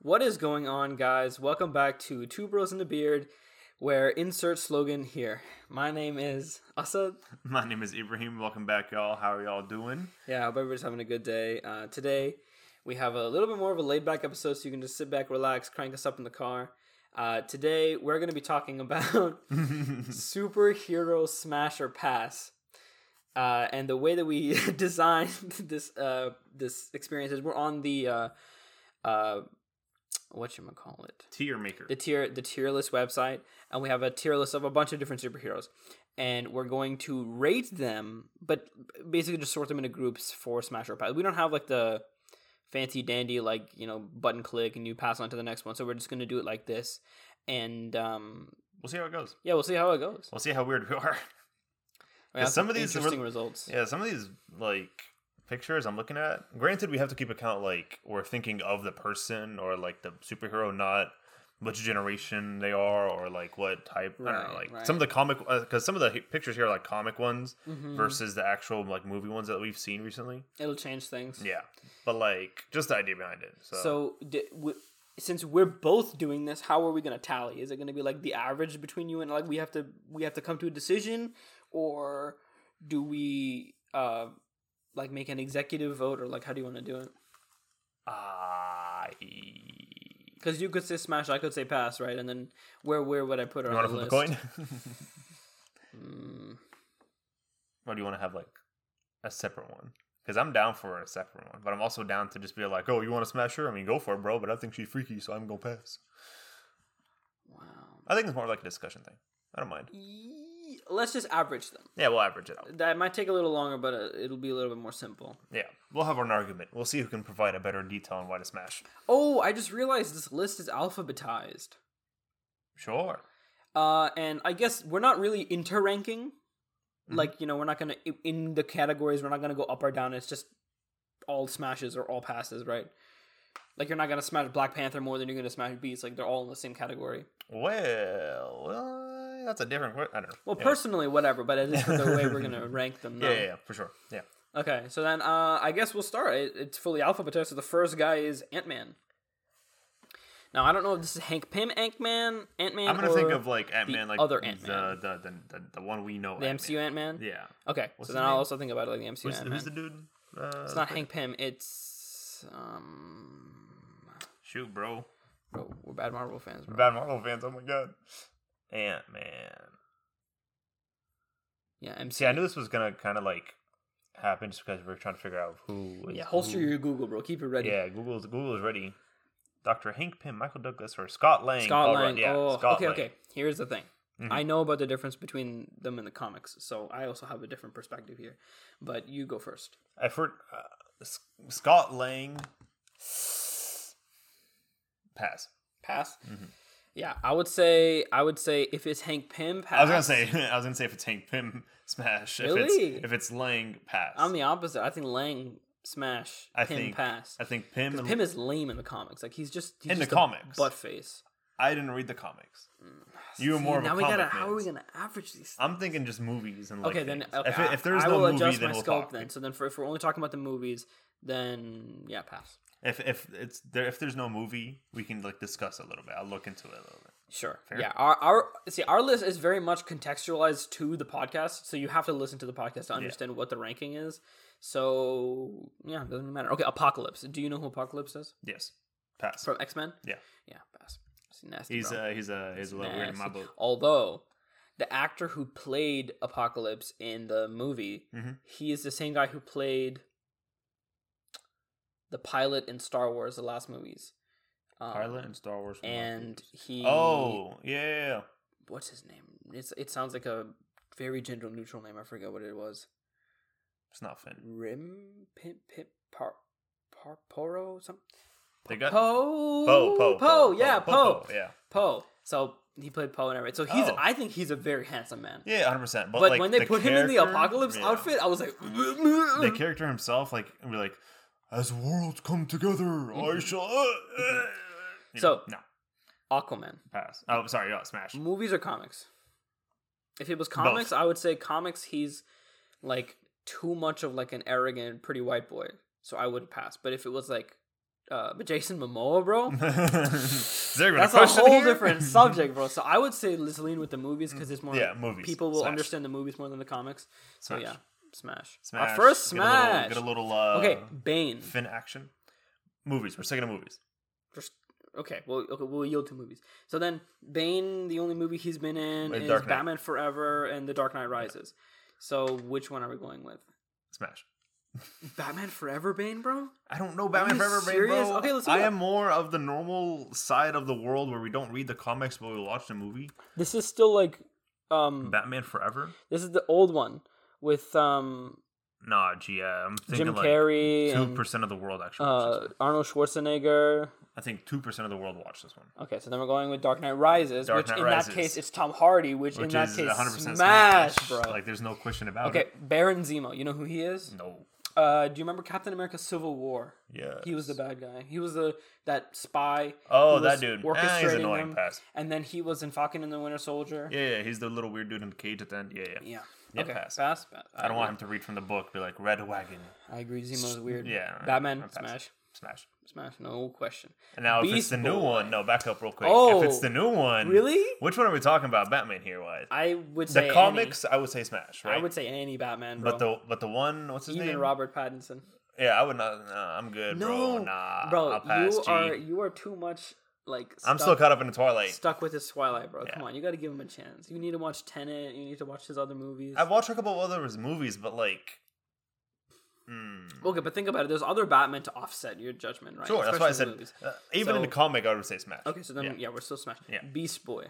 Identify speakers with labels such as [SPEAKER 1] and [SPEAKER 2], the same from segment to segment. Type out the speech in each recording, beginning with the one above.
[SPEAKER 1] What is going on, guys? Welcome back to Two Bros in the Beard, where insert slogan here. My name is Asad.
[SPEAKER 2] My name is Ibrahim. Welcome back, y'all. How are y'all doing?
[SPEAKER 1] Yeah, I hope everybody's having a good day. Uh, today, we have a little bit more of a laid back episode, so you can just sit back, relax, crank us up in the car. Uh, today, we're going to be talking about superhero smash or pass. Uh, and the way that we designed this uh, this experience is we're on the uh, uh, what you call it
[SPEAKER 2] Tier maker.
[SPEAKER 1] the tier the tier list website and we have a tier list of a bunch of different superheroes and we're going to rate them but basically just sort them into groups for smash or pass we don't have like the fancy dandy like you know button click and you pass on to the next one so we're just going to do it like this and um
[SPEAKER 2] We'll see how it goes.
[SPEAKER 1] yeah we'll see how it goes
[SPEAKER 2] We'll see how weird we are.
[SPEAKER 1] We have
[SPEAKER 2] some of these were-
[SPEAKER 1] interesting results
[SPEAKER 2] yeah, some of these like pictures I'm looking at. Granted, we have to keep account like we're thinking of the person or like the superhero, not which generation they are or like what type. I don't
[SPEAKER 1] Right,
[SPEAKER 2] know. Like
[SPEAKER 1] right.
[SPEAKER 2] some of the comic because some of the hi- pictures here are like comic ones
[SPEAKER 1] Mhm.
[SPEAKER 2] versus the actual like movie ones that we've seen recently.
[SPEAKER 1] it'll change things
[SPEAKER 2] Yeah, but like just the idea behind it. So,
[SPEAKER 1] So, d w- since we're both doing this, how are we going to tally? Is it going to be like the average between you and like we have to we have to come to a decision, or do we uh like make an executive vote, or like how do you want to do it?
[SPEAKER 2] I
[SPEAKER 1] Because you could say smash, I could say pass, right? And then where where would I put her
[SPEAKER 2] you
[SPEAKER 1] on the
[SPEAKER 2] want to flip a
[SPEAKER 1] list?
[SPEAKER 2] coin.
[SPEAKER 1] Mm,
[SPEAKER 2] Hmm. or do you want to have like a separate one? Because I'm down for a separate one, but I'm also down to just be like, oh, you want to smash her? I mean, go for it, bro. But I think she's freaky, so I'm gonna pass.
[SPEAKER 1] wow.
[SPEAKER 2] I think it's more like a discussion thing. I don't mind.
[SPEAKER 1] Ye- Let's just average them.
[SPEAKER 2] Yeah, we'll average it out.
[SPEAKER 1] That might take a little longer, but uh, it'll be a little bit more simple.
[SPEAKER 2] Yeah, we'll have an argument. We'll see who can provide a better detail on why to smash.
[SPEAKER 1] Oh, I just realized this list is alphabetized.
[SPEAKER 2] Sure.
[SPEAKER 1] Uh, and I guess we're not really interranking.
[SPEAKER 2] Mhm.
[SPEAKER 1] Like, you know, we're not going to, in the categories, we're not going to go up or down. It's just all smashes or all passes, right? Like, you're not going to smash Black Panther more than you're going to smash Beats. Like, they're all in the same category.
[SPEAKER 2] Well, uh, that's a different question. I don't know.
[SPEAKER 1] Well,
[SPEAKER 2] Yeah.
[SPEAKER 1] personally, whatever, but it is for the way we're going to rank them.
[SPEAKER 2] Yeah,
[SPEAKER 1] though.
[SPEAKER 2] yeah, yeah, for sure. Yeah.
[SPEAKER 1] Okay, so then uh, I guess we'll start. It, it's fully alphabetized. So the first guy is Ant Man. Now, I don't know if this is Hank Pym Ant Man, Ant Man,
[SPEAKER 2] I'm gonna
[SPEAKER 1] or
[SPEAKER 2] think of like Ant Man, like
[SPEAKER 1] other
[SPEAKER 2] the-
[SPEAKER 1] Ant-Man.
[SPEAKER 2] the, the the the one we know.
[SPEAKER 1] the MCU Ant Man.
[SPEAKER 2] Yeah.
[SPEAKER 1] Okay, so
[SPEAKER 2] What's his
[SPEAKER 1] then I'll
[SPEAKER 2] name?
[SPEAKER 1] also think about it like the MCU
[SPEAKER 2] Who's,
[SPEAKER 1] Ant Man.
[SPEAKER 2] who's the dude? Uh,
[SPEAKER 1] It's not Hank Pym. It's um.
[SPEAKER 2] Shoot, bro.
[SPEAKER 1] Bro, we're bad Marvel fans, bro.
[SPEAKER 2] Bad Marvel fans. Oh my god. Ant Man.
[SPEAKER 1] Yeah, MC.
[SPEAKER 2] See, I knew this was gonna kind of like happen just because we are trying to figure out who. Is
[SPEAKER 1] Yeah, holster
[SPEAKER 2] who.
[SPEAKER 1] your Google, bro. Keep it ready.
[SPEAKER 2] Yeah, Google's Google is ready. Doctor Hank Pym, Michael Douglas, or Scott Lang.
[SPEAKER 1] Scott
[SPEAKER 2] Paul Rudd,
[SPEAKER 1] Lang.
[SPEAKER 2] Yeah,
[SPEAKER 1] oh,
[SPEAKER 2] Scott
[SPEAKER 1] okay,
[SPEAKER 2] Lang.
[SPEAKER 1] okay. Here's the thing.
[SPEAKER 2] Mhm.
[SPEAKER 1] I know about the difference between them and the comics, so I also have a different perspective here. But you go first.
[SPEAKER 2] I've heard uh, S- Scott Lang. Pass.
[SPEAKER 1] Pass.
[SPEAKER 2] Mhm.
[SPEAKER 1] Yeah, I would say. I would say if it's Hank Pym, pass.
[SPEAKER 2] I was gonna say. I was gonna say if it's Hank Pym, smash. If
[SPEAKER 1] Really?
[SPEAKER 2] it's if it's Lang, pass.
[SPEAKER 1] I'm the opposite. I think Lang smash.
[SPEAKER 2] I
[SPEAKER 1] Pym
[SPEAKER 2] think-
[SPEAKER 1] pass.
[SPEAKER 2] I think Pym.
[SPEAKER 1] Because
[SPEAKER 2] and-
[SPEAKER 1] Pym is lame in the comics. Like he's just he's
[SPEAKER 2] In the
[SPEAKER 1] just a
[SPEAKER 2] comics.
[SPEAKER 1] butt face.
[SPEAKER 2] I didn't read the comics. You were
[SPEAKER 1] Mm. See,
[SPEAKER 2] more of a
[SPEAKER 1] now we
[SPEAKER 2] comic
[SPEAKER 1] gotta. How
[SPEAKER 2] man.
[SPEAKER 1] are we gonna average these?
[SPEAKER 2] I'm thinking just movies and like
[SPEAKER 1] okay, then
[SPEAKER 2] things.
[SPEAKER 1] okay,
[SPEAKER 2] if,
[SPEAKER 1] I-
[SPEAKER 2] if there's
[SPEAKER 1] I
[SPEAKER 2] no
[SPEAKER 1] will
[SPEAKER 2] movie,
[SPEAKER 1] adjust
[SPEAKER 2] then
[SPEAKER 1] my
[SPEAKER 2] we'll
[SPEAKER 1] scope
[SPEAKER 2] talk.
[SPEAKER 1] then. So then, for, if we're only talking about the movies, then yeah, pass.
[SPEAKER 2] If if it's there, if there's no movie, we can like discuss a little bit. I'll look into it a little bit.
[SPEAKER 1] Sure. Yeah. Our our see our list is very much contextualized to the podcast, so you have to listen to the podcast to understand what the ranking is. So yeah, doesn't matter. Okay, Apocalypse. Do you know who Apocalypse is
[SPEAKER 2] Yes, pass.
[SPEAKER 1] from X Men?
[SPEAKER 2] Yeah.
[SPEAKER 1] Yeah. Pass. It's nasty.
[SPEAKER 2] He's
[SPEAKER 1] bro.
[SPEAKER 2] uh, he's uh, he's a little weird in my
[SPEAKER 1] Nasty.
[SPEAKER 2] book.
[SPEAKER 1] Although the actor who played Apocalypse in the movie,
[SPEAKER 2] Mhm.
[SPEAKER 1] he is the same guy who played the pilot in Star Wars, the last movies. Um,
[SPEAKER 2] Pilot and Star Wars. were my
[SPEAKER 1] and
[SPEAKER 2] favorites.
[SPEAKER 1] he.
[SPEAKER 2] oh yeah,
[SPEAKER 1] what's his name? It's it sounds like a very gender neutral name. I forget what it was.
[SPEAKER 2] it's not Finn.
[SPEAKER 1] Rim Pip Pip Par Parporo something.
[SPEAKER 2] They got Poe
[SPEAKER 1] Poe
[SPEAKER 2] Uh, Poe Poe
[SPEAKER 1] Poe yeah
[SPEAKER 2] Poe
[SPEAKER 1] Poe
[SPEAKER 2] Poe, yeah
[SPEAKER 1] Poe. So he played Poe and everything. So he's
[SPEAKER 2] Oh.
[SPEAKER 1] I think he's a very handsome man.
[SPEAKER 2] yeah hundred percent. But,
[SPEAKER 1] But
[SPEAKER 2] like,
[SPEAKER 1] when they
[SPEAKER 2] the
[SPEAKER 1] put him in the
[SPEAKER 2] character-
[SPEAKER 1] apocalypse
[SPEAKER 2] yeah.
[SPEAKER 1] outfit, I was like, Uh-huh.
[SPEAKER 2] the character himself, like we're like, as worlds come together, I shall. uh, uh," you
[SPEAKER 1] Mm-hmm. So- Mm.
[SPEAKER 2] know, no
[SPEAKER 1] Aquaman.
[SPEAKER 2] pass. Oh sorry, oh, smash.
[SPEAKER 1] Movies or comics? If it was comics, I would say comics. He's like too much of like an arrogant, pretty white boy, so I would pass. But if it was like uh, but Jason Momoa, bro.
[SPEAKER 2] Is there even
[SPEAKER 1] That's a
[SPEAKER 2] question
[SPEAKER 1] whole
[SPEAKER 2] here?
[SPEAKER 1] different subject, bro. So I would say let's lean with the movies because it's more
[SPEAKER 2] Yeah, movies.
[SPEAKER 1] people will
[SPEAKER 2] Smash.
[SPEAKER 1] understand the movies more than the comics. So
[SPEAKER 2] Smash.
[SPEAKER 1] yeah, Smash.
[SPEAKER 2] Smash.
[SPEAKER 1] Our first
[SPEAKER 2] Get a little-
[SPEAKER 1] Smash.
[SPEAKER 2] Get a little, uh,
[SPEAKER 1] okay, Bane.
[SPEAKER 2] Fin action. Movies. We're sticking to movies.
[SPEAKER 1] First- okay, well, okay, we'll yield to movies. So then, Bane, the only movie he's been in
[SPEAKER 2] Wait,
[SPEAKER 1] is
[SPEAKER 2] Dark Knight.
[SPEAKER 1] Batman Forever and The Dark Knight Rises. So which one are we going with?
[SPEAKER 2] Smash.
[SPEAKER 1] Batman Forever, Bane, bro.
[SPEAKER 2] I don't know Batman
[SPEAKER 1] you
[SPEAKER 2] Forever, Bane,
[SPEAKER 1] serious?
[SPEAKER 2] bro.
[SPEAKER 1] Okay, let's look
[SPEAKER 2] I
[SPEAKER 1] it up.
[SPEAKER 2] am more of the normal side of the world where we don't read the comics, but we watch the movie.
[SPEAKER 1] This is still like, um,
[SPEAKER 2] Batman Forever.
[SPEAKER 1] this is the old one with um
[SPEAKER 2] Nah, gee, yeah, I'm thinking
[SPEAKER 1] Jim
[SPEAKER 2] like
[SPEAKER 1] Carrey
[SPEAKER 2] two
[SPEAKER 1] and
[SPEAKER 2] percent of the world actually. watches
[SPEAKER 1] uh,
[SPEAKER 2] this one.
[SPEAKER 1] Arnold Schwarzenegger.
[SPEAKER 2] I think two percent of the world watched this one.
[SPEAKER 1] Okay, so then we're going with Dark Knight Rises,
[SPEAKER 2] Dark
[SPEAKER 1] which
[SPEAKER 2] Knight
[SPEAKER 1] in
[SPEAKER 2] Rises.
[SPEAKER 1] that case it's Tom Hardy, which, in
[SPEAKER 2] Which
[SPEAKER 1] that
[SPEAKER 2] is
[SPEAKER 1] case
[SPEAKER 2] 100%
[SPEAKER 1] smash, bro.
[SPEAKER 2] Like, Mm. there's no question about
[SPEAKER 1] okay,
[SPEAKER 2] it.
[SPEAKER 1] Baron Zemo, you know who he is?
[SPEAKER 2] No.
[SPEAKER 1] Uh, do you remember Captain America: Civil War?
[SPEAKER 2] Yeah.
[SPEAKER 1] He was the bad guy. He was the that spy.
[SPEAKER 2] Oh,
[SPEAKER 1] who
[SPEAKER 2] that
[SPEAKER 1] was
[SPEAKER 2] dude. Ah, he's
[SPEAKER 1] orchestrating
[SPEAKER 2] annoying.
[SPEAKER 1] them.
[SPEAKER 2] Pass.
[SPEAKER 1] And then he was in Falcon and the Winter Soldier.
[SPEAKER 2] Yeah, yeah, he's the little weird dude in the cage at the end. Yeah, yeah.
[SPEAKER 1] Yeah.
[SPEAKER 2] Yeah,
[SPEAKER 1] okay.
[SPEAKER 2] pass.
[SPEAKER 1] Pass. pass,
[SPEAKER 2] I don't want him to read from the book. Be like Red Wagon.
[SPEAKER 1] I agree. Zemo's weird.
[SPEAKER 2] Yeah. alright,
[SPEAKER 1] Batman.
[SPEAKER 2] I'll pass.
[SPEAKER 1] Smash.
[SPEAKER 2] Smash.
[SPEAKER 1] Smash. No question.
[SPEAKER 2] And now if it's
[SPEAKER 1] Beast
[SPEAKER 2] the new
[SPEAKER 1] Boy.
[SPEAKER 2] one, no, back up real quick.
[SPEAKER 1] Oh.
[SPEAKER 2] if it's the new one,
[SPEAKER 1] Really?
[SPEAKER 2] Which one are we talking about, Batman here? Wise.
[SPEAKER 1] I would say
[SPEAKER 2] The
[SPEAKER 1] any.
[SPEAKER 2] comics, I would say Smash, right?
[SPEAKER 1] I would say any Batman, bro.
[SPEAKER 2] but the but the one, what's his
[SPEAKER 1] even
[SPEAKER 2] name?
[SPEAKER 1] Robert Pattinson.
[SPEAKER 2] Yeah, I would not. No, I'm good, bro. Nah,
[SPEAKER 1] bro,
[SPEAKER 2] I'll pass,
[SPEAKER 1] you
[SPEAKER 2] G.
[SPEAKER 1] are you are too much like. Stuck,
[SPEAKER 2] I'm still caught up in the Twilight.
[SPEAKER 1] stuck with his Twilight, bro. Come
[SPEAKER 2] Yeah.
[SPEAKER 1] on, you got to give him a chance. You need to watch Tenet. You need to watch his other movies.
[SPEAKER 2] I've watched a couple of other his movies, but like, mm,
[SPEAKER 1] okay, but think about it. There's other Batman to offset your judgment, right?
[SPEAKER 2] sure. That's why I
[SPEAKER 1] Especially
[SPEAKER 2] said
[SPEAKER 1] the movies.
[SPEAKER 2] uh, even in
[SPEAKER 1] So-
[SPEAKER 2] the comic, I would say Smash.
[SPEAKER 1] Okay, so then yeah,
[SPEAKER 2] yeah.
[SPEAKER 1] we're still smashed.
[SPEAKER 2] Yeah.
[SPEAKER 1] Beast Boy.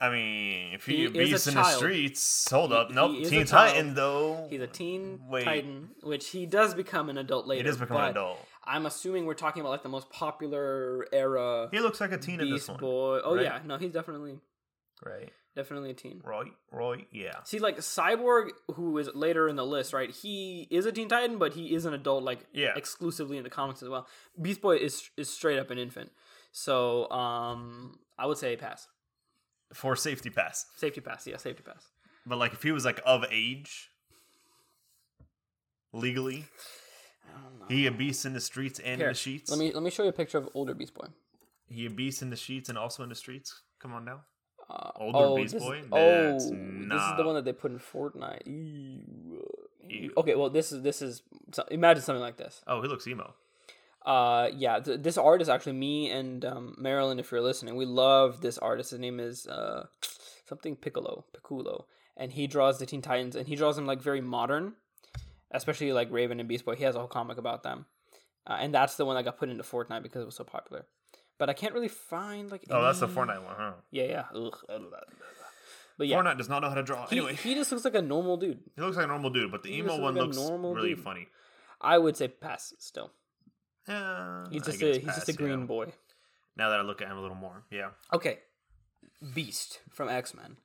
[SPEAKER 2] I mean, if
[SPEAKER 1] He
[SPEAKER 2] you
[SPEAKER 1] is
[SPEAKER 2] beast
[SPEAKER 1] a
[SPEAKER 2] in the
[SPEAKER 1] child.
[SPEAKER 2] streets, hold
[SPEAKER 1] He-
[SPEAKER 2] up,
[SPEAKER 1] he
[SPEAKER 2] nope.
[SPEAKER 1] is a
[SPEAKER 2] Teen
[SPEAKER 1] child.
[SPEAKER 2] Titan though,
[SPEAKER 1] He's a teen
[SPEAKER 2] Wait.
[SPEAKER 1] titan, which he does become an adult later.
[SPEAKER 2] it is becoming
[SPEAKER 1] but
[SPEAKER 2] an adult.
[SPEAKER 1] I'm assuming we're talking about like the most popular era
[SPEAKER 2] He looks like a teen in this
[SPEAKER 1] Beast
[SPEAKER 2] one,
[SPEAKER 1] Boy. Oh
[SPEAKER 2] right?
[SPEAKER 1] yeah, no, he's definitely
[SPEAKER 2] right?
[SPEAKER 1] definitely a teen.
[SPEAKER 2] Roy, Roy, yeah.
[SPEAKER 1] See, like Cyborg, who is later in the list, right? He is a Teen Titan, but he is an adult, like
[SPEAKER 2] Yeah.
[SPEAKER 1] exclusively in the comics as well. Beast Boy is is straight up an infant, so um, I would say pass,
[SPEAKER 2] For safety pass.
[SPEAKER 1] safety pass, yeah, safety pass.
[SPEAKER 2] But like, if he was like of age, legally,
[SPEAKER 1] I don't know.
[SPEAKER 2] he a beast in the streets and in
[SPEAKER 1] Here,
[SPEAKER 2] the sheets.
[SPEAKER 1] Let me let me show you a picture of older Beast Boy.
[SPEAKER 2] He a beast in the sheets and also in the streets. Come on now.
[SPEAKER 1] Uh,
[SPEAKER 2] Older Beast
[SPEAKER 1] this
[SPEAKER 2] Boy?
[SPEAKER 1] Is, oh, this
[SPEAKER 2] That's
[SPEAKER 1] is the
[SPEAKER 2] not-
[SPEAKER 1] one that they put in Fortnite. Ew.
[SPEAKER 2] Ew.
[SPEAKER 1] Okay, well, this is this is so- imagine something like this.
[SPEAKER 2] Oh, he looks emo.
[SPEAKER 1] Uh, yeah, th- this art is actually me and um, Marilyn. If you're listening, we love this artist. His name is uh, something Piccolo, Piccolo, and he draws the Teen Titans, and he draws them like very modern, especially like Raven and Beast Boy. He has a whole comic about them, uh, and that's the one that got put into Fortnite because it was so popular. But I can't really find like.
[SPEAKER 2] Oh, that's the
[SPEAKER 1] any-
[SPEAKER 2] Fortnite one, huh?
[SPEAKER 1] Yeah, yeah. Ugh. But yeah,
[SPEAKER 2] Fortnite does not know how to draw.
[SPEAKER 1] he,
[SPEAKER 2] anyway,
[SPEAKER 1] he just looks like a normal dude.
[SPEAKER 2] he looks like a normal dude, but the
[SPEAKER 1] he
[SPEAKER 2] emo
[SPEAKER 1] just looks
[SPEAKER 2] one
[SPEAKER 1] like a
[SPEAKER 2] looks
[SPEAKER 1] normal
[SPEAKER 2] really
[SPEAKER 1] dude.
[SPEAKER 2] funny.
[SPEAKER 1] I would say pass still.
[SPEAKER 2] Yeah,
[SPEAKER 1] He's
[SPEAKER 2] I
[SPEAKER 1] just
[SPEAKER 2] guess
[SPEAKER 1] a he's just a
[SPEAKER 2] pass,
[SPEAKER 1] green
[SPEAKER 2] yeah.
[SPEAKER 1] boy.
[SPEAKER 2] Now that I look at him a little more, yeah.
[SPEAKER 1] Okay, Beast from X Men.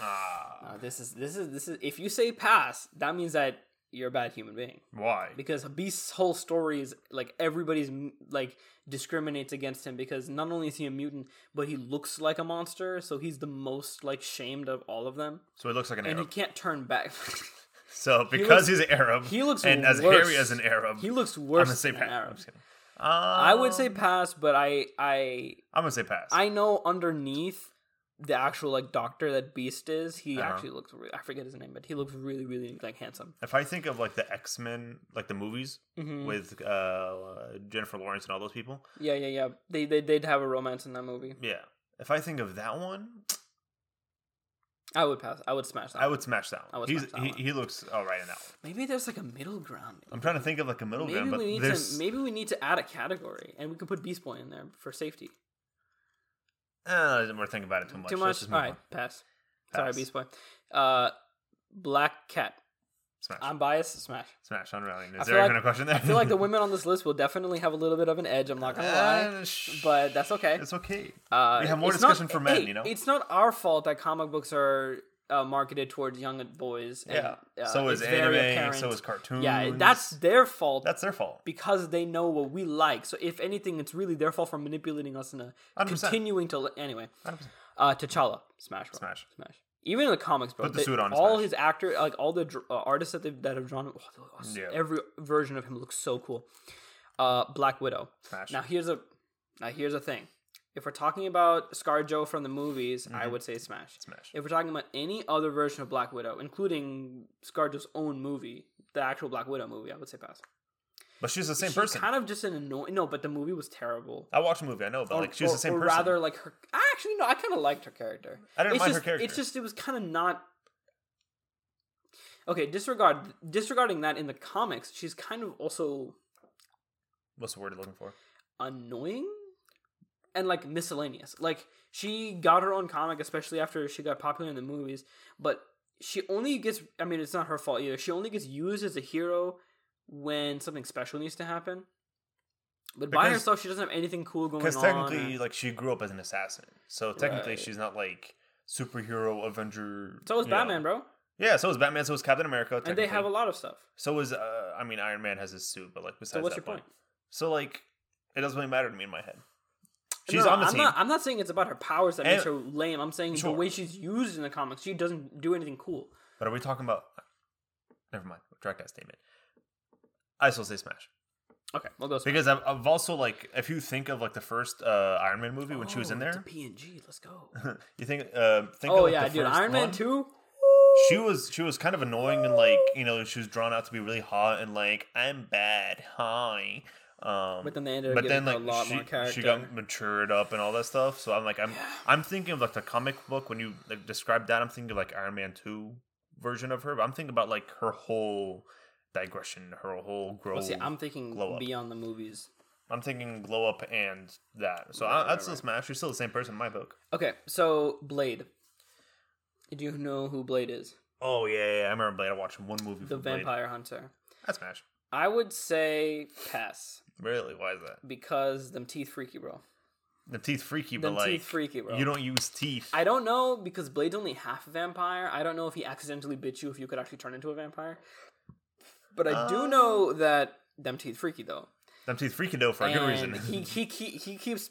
[SPEAKER 2] Ah,
[SPEAKER 1] Uh, this is this is this is if you say pass, that means that you're a bad human being
[SPEAKER 2] why?
[SPEAKER 1] because Beast's whole story is like everybody's m- like discriminates against him because not only is he a mutant, but he looks like a monster, so he's the most like shamed of all of them,
[SPEAKER 2] So he looks like an
[SPEAKER 1] and he
[SPEAKER 2] Arab.
[SPEAKER 1] can't turn back.
[SPEAKER 2] So because
[SPEAKER 1] looks-
[SPEAKER 2] he's an Arab,
[SPEAKER 1] he looks
[SPEAKER 2] and as
[SPEAKER 1] worse.
[SPEAKER 2] hairy as an Arab,
[SPEAKER 1] he looks
[SPEAKER 2] I'm
[SPEAKER 1] worse
[SPEAKER 2] gonna say
[SPEAKER 1] than an
[SPEAKER 2] pass. I'm
[SPEAKER 1] Arab.
[SPEAKER 2] just kidding.
[SPEAKER 1] I would say
[SPEAKER 2] Um,
[SPEAKER 1] pass, but I I
[SPEAKER 2] I'm gonna say pass.
[SPEAKER 1] I know underneath the actual like doctor that Beast is, he
[SPEAKER 2] Uh-huh.
[SPEAKER 1] actually looks. Re- I forget his name, but he looks really, really like handsome.
[SPEAKER 2] if I think of like the X Men, like the movies
[SPEAKER 1] Mhm.
[SPEAKER 2] with uh, Jennifer Lawrence and all those people,
[SPEAKER 1] Yeah, yeah, yeah. They they did have a romance in that movie.
[SPEAKER 2] yeah. If I think of that one,
[SPEAKER 1] I would pass. I would smash that.
[SPEAKER 2] I would smash that
[SPEAKER 1] I
[SPEAKER 2] one.
[SPEAKER 1] would
[SPEAKER 2] He's,
[SPEAKER 1] smash that
[SPEAKER 2] he,
[SPEAKER 1] one.
[SPEAKER 2] he looks all right in that one.
[SPEAKER 1] Maybe there's like a middle ground.
[SPEAKER 2] I'm trying to think of like a middle
[SPEAKER 1] Maybe
[SPEAKER 2] ground, but
[SPEAKER 1] we need
[SPEAKER 2] there's
[SPEAKER 1] to. Maybe we need to add a category, and we can put Beast Boy in there for safety.
[SPEAKER 2] uh, we're thinking about it too much.
[SPEAKER 1] Too much.
[SPEAKER 2] Let's just
[SPEAKER 1] All
[SPEAKER 2] move
[SPEAKER 1] right,
[SPEAKER 2] on.
[SPEAKER 1] pass. Sorry,
[SPEAKER 2] Pass.
[SPEAKER 1] Beast Boy. Uh, Black Cat.
[SPEAKER 2] Smash,
[SPEAKER 1] I'm biased. Smash.
[SPEAKER 2] smash, unrelated.
[SPEAKER 1] Um, I
[SPEAKER 2] Is
[SPEAKER 1] feel
[SPEAKER 2] there
[SPEAKER 1] like-
[SPEAKER 2] even a question there?
[SPEAKER 1] I feel like the women on this list will definitely have a little bit of an edge. I'm not gonna lie, but that's okay.
[SPEAKER 2] Eh, it's okay.
[SPEAKER 1] Uh,
[SPEAKER 2] We have more
[SPEAKER 1] it's not-
[SPEAKER 2] discussion for men,
[SPEAKER 1] hey,
[SPEAKER 2] you know?
[SPEAKER 1] It's not our fault that comic books are uh, marketed towards young boys. And,
[SPEAKER 2] yeah.
[SPEAKER 1] uh,
[SPEAKER 2] so is
[SPEAKER 1] it's very
[SPEAKER 2] anime.
[SPEAKER 1] apparent.
[SPEAKER 2] So is cartoons.
[SPEAKER 1] Yeah, that's their fault
[SPEAKER 2] that's their fault.
[SPEAKER 1] because they know what we like. So if anything, it's really their fault for manipulating us and
[SPEAKER 2] 100%.
[SPEAKER 1] continuing to. li- Anyway,
[SPEAKER 2] 100%.
[SPEAKER 1] uh, T'Challa, Smash, bro.
[SPEAKER 2] Smash.
[SPEAKER 1] Smash. Even in the comics, bro,
[SPEAKER 2] Put the
[SPEAKER 1] they-
[SPEAKER 2] suit on,
[SPEAKER 1] all
[SPEAKER 2] Smash.
[SPEAKER 1] his actor, like all the dr- uh, artists that they that have drawn, oh, they look awesome.
[SPEAKER 2] Yeah.
[SPEAKER 1] every version of him looks so cool. uh, Black Widow.
[SPEAKER 2] Smash.
[SPEAKER 1] Now here's a now here's a thing. If we're talking about Scar Joe from the movies, I would say Smash.
[SPEAKER 2] Mm-hmm. Smash.
[SPEAKER 1] If we're talking about any other version of Black Widow, including Scar Joe's own movie, the actual Black Widow movie, I would say pass.
[SPEAKER 2] But she's the same
[SPEAKER 1] She's
[SPEAKER 2] person.
[SPEAKER 1] Kind of just an annoying. No, but the movie was terrible.
[SPEAKER 2] I watched a movie. I know, but
[SPEAKER 1] Or-
[SPEAKER 2] like she's
[SPEAKER 1] or-
[SPEAKER 2] the same
[SPEAKER 1] or
[SPEAKER 2] person.
[SPEAKER 1] rather, like her. Actually, no, I kind of liked her character.
[SPEAKER 2] I didn't
[SPEAKER 1] it's
[SPEAKER 2] mind her
[SPEAKER 1] just,
[SPEAKER 2] character.
[SPEAKER 1] It's just it was kind of not. Okay, disregard disregarding that in the comics, she's kind of also
[SPEAKER 2] What's the word you're looking for?
[SPEAKER 1] annoying and like miscellaneous. Like she got her own comic, especially after she got popular in the movies. But she only gets. I mean, it's not her fault either. She only gets used as a hero when something special needs to happen. But by
[SPEAKER 2] Because-
[SPEAKER 1] herself, she doesn't have anything cool going on.
[SPEAKER 2] Because technically,
[SPEAKER 1] or-
[SPEAKER 2] like she grew up as an assassin, so technically
[SPEAKER 1] Right.
[SPEAKER 2] she's not like superhero Avenger.
[SPEAKER 1] so is
[SPEAKER 2] you know.
[SPEAKER 1] Batman, bro.
[SPEAKER 2] Yeah, so is Batman. So is Captain America.
[SPEAKER 1] and they have a
[SPEAKER 2] technically.
[SPEAKER 1] lot of stuff.
[SPEAKER 2] So is uh, I mean Iron Man has his suit, but like besides
[SPEAKER 1] So what's
[SPEAKER 2] that
[SPEAKER 1] your point?
[SPEAKER 2] So like it doesn't really matter to me in my head.
[SPEAKER 1] No,
[SPEAKER 2] She's
[SPEAKER 1] no,
[SPEAKER 2] on the
[SPEAKER 1] I'm
[SPEAKER 2] team.
[SPEAKER 1] not. I'm not saying it's about her powers that
[SPEAKER 2] And-
[SPEAKER 1] makes her lame. I'm saying
[SPEAKER 2] Sure.
[SPEAKER 1] the way she's used in the comics, she doesn't do anything cool.
[SPEAKER 2] But are we talking about? Never mind. Retract that statement. I still say Smash
[SPEAKER 1] Okay, we'll go.
[SPEAKER 2] because I've, I've also like if you think of like the first uh, Iron Man movie when she
[SPEAKER 1] Oh,
[SPEAKER 2] was in there,
[SPEAKER 1] PNG. Let's go.
[SPEAKER 2] you think uh, think
[SPEAKER 1] oh
[SPEAKER 2] of, like,
[SPEAKER 1] yeah,
[SPEAKER 2] the
[SPEAKER 1] dude,
[SPEAKER 2] first
[SPEAKER 1] Iron Man
[SPEAKER 2] one.
[SPEAKER 1] two.
[SPEAKER 2] She was she was kind of annoying and like you know she was drawn out to be really hot and like I'm bad hi. Um,
[SPEAKER 1] But then they ended up
[SPEAKER 2] but
[SPEAKER 1] giving
[SPEAKER 2] then
[SPEAKER 1] her
[SPEAKER 2] like
[SPEAKER 1] a lot
[SPEAKER 2] she,
[SPEAKER 1] more character.
[SPEAKER 2] she got matured up and all that stuff. So I'm like I'm I'm thinking of like the comic book when you like, describe that. I'm thinking of like Iron Man two version of her. But I'm thinking about like her whole digression, her whole growth.
[SPEAKER 1] well, see, I'm
[SPEAKER 2] I'm,
[SPEAKER 1] thinking
[SPEAKER 2] glow up.
[SPEAKER 1] beyond the movies.
[SPEAKER 2] thinking glow up and that. So
[SPEAKER 1] Right,
[SPEAKER 2] I, I'd
[SPEAKER 1] right,
[SPEAKER 2] still
[SPEAKER 1] right.
[SPEAKER 2] smash. You're still the same person in my book.
[SPEAKER 1] Okay, so Blade. Do you know who Blade is?
[SPEAKER 2] Oh yeah, yeah, yeah. I remember Blade. I watched one movie.
[SPEAKER 1] The
[SPEAKER 2] from Blade.
[SPEAKER 1] Vampire Hunter.
[SPEAKER 2] I smash.
[SPEAKER 1] I would say pass
[SPEAKER 2] Really? Why is that?
[SPEAKER 1] because them teeth freaky, bro.
[SPEAKER 2] The teeth freaky, but
[SPEAKER 1] Them
[SPEAKER 2] like
[SPEAKER 1] teeth freaky, bro.
[SPEAKER 2] you don't use teeth.
[SPEAKER 1] I don't know because Blade's only half a vampire. I don't know if he accidentally bit you if you could actually turn into a vampire. But I do
[SPEAKER 2] Uh.
[SPEAKER 1] know that them teeth freaky though.
[SPEAKER 2] Them teeth freaky though for a good reason.
[SPEAKER 1] And he, he he he keeps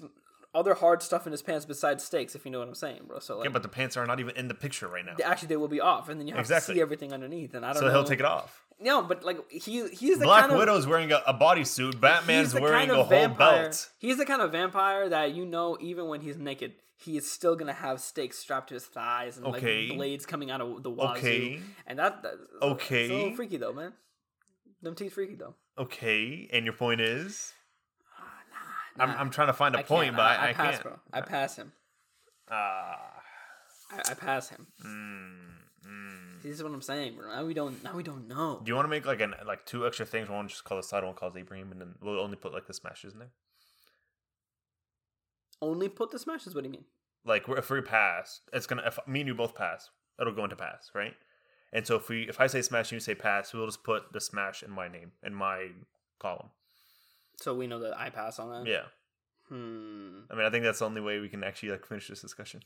[SPEAKER 1] other hard stuff in his pants besides steaks, if you know what I'm saying, bro. So like,
[SPEAKER 2] yeah, but the pants are not even in the picture right now,
[SPEAKER 1] they- actually they will be off, and then you have to
[SPEAKER 2] Exactly.
[SPEAKER 1] see everything underneath. And I don't
[SPEAKER 2] so
[SPEAKER 1] know.
[SPEAKER 2] he'll take it off.
[SPEAKER 1] No, but like he he's the
[SPEAKER 2] Black
[SPEAKER 1] kind of
[SPEAKER 2] Widow's wearing a, a bodysuit.
[SPEAKER 1] he's
[SPEAKER 2] Batman's
[SPEAKER 1] the
[SPEAKER 2] wearing
[SPEAKER 1] kind of
[SPEAKER 2] a whole
[SPEAKER 1] vampire,
[SPEAKER 2] belt.
[SPEAKER 1] He's the kind of vampire that you know, even when he's naked, he is still gonna have stakes strapped to his thighs and
[SPEAKER 2] Okay.
[SPEAKER 1] like blades coming out of the wazoo.
[SPEAKER 2] Okay.
[SPEAKER 1] And that, that
[SPEAKER 2] Okay.
[SPEAKER 1] it's a little freaky though, man. Them teeth freaky though.
[SPEAKER 2] Okay, and your point is? I'm, I'm trying to find a
[SPEAKER 1] I
[SPEAKER 2] point,
[SPEAKER 1] can't.
[SPEAKER 2] but I, I,
[SPEAKER 1] pass,
[SPEAKER 2] can't.
[SPEAKER 1] bro. I pass him.
[SPEAKER 2] Ah,
[SPEAKER 1] I, I pass him.
[SPEAKER 2] mm, mm.
[SPEAKER 1] This is what I'm saying, bro. Now we don't. Now we don't know.
[SPEAKER 2] Do you want to make like an like two extra things? One just called Asada, one called Ibrahim, and then we'll only put like the smashes in there.
[SPEAKER 1] Only put the smashes. What do you mean?
[SPEAKER 2] like we're- if we pass, it's gonna if me and you both pass, it'll go into pass, right? And so if we if I say smash and you say pass, we'll just put the smash in my name in my column.
[SPEAKER 1] So we know that I pass on that.
[SPEAKER 2] Yeah,
[SPEAKER 1] Hmm.
[SPEAKER 2] I mean I think that's the only way we can actually like finish this discussion.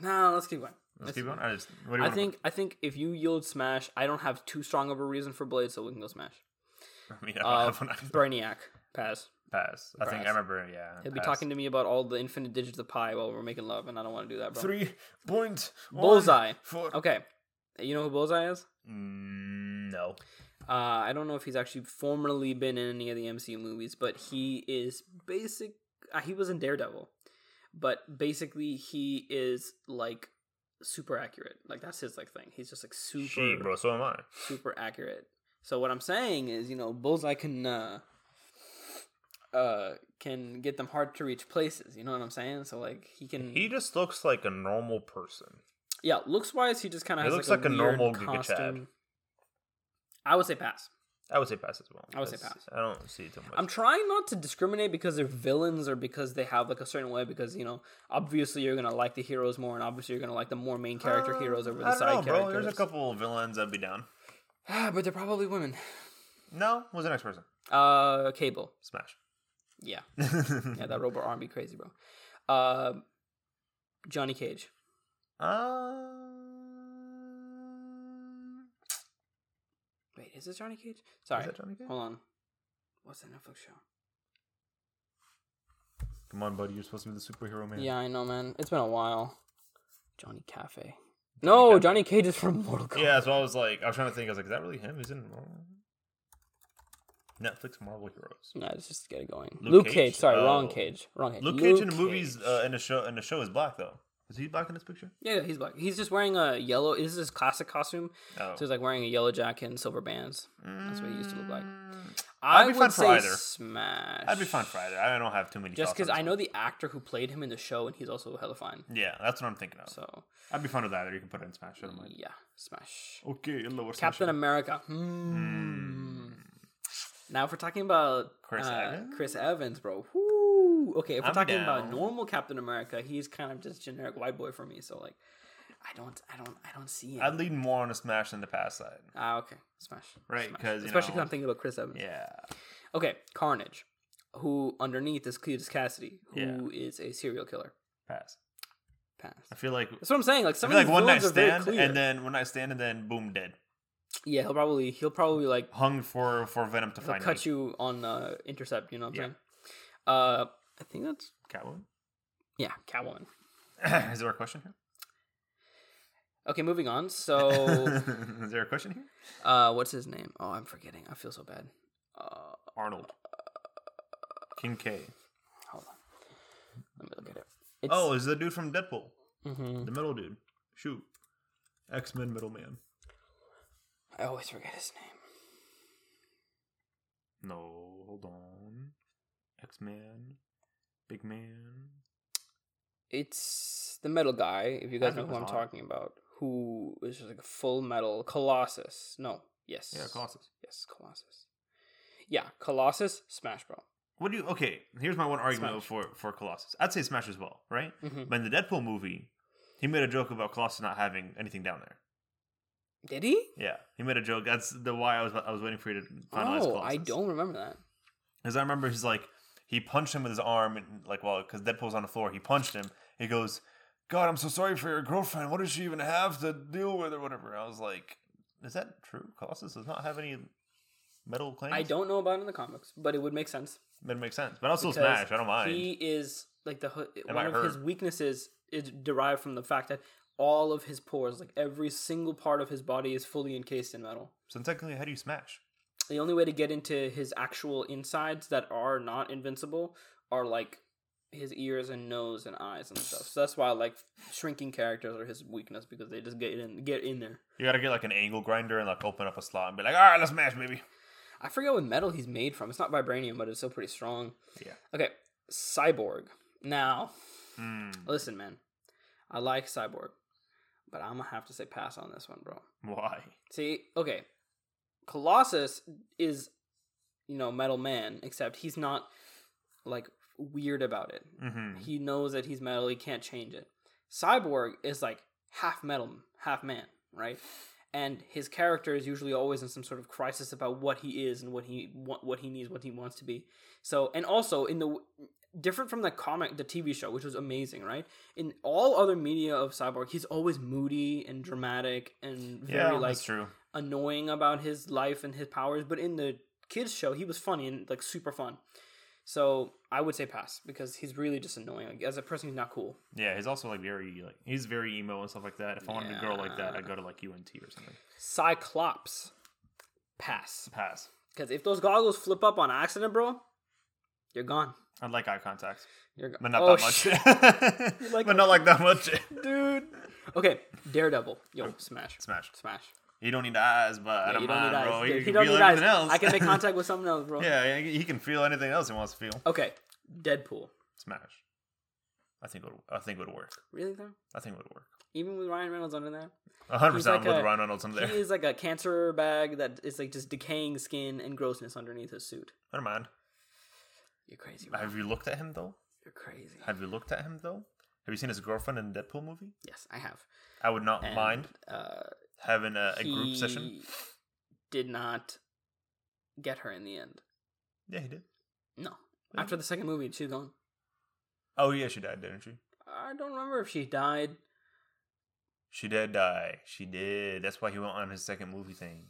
[SPEAKER 1] No, let's keep going.
[SPEAKER 2] Let's keep going. I just what do you
[SPEAKER 1] I
[SPEAKER 2] want
[SPEAKER 1] think I think if you yield smash, I don't have too strong of a reason for blade, so we can go smash.
[SPEAKER 2] I mean I don't
[SPEAKER 1] Uh,
[SPEAKER 2] have one. I just
[SPEAKER 1] Brainiac pass.
[SPEAKER 2] pass. I think I
[SPEAKER 1] Brass.
[SPEAKER 2] remember. Yeah,
[SPEAKER 1] He'll be talking to me about all the infinite digits of pi while we're making love, and I don't want to do that, bro.
[SPEAKER 2] three point
[SPEAKER 1] Bullseye.
[SPEAKER 2] Four.
[SPEAKER 1] Okay, you know who Bullseye is?
[SPEAKER 2] Mm, no,
[SPEAKER 1] Uh, I don't know if he's actually formerly been in any of the MCU movies, but he is basic. Uh, he was in Daredevil, but basically he is like super accurate. Like that's his like thing. He's just like super,
[SPEAKER 2] she bro. So am I.
[SPEAKER 1] super accurate. So what I'm saying is, you know, Bullseye can uh, uh, can get them hard to reach places. You know what I'm saying? So like he can,
[SPEAKER 2] He just looks like a normal person.
[SPEAKER 1] yeah. Looks wise, he just kind of
[SPEAKER 2] He
[SPEAKER 1] has
[SPEAKER 2] looks
[SPEAKER 1] like, a,
[SPEAKER 2] like a
[SPEAKER 1] weird
[SPEAKER 2] normal Giga Chad.
[SPEAKER 1] costume. I would say pass.
[SPEAKER 2] I would say pass as well.
[SPEAKER 1] I would say
[SPEAKER 2] because
[SPEAKER 1] pass.
[SPEAKER 2] I don't see too much.
[SPEAKER 1] I'm trying not to discriminate because they're villains or because they have like a certain way. Because you know, obviously you're gonna like the heroes more, and obviously you're gonna like the more main character
[SPEAKER 2] Uh,
[SPEAKER 1] heroes over
[SPEAKER 2] I
[SPEAKER 1] the
[SPEAKER 2] don't
[SPEAKER 1] side
[SPEAKER 2] know,
[SPEAKER 1] characters. Ah,
[SPEAKER 2] Bro. There's a couple of villains I'd be down.
[SPEAKER 1] but they're probably women.
[SPEAKER 2] No, who's the next person?
[SPEAKER 1] Uh, Cable.
[SPEAKER 2] Smash. Uh,
[SPEAKER 1] Yeah, yeah, that robot arm be crazy, bro. Uh, Johnny Cage.
[SPEAKER 2] Um,
[SPEAKER 1] Wait, is this Johnny Cage? Sorry,
[SPEAKER 2] Is that Johnny Cage?
[SPEAKER 1] hold on. What's that Netflix show?
[SPEAKER 2] Come on, buddy. You're supposed to be the superhero man.
[SPEAKER 1] Yeah, I know, man. It's been a while. Johnny Cafe. no,
[SPEAKER 2] Cafe.
[SPEAKER 1] Johnny Cage is from Mortal Kombat.
[SPEAKER 2] Yeah, so I was like, I was trying to think. I was like, is that really him? Is it? Netflix Marvel Heroes.
[SPEAKER 1] No, let's just get it going.
[SPEAKER 2] Luke
[SPEAKER 1] Luke,
[SPEAKER 2] Cage?
[SPEAKER 1] Cage. Sorry, wrong
[SPEAKER 2] Oh.
[SPEAKER 1] Cage. Wrong Cage.
[SPEAKER 2] Luke, Cage in the movies
[SPEAKER 1] Cage.
[SPEAKER 2] uh, in the show in the show is black though. Is he black in this picture?
[SPEAKER 1] yeah, yeah, he's black. He's just wearing a yellow. This is his classic costume.
[SPEAKER 2] Oh.
[SPEAKER 1] So he's like wearing a yellow jacket and silver bands. That's what he used to look like.
[SPEAKER 2] Mm. I'd
[SPEAKER 1] I
[SPEAKER 2] be
[SPEAKER 1] would
[SPEAKER 2] fine for
[SPEAKER 1] say
[SPEAKER 2] either.
[SPEAKER 1] Smash.
[SPEAKER 2] I'd be fine for either. I don't have too many.
[SPEAKER 1] Just
[SPEAKER 2] thoughts on
[SPEAKER 1] because I
[SPEAKER 2] this
[SPEAKER 1] know the actor who played him in the show, and he's also hella fine.
[SPEAKER 2] one. Yeah, that's what I'm thinking of.
[SPEAKER 1] So
[SPEAKER 2] I'd be fine with either. You can put it in Smash. I don't mind.
[SPEAKER 1] yeah, Smash.
[SPEAKER 2] Okay, a lower Smash.
[SPEAKER 1] Captain America. Hmm. Now, if we're talking about
[SPEAKER 2] Chris
[SPEAKER 1] uh,
[SPEAKER 2] Evans?
[SPEAKER 1] Chris Evans, bro. Whoo. Okay, if we're
[SPEAKER 2] I'm
[SPEAKER 1] talking
[SPEAKER 2] down.
[SPEAKER 1] about normal Captain America, he's kind of just generic white boy for me. So like, I don't, I don't, I don't see him.
[SPEAKER 2] I'd lean more on a Smash than the past side.
[SPEAKER 1] ah, okay, Smash.
[SPEAKER 2] Right,
[SPEAKER 1] Smash.
[SPEAKER 2] 'cause, you
[SPEAKER 1] especially
[SPEAKER 2] know-
[SPEAKER 1] because I'm thinking about Chris Evans.
[SPEAKER 2] Yeah.
[SPEAKER 1] Okay, Carnage, who underneath is Cletus Cassidy, who is a serial killer.
[SPEAKER 2] Pass.
[SPEAKER 1] Pass.
[SPEAKER 2] I feel like
[SPEAKER 1] That's what I'm saying. Like
[SPEAKER 2] I
[SPEAKER 1] some
[SPEAKER 2] feel
[SPEAKER 1] of these
[SPEAKER 2] like one night
[SPEAKER 1] villains are very
[SPEAKER 2] stand
[SPEAKER 1] clear.
[SPEAKER 2] and then one night stand and then boom dead.
[SPEAKER 1] yeah, he'll probably he'll probably like
[SPEAKER 2] Hung for for Venom to
[SPEAKER 1] he'll
[SPEAKER 2] find
[SPEAKER 1] cut you on uh, intercept. You know what I'm
[SPEAKER 2] Yeah.
[SPEAKER 1] saying? Uh, I think that's
[SPEAKER 2] Catwoman.
[SPEAKER 1] yeah, Catwoman.
[SPEAKER 2] is there a question here?
[SPEAKER 1] Okay, moving on. So,
[SPEAKER 2] is there a question here?
[SPEAKER 1] uh, what's his name? Oh, I'm forgetting. I feel so bad. Uh,
[SPEAKER 2] Arnold. King K.
[SPEAKER 1] hold on. Let me look at it. It's,
[SPEAKER 2] Oh, is the dude from Deadpool?
[SPEAKER 1] mhm.
[SPEAKER 2] The middle dude. Shoot. X Men middleman.
[SPEAKER 1] I always forget his name.
[SPEAKER 2] No, hold on. X Man. Big man.
[SPEAKER 1] It's the metal guy. If you
[SPEAKER 2] I
[SPEAKER 1] guys
[SPEAKER 2] know
[SPEAKER 1] know who
[SPEAKER 2] his
[SPEAKER 1] I'm
[SPEAKER 2] name.
[SPEAKER 1] talking about, who is just like a full metal Colossus. No, yes,
[SPEAKER 2] Yeah, Colossus.
[SPEAKER 1] Yes, Colossus. Yeah, Colossus, Smash Bro.
[SPEAKER 2] What do you okay? Here's my one argument
[SPEAKER 1] Smash.
[SPEAKER 2] for for Colossus. I'd say Smash as well, right?
[SPEAKER 1] Mhm.
[SPEAKER 2] But in the Deadpool movie, he made a joke about Colossus not having anything down there.
[SPEAKER 1] Did he?
[SPEAKER 2] Yeah, he made a joke. That's the why I was I was waiting for you to finalize.
[SPEAKER 1] oh,
[SPEAKER 2] Colossus.
[SPEAKER 1] I don't remember that.
[SPEAKER 2] Because I remember he's like, he punched him with his arm, and like, well, because Deadpool's on the floor, he punched him. He goes, God, I'm so sorry for your girlfriend. What does she even have to deal with, or whatever? I was like, is that true? Colossus does not have any metal claims?
[SPEAKER 1] I don't know about it in the comics, but it would make sense.
[SPEAKER 2] That makes sense. But also
[SPEAKER 1] because
[SPEAKER 2] Smash, I don't mind.
[SPEAKER 1] He is like the ho- one
[SPEAKER 2] might
[SPEAKER 1] of his
[SPEAKER 2] hurt.
[SPEAKER 1] weaknesses is derived from the fact that all of his pores, like every single part of his body, is fully encased in metal.
[SPEAKER 2] So technically, how do you smash?
[SPEAKER 1] The only way to get into his actual insides that are not invincible are like his ears and nose and eyes and stuff. So that's why like shrinking characters are his weakness because they just get in get in there.
[SPEAKER 2] You gotta get like an angle grinder and like open up a slot and be like, all right, let's smash, baby.
[SPEAKER 1] I forget what metal he's made from. It's not vibranium, but it's still pretty strong.
[SPEAKER 2] Yeah.
[SPEAKER 1] Okay, Cyborg. Now,
[SPEAKER 2] Hmm.
[SPEAKER 1] Listen, man, I like Cyborg, but I'm gonna have to say pass on this one, bro.
[SPEAKER 2] Why?
[SPEAKER 1] See, okay, Colossus is, you know, Metal Man, except he's not like weird about it.
[SPEAKER 2] Mm-hmm.
[SPEAKER 1] He knows that he's metal. He can't change it. Cyborg is like half metal, half man, right? And his character is usually always in some sort of crisis about what he is and what he what, what he needs, what he wants to be. So, and also in the different from the comic, the TV show, which was amazing, right? In all other media of Cyborg, he's always moody and dramatic and
[SPEAKER 2] Yeah,
[SPEAKER 1] very like
[SPEAKER 2] that's true.
[SPEAKER 1] annoying about his life and his powers, but in the kids show, he was funny and like super fun. So I would say pass because he's really just annoying. Like, as a person, he's not cool.
[SPEAKER 2] Yeah, he's also like very like he's very emo and stuff like that. If I wanted to grow like that, I'd go to like UNT or something.
[SPEAKER 1] Cyclops, pass.
[SPEAKER 2] Pass.
[SPEAKER 1] Because if those goggles flip up on accident, bro, you're gone.
[SPEAKER 2] I like eye contact,
[SPEAKER 1] You're gone.
[SPEAKER 2] but not that much.
[SPEAKER 1] Oh, like
[SPEAKER 2] but not like that much.
[SPEAKER 1] dude. Okay, Daredevil, yo, smash,
[SPEAKER 2] Smash.
[SPEAKER 1] smash.
[SPEAKER 2] You don't need eyes, but I
[SPEAKER 1] Yeah,
[SPEAKER 2] don't
[SPEAKER 1] you don't
[SPEAKER 2] mind,
[SPEAKER 1] need
[SPEAKER 2] bro.
[SPEAKER 1] eyes.
[SPEAKER 2] You
[SPEAKER 1] dude. He
[SPEAKER 2] can
[SPEAKER 1] don't
[SPEAKER 2] feel
[SPEAKER 1] need eyes.
[SPEAKER 2] anything else.
[SPEAKER 1] I can make contact with something else, bro.
[SPEAKER 2] yeah, yeah, he can feel anything else he wants to feel.
[SPEAKER 1] Okay, Deadpool.
[SPEAKER 2] Smash. I think it would, I think it would work.
[SPEAKER 1] Really though?
[SPEAKER 2] I think it would work.
[SPEAKER 1] Even with Ryan Reynolds under there.
[SPEAKER 2] A hundred
[SPEAKER 1] He's
[SPEAKER 2] percent
[SPEAKER 1] like
[SPEAKER 2] with
[SPEAKER 1] a-
[SPEAKER 2] Ryan Reynolds under there.
[SPEAKER 1] He is like a cancer bag that is like just decaying skin and grossness underneath his suit.
[SPEAKER 2] Never mind.
[SPEAKER 1] You're crazy. Bro.
[SPEAKER 2] Have you looked at him though?
[SPEAKER 1] You're crazy.
[SPEAKER 2] Have you looked at him though? Have you seen his girlfriend in the Deadpool movie?
[SPEAKER 1] Yes, I have.
[SPEAKER 2] I would not
[SPEAKER 1] And,
[SPEAKER 2] mind
[SPEAKER 1] Uh,
[SPEAKER 2] having a, a group session.
[SPEAKER 1] he Did not get her in the end.
[SPEAKER 2] Yeah, he did.
[SPEAKER 1] No.
[SPEAKER 2] Yeah.
[SPEAKER 1] After the second movie, she's gone.
[SPEAKER 2] Oh yeah, she died, didn't she?
[SPEAKER 1] I don't remember if she died.
[SPEAKER 2] She did die. She did. That's why he went on his second movie thing.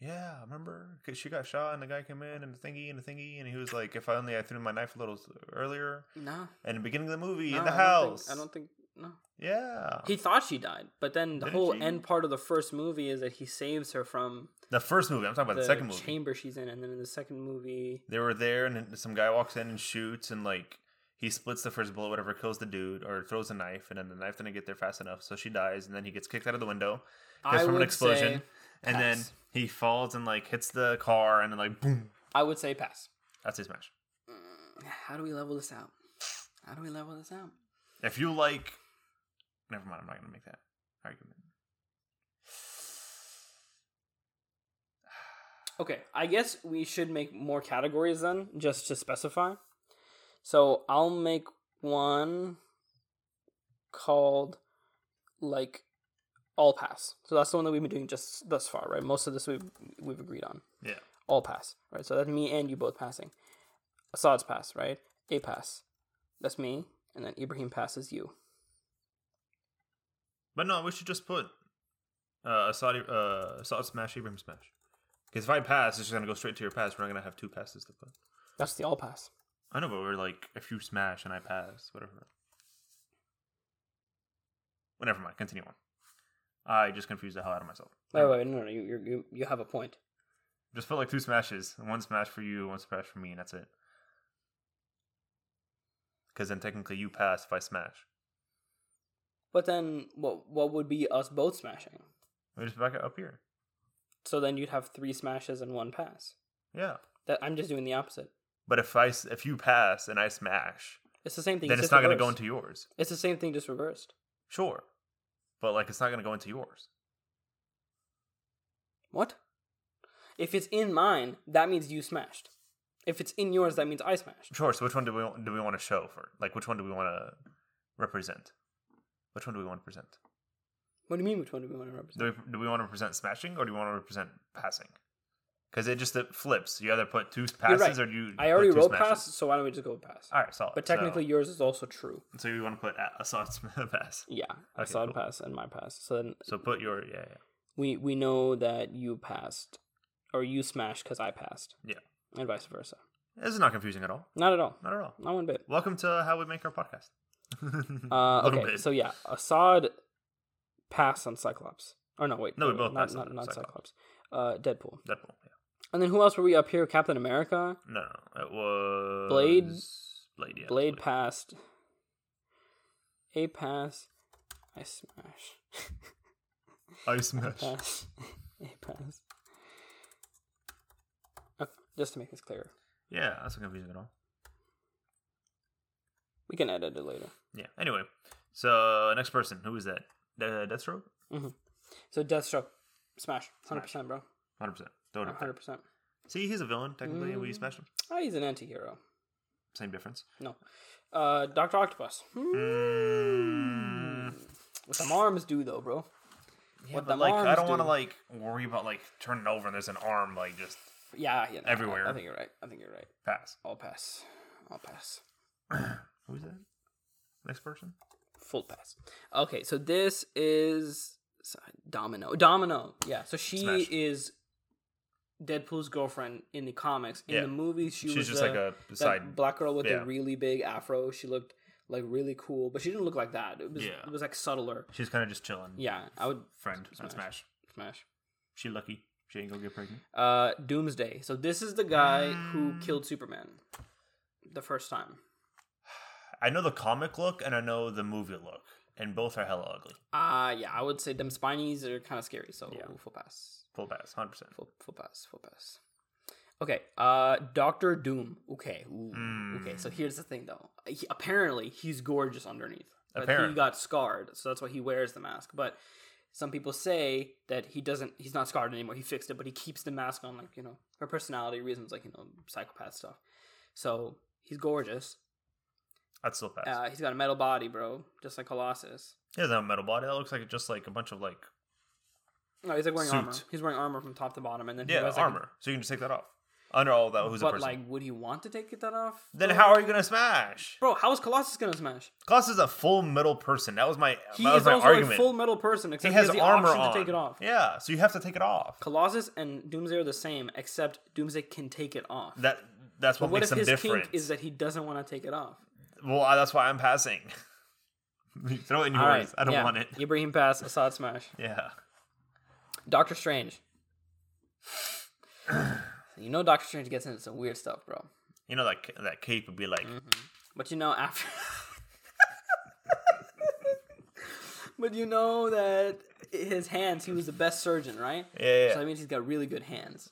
[SPEAKER 2] Yeah, remember? Cause she got shot, and the guy came in, and the thingy, and the thingy, and he was like, "If I only I threw my knife a little s- earlier."
[SPEAKER 1] No.
[SPEAKER 2] And the beginning of the movie,
[SPEAKER 1] no,
[SPEAKER 2] in the
[SPEAKER 1] I don't think-
[SPEAKER 2] house.
[SPEAKER 1] I don't think. No.
[SPEAKER 2] Yeah.
[SPEAKER 1] He thought she died, but then the
[SPEAKER 2] Didn't
[SPEAKER 1] whole
[SPEAKER 2] she?
[SPEAKER 1] end part of the first movie is that he saves her from
[SPEAKER 2] the first movie. I'm talking about
[SPEAKER 1] the
[SPEAKER 2] the second movie.
[SPEAKER 1] chamber she's in, and then in the second movie,
[SPEAKER 2] they were there, and then some guy walks in and shoots, and like he splits the first bullet, whatever, kills the dude, or throws a knife, and then the knife didn't get there fast enough, so she dies, and then he gets kicked out of the window
[SPEAKER 1] I
[SPEAKER 2] gets from
[SPEAKER 1] would
[SPEAKER 2] an explosion,
[SPEAKER 1] say
[SPEAKER 2] and then
[SPEAKER 1] pass.
[SPEAKER 2] he falls and like hits the car, and then like boom,
[SPEAKER 1] I would say pass.
[SPEAKER 2] that's his smash.
[SPEAKER 1] How do we level this out? How do we level this out?
[SPEAKER 2] If you like, never mind. I'm not gonna make that argument.
[SPEAKER 1] Okay, I guess we should make more categories then, just to specify. So I'll make one called like all pass. So that's the one that we've been doing just thus far, right? Most of this we've we've agreed on.
[SPEAKER 2] Yeah.
[SPEAKER 1] All pass, right? So that's me and you both passing. Assad's pass, right? A pass. That's me, and then Ibrahim passes you.
[SPEAKER 2] But no, we should just put uh, a Saudi uh, Assad smash, Ibrahim smash. Because if I pass, it's just gonna go straight to your pass. We're not gonna have two passes to put.
[SPEAKER 1] That's the all pass.
[SPEAKER 2] I know, but we're like, if you smash and I pass, whatever. Well, never mind. Continue on. I just confused the hell out of myself.
[SPEAKER 1] Wait, wait, no, no, you you- you you have a point.
[SPEAKER 2] Just felt like two smashes. One smash for you, one smash for me, and that's it. Because then technically you pass if I smash.
[SPEAKER 1] But then, what what would be us both smashing?
[SPEAKER 2] We just back it up here.
[SPEAKER 1] So then you'd have three smashes and one pass.
[SPEAKER 2] Yeah.
[SPEAKER 1] That I'm just doing the opposite.
[SPEAKER 2] But if I s- if you pass and I smash,
[SPEAKER 1] It's the same thing.
[SPEAKER 2] then it's
[SPEAKER 1] just
[SPEAKER 2] not going to go
[SPEAKER 1] reversed.
[SPEAKER 2] into yours.
[SPEAKER 1] It's the same thing, just reversed.
[SPEAKER 2] Sure. But like it's not going to go into yours.
[SPEAKER 1] What? If it's in mine, that means you smashed. If it's in yours, that means I smashed.
[SPEAKER 2] Sure. So which one do we do we want to show for? Like which one do we want to represent? Which one do we want to present?
[SPEAKER 1] What do you mean? Which one do we want to represent?
[SPEAKER 2] Do we, do we want to represent smashing or do we want to represent passing? Because it just it flips. You either put two passes
[SPEAKER 1] right.
[SPEAKER 2] or you.
[SPEAKER 1] I already
[SPEAKER 2] put two
[SPEAKER 1] wrote
[SPEAKER 2] smashes.
[SPEAKER 1] pass, so why don't we just go with pass?
[SPEAKER 2] All right, solid.
[SPEAKER 1] But technically,
[SPEAKER 2] so,
[SPEAKER 1] yours is also true.
[SPEAKER 2] so you want to put a, a soft pass.
[SPEAKER 1] Yeah, I
[SPEAKER 2] Okay,
[SPEAKER 1] saw
[SPEAKER 2] cool.
[SPEAKER 1] pass and my pass. So then
[SPEAKER 2] So put your yeah yeah.
[SPEAKER 1] we we know that you passed, or you smashed because I passed.
[SPEAKER 2] Yeah.
[SPEAKER 1] and vice versa.
[SPEAKER 2] This is not confusing at all.
[SPEAKER 1] Not at all.
[SPEAKER 2] Not at all.
[SPEAKER 1] Not one bit.
[SPEAKER 2] Welcome to how we make our podcast.
[SPEAKER 1] Uh,
[SPEAKER 2] Little
[SPEAKER 1] okay,
[SPEAKER 2] Mm-hmm. bit.
[SPEAKER 1] so yeah, Assad passed on Cyclops. Or no, wait,
[SPEAKER 2] No, we both
[SPEAKER 1] not
[SPEAKER 2] passed
[SPEAKER 1] not,
[SPEAKER 2] on
[SPEAKER 1] not Cyclops.
[SPEAKER 2] Cyclops.
[SPEAKER 1] Uh, Deadpool.
[SPEAKER 2] Deadpool. Yeah.
[SPEAKER 1] And then who else were we up here? Captain America.
[SPEAKER 2] No, no, no, it was
[SPEAKER 1] Blade?
[SPEAKER 2] Blade. Yeah.
[SPEAKER 1] Blade passed. A pass. I smash.
[SPEAKER 2] I smash.
[SPEAKER 1] Pass. A pass. Okay, just to make this clearer,
[SPEAKER 2] Yeah, that's not confusing at all.
[SPEAKER 1] we can edit it later.
[SPEAKER 2] Yeah. Anyway, so next person, who is that? Uh, Deathstroke.
[SPEAKER 1] So Deathstroke, smash, hundred percent, bro,
[SPEAKER 2] Hundred percent. Don't
[SPEAKER 1] hundred percent.
[SPEAKER 2] See, he's a villain technically, and we smash him.
[SPEAKER 1] Ah, he's an anti-hero.
[SPEAKER 2] Same difference.
[SPEAKER 1] No, uh, Doctor Octopus. Hmm. Mm.
[SPEAKER 2] Mm.
[SPEAKER 1] What them arms do though, bro?
[SPEAKER 2] Yeah,
[SPEAKER 1] What
[SPEAKER 2] but
[SPEAKER 1] them
[SPEAKER 2] like, I
[SPEAKER 1] arms
[SPEAKER 2] don't want to
[SPEAKER 1] do.
[SPEAKER 2] like worry about like turning over and there's an arm like just
[SPEAKER 1] Yeah, yeah. no, I-
[SPEAKER 2] Everywhere.
[SPEAKER 1] I, think you're right. I think you're right.
[SPEAKER 2] pass.
[SPEAKER 1] I'll pass. I'll pass.
[SPEAKER 2] Who's that? Next person.
[SPEAKER 1] Full pass. Okay, so this is Domino. Domino. Yeah. So she
[SPEAKER 2] Smash.
[SPEAKER 1] is Deadpool's girlfriend in the comics. In
[SPEAKER 2] Yeah.
[SPEAKER 1] the movies, she
[SPEAKER 2] She's
[SPEAKER 1] was
[SPEAKER 2] just
[SPEAKER 1] the-
[SPEAKER 2] like a
[SPEAKER 1] that
[SPEAKER 2] side.
[SPEAKER 1] black girl with
[SPEAKER 2] yeah.
[SPEAKER 1] a really big afro. She looked like really cool, but she didn't look like that. It was
[SPEAKER 2] Yeah.
[SPEAKER 1] it was like subtler.
[SPEAKER 2] She's kind of just chilling.
[SPEAKER 1] Yeah, I would
[SPEAKER 2] Friend. Smash.
[SPEAKER 1] Smash.
[SPEAKER 2] smash.
[SPEAKER 1] smash.
[SPEAKER 2] She lucky. She ain't gonna get pregnant.
[SPEAKER 1] Uh, Doomsday. So this is the guy who
[SPEAKER 2] Mm.
[SPEAKER 1] killed Superman the first time.
[SPEAKER 2] I know the comic look and I know the movie look, and both are hella ugly.
[SPEAKER 1] Uh yeah, I would say them spinies are kind of scary. So full pass,
[SPEAKER 2] Full pass. Hundred percent.
[SPEAKER 1] full full pass, full pass. Okay, uh, Doctor Doom. Okay, ooh, okay. So here's the thing, though. He, apparently, he's gorgeous underneath. But he
[SPEAKER 2] Apparently.
[SPEAKER 1] got scarred, so that's why he wears the mask. But some people say that he doesn't. He's not scarred anymore. He fixed it, but he keeps the mask on, like you know, for personality reasons, like you know, psychopath stuff. So he's gorgeous.
[SPEAKER 2] That's still pass.
[SPEAKER 1] Uh, he's got a metal body, bro, just like Colossus.
[SPEAKER 2] he doesn't have a metal body. That looks like just like a bunch of like
[SPEAKER 1] No, he's like wearing armor.
[SPEAKER 2] Suit.
[SPEAKER 1] He's wearing armor from top to bottom, and then he
[SPEAKER 2] yeah
[SPEAKER 1] wears, like, a
[SPEAKER 2] armor. so you can just take that off. Under all that, who's a
[SPEAKER 1] but
[SPEAKER 2] person?
[SPEAKER 1] like, would he want to take that off?
[SPEAKER 2] then
[SPEAKER 1] though?
[SPEAKER 2] how are you gonna smash?
[SPEAKER 1] Bro, how is Colossus gonna smash?
[SPEAKER 2] Klaus is a full metal person. That was my
[SPEAKER 1] He
[SPEAKER 2] that was
[SPEAKER 1] is
[SPEAKER 2] my
[SPEAKER 1] also
[SPEAKER 2] argument.
[SPEAKER 1] a full metal person, except
[SPEAKER 2] he has
[SPEAKER 1] the
[SPEAKER 2] armor
[SPEAKER 1] option
[SPEAKER 2] on.
[SPEAKER 1] to take it off.
[SPEAKER 2] Yeah, so you have to take it off.
[SPEAKER 1] Colossus and Doomsday are the same, except Doomsday can take it off.
[SPEAKER 2] That that's what
[SPEAKER 1] what
[SPEAKER 2] makes
[SPEAKER 1] if
[SPEAKER 2] them
[SPEAKER 1] his
[SPEAKER 2] different.
[SPEAKER 1] kink is that he doesn't want to take it off?
[SPEAKER 2] well, I, that's why I'm passing. Throw it in
[SPEAKER 1] All
[SPEAKER 2] yours.
[SPEAKER 1] right.
[SPEAKER 2] I don't
[SPEAKER 1] yeah.
[SPEAKER 2] want it.
[SPEAKER 1] Ibrahim Pass, Assad Smash.
[SPEAKER 2] Yeah.
[SPEAKER 1] Doctor Strange. you know Doctor Strange gets into some weird stuff, bro.
[SPEAKER 2] You know that that cape would be like
[SPEAKER 1] Mm-hmm. But you know after But you know that his hands, he was the best surgeon, right?
[SPEAKER 2] yeah, yeah, yeah.
[SPEAKER 1] So that means he's got really good hands.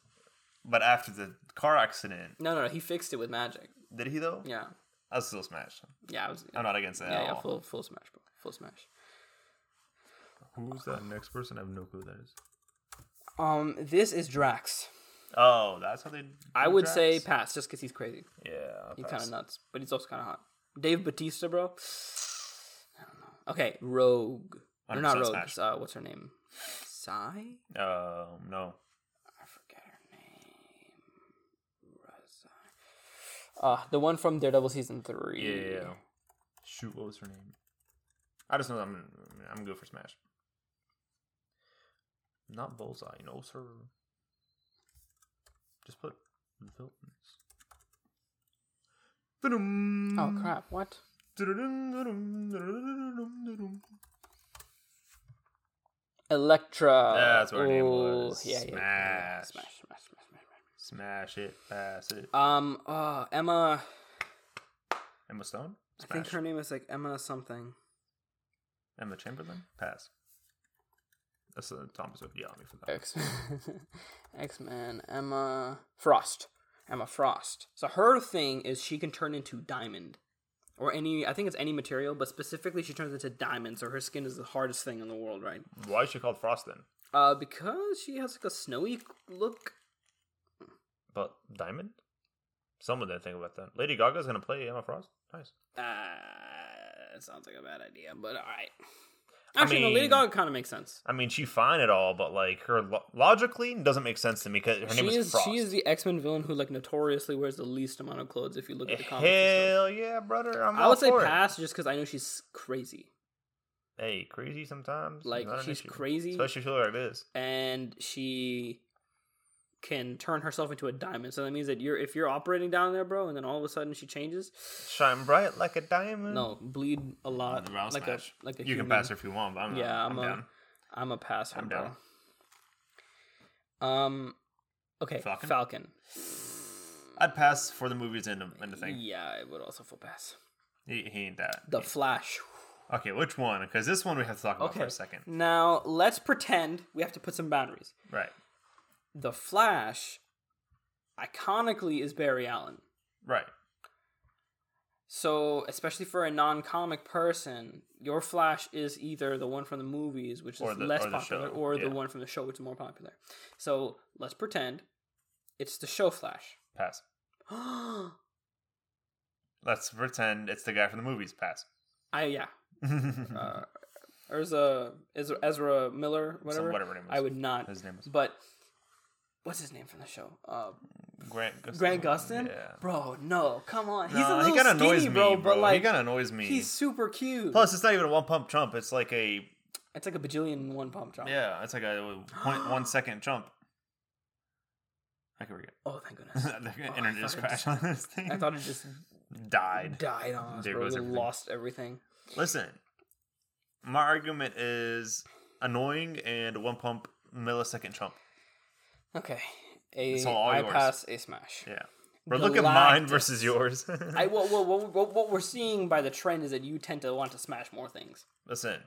[SPEAKER 2] But after the car accident,
[SPEAKER 1] No, no, no, he fixed it with magic.
[SPEAKER 2] did he though?
[SPEAKER 1] Yeah.
[SPEAKER 2] I was still smashed.
[SPEAKER 1] Yeah, I was
[SPEAKER 2] I'm not against that
[SPEAKER 1] Yeah,
[SPEAKER 2] at
[SPEAKER 1] yeah,
[SPEAKER 2] all.
[SPEAKER 1] full full smash, bro. Full smash.
[SPEAKER 2] Who's that next person? I have no clue who that is.
[SPEAKER 1] Um, this is Drax.
[SPEAKER 2] Oh, that's how they.
[SPEAKER 1] I would
[SPEAKER 2] Drax?
[SPEAKER 1] say pass just because he's crazy.
[SPEAKER 2] Yeah. I'll
[SPEAKER 1] He's
[SPEAKER 2] pass.
[SPEAKER 1] kind of nuts, but he's also kind of hot. Dave Batista, bro. I don't know. Okay, Rogue. They're not
[SPEAKER 2] 100%
[SPEAKER 1] Rogue.
[SPEAKER 2] smash.
[SPEAKER 1] it's, Uh, what's her name? Sai?
[SPEAKER 2] Um, no.
[SPEAKER 1] I forget her name. Razai. Uh, the one from Daredevil season
[SPEAKER 2] Yeah,
[SPEAKER 1] three.
[SPEAKER 2] yeah, yeah. Shoot, what was her name? I just know that I'm I'm good for Smash. Not Bullseye, no sir. Just put villains. Ba-dum.
[SPEAKER 1] Oh crap! What?
[SPEAKER 2] Da-da-dum, da-dum, da-da-da-dum, da-dum.
[SPEAKER 1] Electra.
[SPEAKER 2] That's what her name
[SPEAKER 1] Ooh,
[SPEAKER 2] was.
[SPEAKER 1] Yeah, yeah, yeah, yeah.
[SPEAKER 2] Smash.
[SPEAKER 1] Smash, smash, smash, smash, smash.
[SPEAKER 2] Smash it, pass it.
[SPEAKER 1] Um. Uh, Emma.
[SPEAKER 2] Emma Stone? Smash.
[SPEAKER 1] I think her name is like Emma something.
[SPEAKER 2] Emma Chamberlain? Pass. That's uh, Thomas would yell at me for that.
[SPEAKER 1] X X Men Emma Frost. Emma Frost. So her thing is she can turn into diamond. Or any I think it's any material, but specifically she turns into diamond, so her skin is the hardest thing in the world, right?
[SPEAKER 2] Why is she called Frost then?
[SPEAKER 1] Uh because she has like a snowy look.
[SPEAKER 2] But Diamond? Someone didn't think about that. Lady Gaga's gonna play Emma Frost? Nice.
[SPEAKER 1] Uh it sounds like a bad idea, but alright. Actually no, Lady
[SPEAKER 2] mean-
[SPEAKER 1] Gaga kinda makes sense.
[SPEAKER 2] I mean, she fine at all, but like her lo- logically doesn't make sense to me because her
[SPEAKER 1] she
[SPEAKER 2] name is,
[SPEAKER 1] is
[SPEAKER 2] Frost.
[SPEAKER 1] she is the X Men villain who like notoriously wears the least amount of clothes if you look at the comics. and stuff.
[SPEAKER 2] Hell yeah, brother! I'm
[SPEAKER 1] I would say pass just because I know she's crazy.
[SPEAKER 2] Hey, crazy sometimes.
[SPEAKER 1] Like,
[SPEAKER 2] not an
[SPEAKER 1] she's
[SPEAKER 2] issue.
[SPEAKER 1] crazy.
[SPEAKER 2] especially if she like this.
[SPEAKER 1] and she can turn herself into a diamond. So that means that you're if you're operating down there, bro, and then all of a sudden she changes.
[SPEAKER 2] Shine bright like a diamond.
[SPEAKER 1] No, bleed a lot.
[SPEAKER 2] The Hmm. round
[SPEAKER 1] like
[SPEAKER 2] smash.
[SPEAKER 1] a like a
[SPEAKER 2] you
[SPEAKER 1] human.
[SPEAKER 2] can pass her if you want. But I'm
[SPEAKER 1] Yeah,
[SPEAKER 2] not, I'm,
[SPEAKER 1] I'm a-
[SPEAKER 2] down.
[SPEAKER 1] I'm a passer,
[SPEAKER 2] I'm
[SPEAKER 1] bro.
[SPEAKER 2] down.
[SPEAKER 1] Um, okay, Falcon.
[SPEAKER 2] Falcon? I'd pass for the movies and the, and the thing.
[SPEAKER 1] Yeah, I would also full pass.
[SPEAKER 2] He, he ain't that.
[SPEAKER 1] The Flash.
[SPEAKER 2] Okay, which one? Because this one we have to talk about
[SPEAKER 1] Okay.
[SPEAKER 2] for a second.
[SPEAKER 1] Now let's pretend we have to put some boundaries.
[SPEAKER 2] Right,
[SPEAKER 1] The Flash, iconically, is Barry Allen.
[SPEAKER 2] right.
[SPEAKER 1] So, especially for a non-comic person, your Flash is either the one from the movies, which is
[SPEAKER 2] Or the-
[SPEAKER 1] less
[SPEAKER 2] or the
[SPEAKER 1] popular,
[SPEAKER 2] show,
[SPEAKER 1] or
[SPEAKER 2] yeah.
[SPEAKER 1] the one from the show, which is more popular. So, let's pretend it's the show Flash.
[SPEAKER 2] Pass.
[SPEAKER 1] I
[SPEAKER 2] Let's pretend it's the guy from the movies. Pass.
[SPEAKER 1] yeah, uh, Erza, Ezra, Ezra Miller, whatever.
[SPEAKER 2] Some- whatever name was.
[SPEAKER 1] I would not.
[SPEAKER 2] His name was
[SPEAKER 1] But what's his name from the show? Uh,
[SPEAKER 2] Grant Gustin.
[SPEAKER 1] Grant Gustin.
[SPEAKER 2] Mm, Yeah.
[SPEAKER 1] Bro, no, come on. He's a
[SPEAKER 2] Nah,
[SPEAKER 1] little
[SPEAKER 2] kinda
[SPEAKER 1] skinny, bro, But like,
[SPEAKER 2] he kind of annoys me.
[SPEAKER 1] he's super cute.
[SPEAKER 2] Plus, it's not even a one pump jump. It's like a
[SPEAKER 1] it's like a bajillion and one pump job.
[SPEAKER 2] yeah, it's like a point one second jump. I can forget.
[SPEAKER 1] Oh, thank goodness.
[SPEAKER 2] the
[SPEAKER 1] Oh, I
[SPEAKER 2] internet just
[SPEAKER 1] thought it
[SPEAKER 2] crashed on this thing.
[SPEAKER 1] I thought it just
[SPEAKER 2] died.
[SPEAKER 1] died on us.
[SPEAKER 2] There
[SPEAKER 1] bro.
[SPEAKER 2] goes
[SPEAKER 1] We
[SPEAKER 2] everything.
[SPEAKER 1] lost everything.
[SPEAKER 2] Listen, my argument is annoying and one pump millisecond jump.
[SPEAKER 1] Okay, a
[SPEAKER 2] It's all
[SPEAKER 1] I
[SPEAKER 2] yours.
[SPEAKER 1] pass a smash.
[SPEAKER 2] Yeah, but look at mine
[SPEAKER 1] Galactus.
[SPEAKER 2] versus yours.
[SPEAKER 1] I well, well, well, well, what we're seeing by the trend is that you tend to want to smash more things.
[SPEAKER 2] Listen,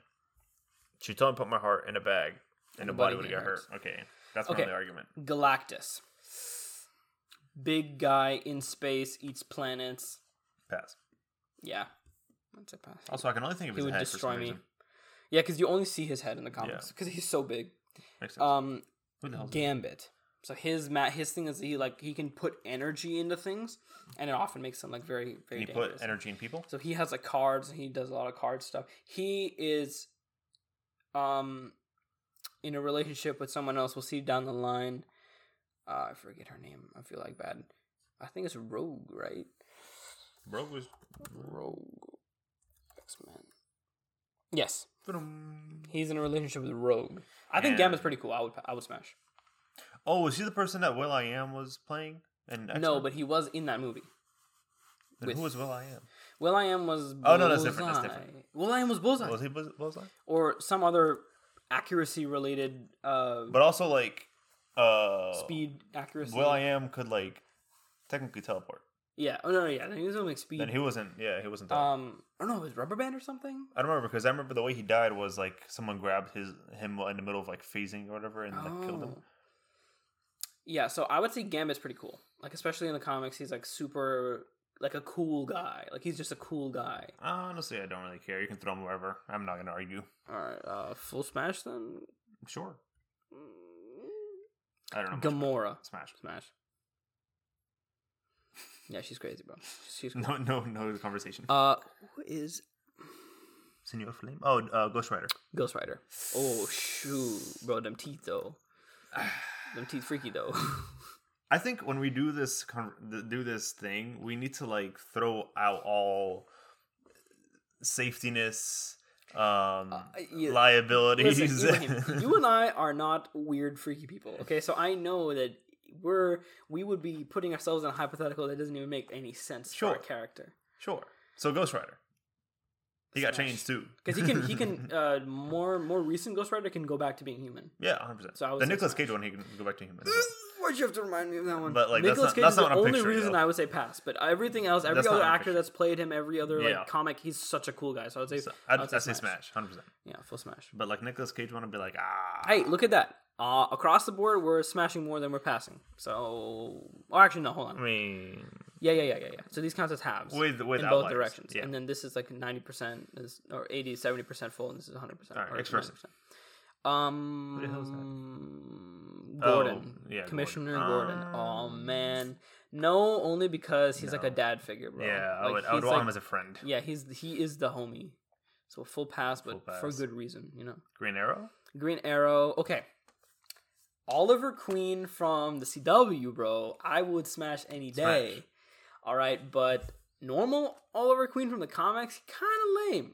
[SPEAKER 2] she told me to put my heart in a bag, and the body
[SPEAKER 1] Nobody
[SPEAKER 2] would get hurt.
[SPEAKER 1] cares.
[SPEAKER 2] Okay, that's my
[SPEAKER 1] Okay.
[SPEAKER 2] only argument.
[SPEAKER 1] Galactus, big guy in space, eats planets.
[SPEAKER 2] Pass.
[SPEAKER 1] Yeah, that's a pass.
[SPEAKER 2] Also, I can only think of
[SPEAKER 1] He
[SPEAKER 2] his
[SPEAKER 1] would
[SPEAKER 2] head for
[SPEAKER 1] destroy
[SPEAKER 2] some
[SPEAKER 1] me.
[SPEAKER 2] reason.
[SPEAKER 1] Yeah, because you only see his head in the comics because he's so big.
[SPEAKER 2] Makes sense.
[SPEAKER 1] Um,
[SPEAKER 2] Who the hell's that?
[SPEAKER 1] Gambit. So his ma- his thing is he like he can put energy into things, and it often makes them like very very.
[SPEAKER 2] Can you
[SPEAKER 1] dangerous.
[SPEAKER 2] put energy in people?
[SPEAKER 1] So he has like cards and he does a lot of card stuff. He is um in a relationship with someone else. We'll see down the line. Uh, I forget her name. I feel like bad. I think it's Rogue, right?
[SPEAKER 2] Bro was.
[SPEAKER 1] Rogue X Men. Yes, he's in a relationship with Rogue. I think
[SPEAKER 2] And-
[SPEAKER 1] Gambit's pretty cool. I would I would smash.
[SPEAKER 2] Oh, was he the person that Will I Am was playing? And
[SPEAKER 1] No, but he was in that movie. with-
[SPEAKER 2] who was Will I Am?
[SPEAKER 1] Will I Am was
[SPEAKER 2] Oh, no, that's different, that's different.
[SPEAKER 1] Will I Am was Bullseye
[SPEAKER 2] Was he was, was I?
[SPEAKER 1] or some other accuracy related uh,
[SPEAKER 2] But also like uh
[SPEAKER 1] speed accuracy.
[SPEAKER 2] Will I am could like technically teleport.
[SPEAKER 1] Yeah. Oh no, no, yeah. I think it was something like speed.
[SPEAKER 2] Then he wasn't. Yeah, he wasn't. Teleport.
[SPEAKER 1] um, I don't know. It was rubber band or something.
[SPEAKER 2] I don't remember because I remember the way he died was like someone grabbed his him in the middle of like phasing or whatever and like killed him.
[SPEAKER 1] Oh. Yeah, so I would say Gambit's pretty cool. Like especially in the comics, he's like super like a cool guy. Like he's just a cool guy.
[SPEAKER 2] Honestly, I don't really care. You can throw him wherever. I'm not gonna argue.
[SPEAKER 1] All right, uh full smash then.
[SPEAKER 2] Sure. I don't know. much about
[SPEAKER 1] Gamora
[SPEAKER 2] Smash.
[SPEAKER 1] smash. Yeah, she's crazy, bro. She's cool.
[SPEAKER 2] No, no, no conversation.
[SPEAKER 1] Uh, who is
[SPEAKER 2] Senor Flame. Oh, uh, Ghost Rider.
[SPEAKER 1] Ghost Rider? Oh shoot, bro, them teeth though. them teeth freaky though.
[SPEAKER 2] I think when we do this con- th- do this thing, we need to like throw out all safetiness, um,
[SPEAKER 1] Uh, yeah.
[SPEAKER 2] liabilities.
[SPEAKER 1] Listen, Ibrahim, you and I are not weird, freaky people. Okay, so I know that we're we would be putting ourselves in a hypothetical that doesn't even make any sense for our
[SPEAKER 2] Sure.
[SPEAKER 1] character
[SPEAKER 2] sure. So Ghost Rider, he got
[SPEAKER 1] Smash.
[SPEAKER 2] changed too.
[SPEAKER 1] because he can he can uh, more more recent Ghost Rider can go back to being human.
[SPEAKER 2] yeah, hundred percent.
[SPEAKER 1] So I would
[SPEAKER 2] the
[SPEAKER 1] say
[SPEAKER 2] Nicolas
[SPEAKER 1] Smash.
[SPEAKER 2] Cage one, he can go back to human.
[SPEAKER 1] Why'd you have to remind me of that one?
[SPEAKER 2] But, like, that's
[SPEAKER 1] Nicolas
[SPEAKER 2] not-
[SPEAKER 1] Cage
[SPEAKER 2] that's
[SPEAKER 1] is the
[SPEAKER 2] not what I'm
[SPEAKER 1] only
[SPEAKER 2] picturing,
[SPEAKER 1] reason
[SPEAKER 2] though.
[SPEAKER 1] I would say pass. But everything else, every
[SPEAKER 2] That's not
[SPEAKER 1] other
[SPEAKER 2] what I'm
[SPEAKER 1] actor that's played him, every other
[SPEAKER 2] Yeah.
[SPEAKER 1] like comic, he's such a cool guy. So I'd say,
[SPEAKER 2] So I'd,
[SPEAKER 1] I
[SPEAKER 2] I'd
[SPEAKER 1] would say
[SPEAKER 2] say
[SPEAKER 1] Smash.
[SPEAKER 2] Smash, hundred percent.
[SPEAKER 1] yeah, full smash.
[SPEAKER 2] But like Nicolas Cage one, I'd be like, ah,
[SPEAKER 1] Hey, look at that. Uh, across the board, we're smashing more than we're passing. So, or actually, no, hold on.
[SPEAKER 2] I mean,
[SPEAKER 1] Yeah, yeah, yeah, yeah, yeah. So these count as halves
[SPEAKER 2] with with
[SPEAKER 1] in
[SPEAKER 2] outliers.
[SPEAKER 1] both directions,
[SPEAKER 2] Yeah.
[SPEAKER 1] and then this is like ninety percent is or 80, 70 percent full, and this is hundred percent.
[SPEAKER 2] All right, next person.
[SPEAKER 1] Um,
[SPEAKER 2] Who the hell is that?
[SPEAKER 1] Gordon,
[SPEAKER 2] Oh, yeah, Gordon.
[SPEAKER 1] Commissioner Gordon. Oh
[SPEAKER 2] Ah.
[SPEAKER 1] man, no, only because he's like a
[SPEAKER 2] No.
[SPEAKER 1] dad figure, bro.
[SPEAKER 2] yeah, I
[SPEAKER 1] Like,
[SPEAKER 2] would, I would
[SPEAKER 1] he's
[SPEAKER 2] want
[SPEAKER 1] like-
[SPEAKER 2] him as a friend.
[SPEAKER 1] Yeah, he's he is the homie. So full pass, but
[SPEAKER 2] Full
[SPEAKER 1] for
[SPEAKER 2] pass.
[SPEAKER 1] good reason, you know.
[SPEAKER 2] Green Arrow.
[SPEAKER 1] Green Arrow. Okay. Oliver Queen from the CW, bro. I would smash any day.
[SPEAKER 2] Smash.
[SPEAKER 1] All right, but normal Oliver Queen from the comics, kind of lame.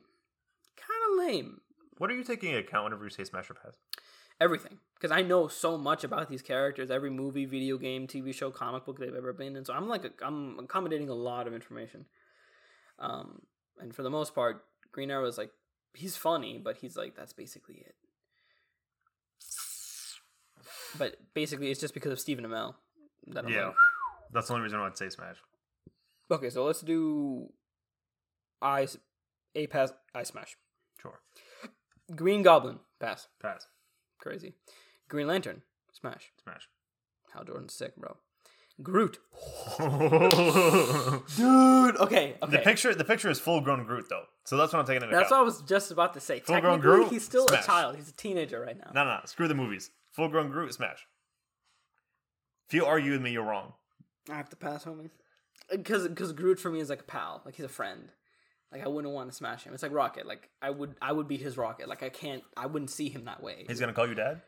[SPEAKER 1] Kind of lame.
[SPEAKER 2] What are you taking into account whenever you say Smash or Pass?
[SPEAKER 1] Everything. Because I know so much about these characters, every movie, video game, TV show, comic book they've ever been in. So I'm like, a, I'm accommodating a lot of information. Um, and for the most part, Green Arrow is like, he's funny, but he's like, that's basically it. But basically, it's just because of Stephen Amell. That I'm
[SPEAKER 2] Yeah.
[SPEAKER 1] like,
[SPEAKER 2] That's the only reason why I'd say Smash.
[SPEAKER 1] okay, so let's do I s- a pass I smash
[SPEAKER 2] Sure.
[SPEAKER 1] Green Goblin pass
[SPEAKER 2] Pass.
[SPEAKER 1] crazy Green Lantern smash
[SPEAKER 2] Smash.
[SPEAKER 1] Hal Jordan's sick bro Groot
[SPEAKER 2] the
[SPEAKER 1] dude okay okay
[SPEAKER 2] picture the picture is full grown Groot though. So that's what I'm taking into
[SPEAKER 1] that's what I
[SPEAKER 2] account.
[SPEAKER 1] was just about to say
[SPEAKER 2] Full grown
[SPEAKER 1] technically
[SPEAKER 2] Groot,
[SPEAKER 1] he's still
[SPEAKER 2] smash.
[SPEAKER 1] a child he's a teenager right now
[SPEAKER 2] No no, no. screw the movies. Full grown Groot smash. If you argue with me, you're wrong.
[SPEAKER 1] I have to pass homie because because Groot for me is like a pal like he's a friend. Like I wouldn't want to smash him. It's like Rocket. Like I would, I would be his Rocket. Like I can't, I wouldn't see him that way.
[SPEAKER 2] He's gonna call you dad?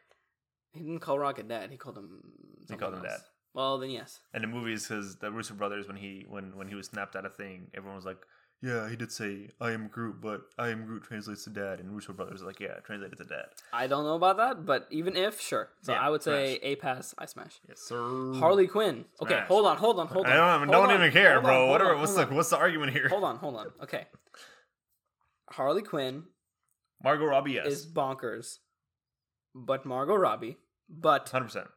[SPEAKER 1] He didn't call Rocket Dad. He called him.
[SPEAKER 2] He
[SPEAKER 1] something
[SPEAKER 2] called him
[SPEAKER 1] else.
[SPEAKER 2] Dad.
[SPEAKER 1] Well, then yes.
[SPEAKER 2] And the movies because the Russo brothers when he when when he was snapped out of thing, everyone was like, Yeah, he did say I am Groot, but I am Groot translates to dad and Russo brothers are like, Yeah, translated to dad.
[SPEAKER 1] I don't know about that, but even if, sure. So
[SPEAKER 2] Yeah,
[SPEAKER 1] I would say a pass. I smash.
[SPEAKER 2] Yes, sir.
[SPEAKER 1] Harley Quinn. Okay,
[SPEAKER 2] Smash.
[SPEAKER 1] hold on, hold on, hold on.
[SPEAKER 2] I don't,
[SPEAKER 1] hold
[SPEAKER 2] don't
[SPEAKER 1] on,
[SPEAKER 2] even care,
[SPEAKER 1] hold on,
[SPEAKER 2] bro.
[SPEAKER 1] hold
[SPEAKER 2] Whatever.
[SPEAKER 1] on,
[SPEAKER 2] what's
[SPEAKER 1] hold
[SPEAKER 2] the
[SPEAKER 1] on.
[SPEAKER 2] what's the argument here?
[SPEAKER 1] Hold on, hold on. Okay. Harley Quinn
[SPEAKER 2] Margot Robbie, yes,
[SPEAKER 1] is bonkers, but Margot Robbie, but
[SPEAKER 2] hundred percent.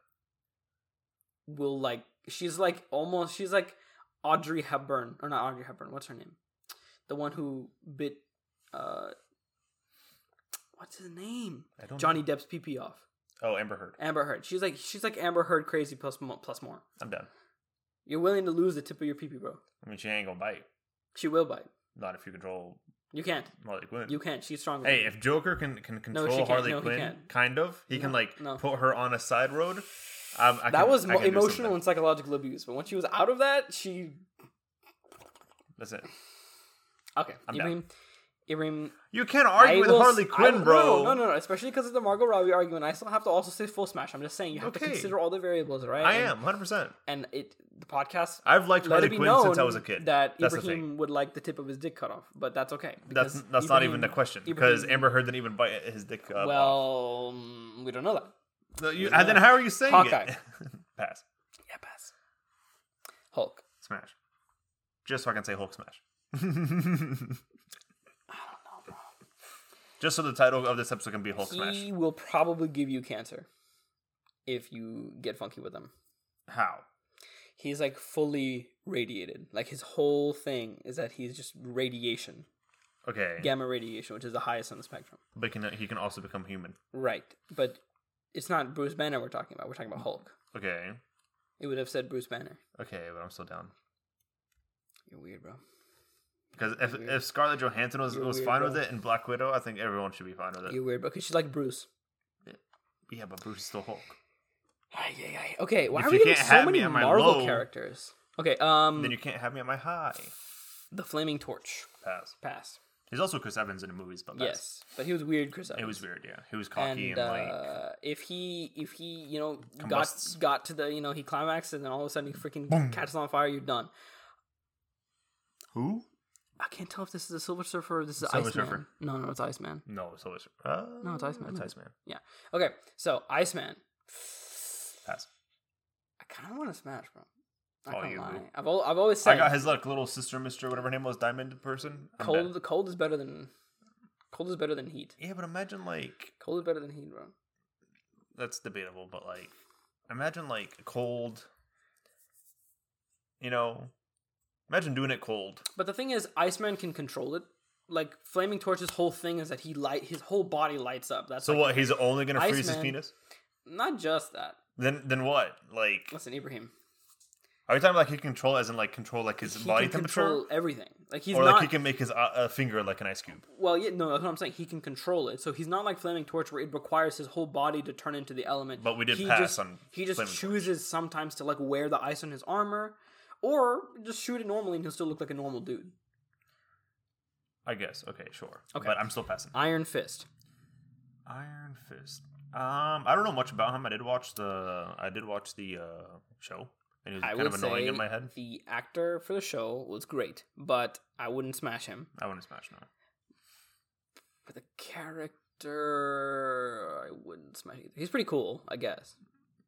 [SPEAKER 1] will like she's like almost she's like Audrey Hepburn or not Audrey Hepburn. What's her name? The one who bit. uh What's his name?
[SPEAKER 2] I don't
[SPEAKER 1] Johnny Depp's PP off.
[SPEAKER 2] Know. Oh, Amber Heard.
[SPEAKER 1] Amber Heard. She's like she's like Amber Heard crazy plus mo- plus more.
[SPEAKER 2] I'm done.
[SPEAKER 1] You're willing to lose the tip of your peepee, bro.
[SPEAKER 2] I mean, she ain't gonna bite.
[SPEAKER 1] She will bite.
[SPEAKER 2] Not if you control
[SPEAKER 1] You can't.
[SPEAKER 2] Harley Quinn.
[SPEAKER 1] You can't. She's stronger.
[SPEAKER 2] hey, if Joker can can control
[SPEAKER 1] can't.
[SPEAKER 2] Harley
[SPEAKER 1] No, he
[SPEAKER 2] Quinn,
[SPEAKER 1] can't.
[SPEAKER 2] kind of, he can
[SPEAKER 1] No,
[SPEAKER 2] like
[SPEAKER 1] no.
[SPEAKER 2] put her on a side road. Um, I
[SPEAKER 1] that
[SPEAKER 2] can-
[SPEAKER 1] was
[SPEAKER 2] I
[SPEAKER 1] mo-
[SPEAKER 2] can do
[SPEAKER 1] emotional
[SPEAKER 2] something.
[SPEAKER 1] and psychological abuse, but once she was out of that, she
[SPEAKER 2] That's it.
[SPEAKER 1] okay.
[SPEAKER 2] I'm down.
[SPEAKER 1] Ibrahim, Ibrahim,
[SPEAKER 2] You can't argue
[SPEAKER 1] I
[SPEAKER 2] with
[SPEAKER 1] will
[SPEAKER 2] Harley
[SPEAKER 1] s- I
[SPEAKER 2] Quinn,
[SPEAKER 1] will-
[SPEAKER 2] bro.
[SPEAKER 1] No, no, no. Especially because of the Margot Robbie argument, I still have to also say full smash. I'm just saying you have to
[SPEAKER 2] Okay.
[SPEAKER 1] consider all the variables, right?
[SPEAKER 2] I
[SPEAKER 1] And-
[SPEAKER 2] am 100. percent
[SPEAKER 1] And it the podcast.
[SPEAKER 2] I've liked
[SPEAKER 1] Let
[SPEAKER 2] Harley
[SPEAKER 1] it be
[SPEAKER 2] Quinn
[SPEAKER 1] known
[SPEAKER 2] since I was a kid.
[SPEAKER 1] that
[SPEAKER 2] that's the thing.
[SPEAKER 1] Ibrahim would like the tip of his dick cut off, but that's okay. because
[SPEAKER 2] That's that's not
[SPEAKER 1] Ibrahim-
[SPEAKER 2] even the question because
[SPEAKER 1] Ibrahim-
[SPEAKER 2] Amber Heard didn't even bite his dick. Up.
[SPEAKER 1] Well, mm, we don't know that.
[SPEAKER 2] No, you- and then how are you saying
[SPEAKER 1] Hawkeye.
[SPEAKER 2] it? Pass.
[SPEAKER 1] Yeah, pass. Hulk.
[SPEAKER 2] Smash. Just so I can say Hulk smash. Just so the title of this episode can be Hulk Smash.
[SPEAKER 1] He will probably give you cancer if you get funky with him.
[SPEAKER 2] How?
[SPEAKER 1] He's like fully radiated. Like his whole thing is that he's just radiation,
[SPEAKER 2] Okay.
[SPEAKER 1] gamma radiation, which is the highest on the spectrum.
[SPEAKER 2] But can, he can also become human.
[SPEAKER 1] Right, but it's not Bruce Banner we're talking about. We're talking about Hulk.
[SPEAKER 2] Okay.
[SPEAKER 1] It would have said Bruce Banner.
[SPEAKER 2] Okay, but I'm still down.
[SPEAKER 1] You're weird, bro.
[SPEAKER 2] Because if,
[SPEAKER 1] Weird.
[SPEAKER 2] if Scarlett Johansson was,
[SPEAKER 1] You're
[SPEAKER 2] was
[SPEAKER 1] weird,
[SPEAKER 2] fine
[SPEAKER 1] bro.
[SPEAKER 2] with it and Black Widow, I think everyone should be fine with it.
[SPEAKER 1] You're weird, bro. Because she's like Bruce.
[SPEAKER 2] Yeah, but Bruce is still Hulk.
[SPEAKER 1] Ay, ay, ay. Okay, why
[SPEAKER 2] If
[SPEAKER 1] are
[SPEAKER 2] you
[SPEAKER 1] we getting
[SPEAKER 2] can't
[SPEAKER 1] so
[SPEAKER 2] have me
[SPEAKER 1] many
[SPEAKER 2] at my
[SPEAKER 1] Marvel
[SPEAKER 2] low-
[SPEAKER 1] characters? Okay, um,
[SPEAKER 2] Then you can't have me at my high.
[SPEAKER 1] the Flaming Torch.
[SPEAKER 2] Pass.
[SPEAKER 1] Pass.
[SPEAKER 2] He's also Chris Evans in the movies, but pass.
[SPEAKER 1] Yes, but he was weird, Chris Evans.
[SPEAKER 2] It was weird, yeah. He was cocky
[SPEAKER 1] And
[SPEAKER 2] and, like
[SPEAKER 1] uh, if he, if he, you know,
[SPEAKER 2] Combusts.
[SPEAKER 1] got got to the, you know, he climaxed, and then all of a sudden he freaking catches on fire. You're done.
[SPEAKER 2] who?
[SPEAKER 1] I can't tell if this is a Silver Surfer or this is
[SPEAKER 2] Silver
[SPEAKER 1] Iceman.
[SPEAKER 2] Surfer.
[SPEAKER 1] No, no, it's Iceman.
[SPEAKER 2] No, it's always uh,
[SPEAKER 1] No, it's Iceman,
[SPEAKER 2] It's
[SPEAKER 1] isn't it?
[SPEAKER 2] Iceman.
[SPEAKER 1] Yeah. Okay, so Iceman.
[SPEAKER 2] Pass.
[SPEAKER 1] I kind of want to smash, bro.
[SPEAKER 2] Oh,
[SPEAKER 1] I can't
[SPEAKER 2] you-
[SPEAKER 1] lie. I've, al- I've always said
[SPEAKER 2] I got his like little sister, Mister, whatever her name was, Diamond person. I'm
[SPEAKER 1] cold.
[SPEAKER 2] dead.
[SPEAKER 1] The cold is better than cold is better than heat.
[SPEAKER 2] Yeah, but imagine like
[SPEAKER 1] Cold is better than heat, bro.
[SPEAKER 2] that's debatable, but like imagine like cold. You know, imagine doing it cold.
[SPEAKER 1] But the thing is, Iceman can control it. Like Flaming Torch's whole thing is that he light his whole body lights up. That's
[SPEAKER 2] So
[SPEAKER 1] like-
[SPEAKER 2] what? He's only gonna freeze his
[SPEAKER 1] Iceman.
[SPEAKER 2] penis.
[SPEAKER 1] Not just that.
[SPEAKER 2] Then then what? Like
[SPEAKER 1] Listen, Ibrahim.
[SPEAKER 2] are you talking like he can control as in like control like his
[SPEAKER 1] He
[SPEAKER 2] body
[SPEAKER 1] can
[SPEAKER 2] temperature,
[SPEAKER 1] control everything. Like he's
[SPEAKER 2] or
[SPEAKER 1] not.
[SPEAKER 2] like he can make his uh, uh, finger like an ice cube?
[SPEAKER 1] Well, yeah, no, that's what I'm saying. He can control it, so he's not like Flaming Torch, where it requires his whole body to turn into the element.
[SPEAKER 2] But we did
[SPEAKER 1] he
[SPEAKER 2] pass
[SPEAKER 1] just,
[SPEAKER 2] on
[SPEAKER 1] He just
[SPEAKER 2] Flaming Torch.
[SPEAKER 1] chooses sometimes to like wear the ice on his armor, or just shoot it normally, and he'll still look like a normal dude.
[SPEAKER 2] I guess. Okay, sure.
[SPEAKER 1] Okay.
[SPEAKER 2] but I'm still passing.
[SPEAKER 1] Iron Fist.
[SPEAKER 2] Iron Fist. Um, I don't know much about him. I did watch the I did watch the uh, show, and it was
[SPEAKER 1] I
[SPEAKER 2] kind
[SPEAKER 1] would
[SPEAKER 2] of annoying
[SPEAKER 1] say
[SPEAKER 2] in my head.
[SPEAKER 1] the actor for the show was great, but I wouldn't smash him.
[SPEAKER 2] I wouldn't smash now.
[SPEAKER 1] For the character, I wouldn't smash either. He's pretty cool, I guess.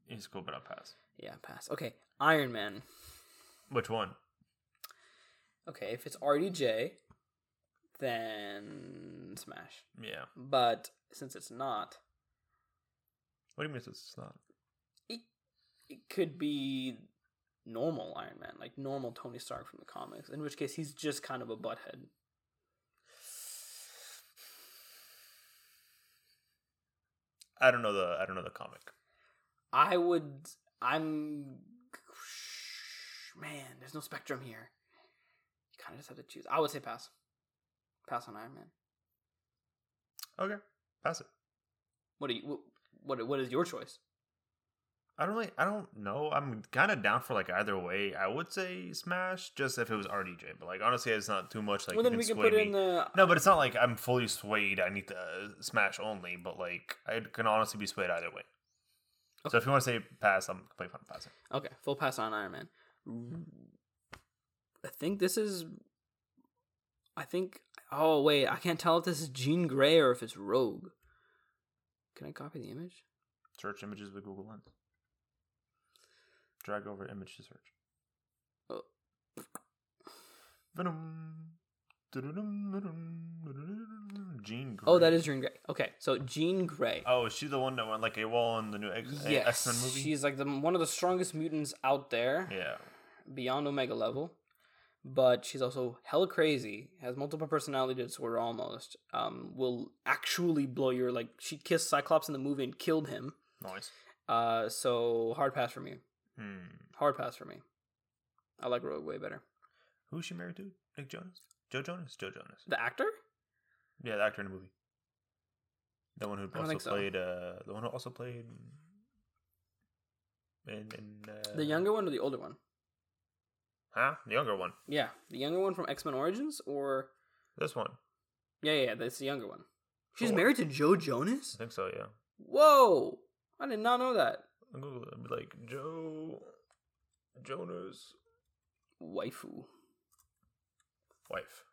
[SPEAKER 2] He's cool, but I'll pass.
[SPEAKER 1] Yeah, pass. Okay, Iron Man.
[SPEAKER 2] Which one?
[SPEAKER 1] Okay, if it's RDJ, then smash.
[SPEAKER 2] Yeah.
[SPEAKER 1] But since it's not,
[SPEAKER 2] What do you mean it's not?
[SPEAKER 1] it could be normal Iron Man, like normal Tony Stark from the comics. In which case, he's just kind of a butthead.
[SPEAKER 2] I don't know the I don't know the comic.
[SPEAKER 1] I would. I'm. Man, there's no spectrum here. You kind of just have to choose. I would say pass. Pass on Iron Man.
[SPEAKER 2] Okay, pass it.
[SPEAKER 1] What do you? What? What is your choice?
[SPEAKER 2] I don't really I don't know. I'm kind of down for like either way. I would say smash just if it was RDJ, but like honestly, it's not too much. Like
[SPEAKER 1] well,
[SPEAKER 2] you
[SPEAKER 1] then we can
[SPEAKER 2] sway
[SPEAKER 1] put
[SPEAKER 2] me.
[SPEAKER 1] in the.
[SPEAKER 2] No, but it's not like I'm fully swayed. I need to uh, smash only, but like I can honestly be swayed either way. So if you want to say pass, I'm completely fine with passing.
[SPEAKER 1] Okay, full pass on Iron Man. I think this is. I think. Oh wait, I can't tell if this is Jean Grey or if it's Rogue. Can I copy the image?
[SPEAKER 2] Search images with Google Lens. Drag over image to search.
[SPEAKER 1] Oh.
[SPEAKER 2] Venom. Du-du-dum-du-dum. Jean Grey.
[SPEAKER 1] Oh, that is Jean Grey. Okay, so Jean Grey.
[SPEAKER 2] Oh, is she the one that went like a wall in the new X
[SPEAKER 1] yes,
[SPEAKER 2] Men movie?
[SPEAKER 1] she's like the one of the strongest mutants out there,
[SPEAKER 2] Yeah.
[SPEAKER 1] beyond Omega level. But she's also hell crazy, has multiple personality disorder almost. Um, will actually blow your like. She kissed Cyclops in the movie and killed him.
[SPEAKER 2] Nice.
[SPEAKER 1] Uh, so hard pass for me.
[SPEAKER 2] Hmm.
[SPEAKER 1] Hard pass for me. I like Rogue way better.
[SPEAKER 2] Who's she married to? Nick Jonas? Joe Jonas? Joe Jonas.
[SPEAKER 1] The actor?
[SPEAKER 2] Yeah, the actor in the movie. The one who
[SPEAKER 1] don't
[SPEAKER 2] also
[SPEAKER 1] think so.
[SPEAKER 2] played uh the one who also played in, in uh,
[SPEAKER 1] The younger one or the older one?
[SPEAKER 2] Huh? The younger one.
[SPEAKER 1] Yeah, the younger one from X Men Origins, or
[SPEAKER 2] This one.
[SPEAKER 1] yeah, yeah, yeah, that's the younger one. She's
[SPEAKER 2] Sure.
[SPEAKER 1] married to Joe
[SPEAKER 2] I
[SPEAKER 1] Jonas.
[SPEAKER 2] think so, yeah.
[SPEAKER 1] Whoa! I did not know that.
[SPEAKER 2] I'll Google it. Be like Joe Jonas
[SPEAKER 1] Waifu.
[SPEAKER 2] wife.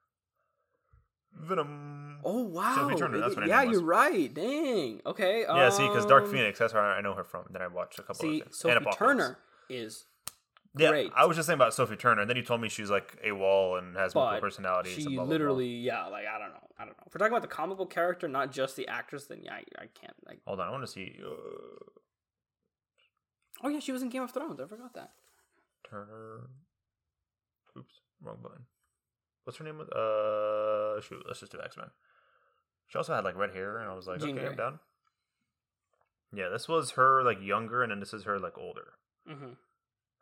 [SPEAKER 2] Venom.
[SPEAKER 1] Oh wow!
[SPEAKER 2] Turner,
[SPEAKER 1] It
[SPEAKER 2] that's
[SPEAKER 1] is-
[SPEAKER 2] what her
[SPEAKER 1] yeah,
[SPEAKER 2] name was.
[SPEAKER 1] you're right. Dang. Okay.
[SPEAKER 2] yeah, see, because Dark
[SPEAKER 1] um,
[SPEAKER 2] Phoenix, that's where I know her from. Then I watched a couple
[SPEAKER 1] See,
[SPEAKER 2] of things.
[SPEAKER 1] Sophie
[SPEAKER 2] Apocalypse.
[SPEAKER 1] Turner is
[SPEAKER 2] Yeah,
[SPEAKER 1] Great.
[SPEAKER 2] I was just thinking about Sophie Turner, and then you told me she's like a wall and has multiple
[SPEAKER 1] But
[SPEAKER 2] personalities.
[SPEAKER 1] She
[SPEAKER 2] and blah, blah, blah.
[SPEAKER 1] literally, yeah, like I don't know, I don't know. If we're talking about the comic book character, not just the actress, then yeah, I, I can't. Like,
[SPEAKER 2] Hold on, I want to see uh,
[SPEAKER 1] oh yeah, she was in Game of Thrones. I forgot that.
[SPEAKER 2] Turner. Oops, wrong button. What's her name? Uh, shoot, let's just do X Men. She also had like red hair, and I was like,
[SPEAKER 1] Jean
[SPEAKER 2] okay,
[SPEAKER 1] Grey.
[SPEAKER 2] I'm down. Yeah, this was her like younger, and then this is her like older.
[SPEAKER 1] Mm-hmm.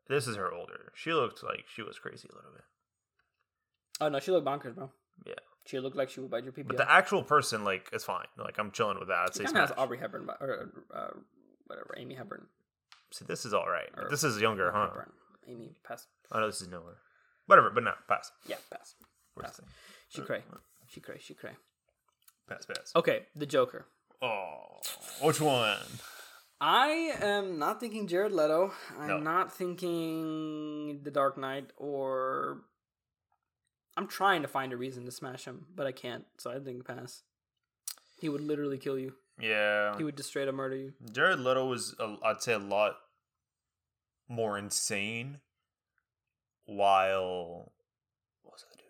[SPEAKER 2] This is her older. She looked like she was crazy a little bit.
[SPEAKER 1] Oh no, she looked bonkers, bro.
[SPEAKER 2] Yeah.
[SPEAKER 1] she looked like she would bite your
[SPEAKER 2] But
[SPEAKER 1] PPL.
[SPEAKER 2] the actual person, like, is fine. Like, I'm chilling with that. I'd
[SPEAKER 1] she
[SPEAKER 2] say
[SPEAKER 1] kind of has
[SPEAKER 2] Smash.
[SPEAKER 1] Aubrey Hepburn, but- or uh, whatever, Amy Hepburn.
[SPEAKER 2] See, this is all right. But
[SPEAKER 1] Or-
[SPEAKER 2] this is younger, huh?
[SPEAKER 1] Hepburn. Amy, pass.
[SPEAKER 2] I know Oh, this is nowhere. Whatever, but no, pass.
[SPEAKER 1] Yeah, pass.
[SPEAKER 2] Worst thing.
[SPEAKER 1] She cray. She cray. She cray.
[SPEAKER 2] Pass, pass.
[SPEAKER 1] Okay, the Joker.
[SPEAKER 2] Oh, which one?
[SPEAKER 1] I am not thinking Jared Leto. I'm
[SPEAKER 2] No.
[SPEAKER 1] not thinking The Dark Knight or. I'm trying to find a reason to smash him, but I can't, so I think pass. He would literally kill you.
[SPEAKER 2] Yeah,
[SPEAKER 1] He would just straight up murder you.
[SPEAKER 2] Jared Leto was, a, I'd say, a lot more insane. While what was that dude?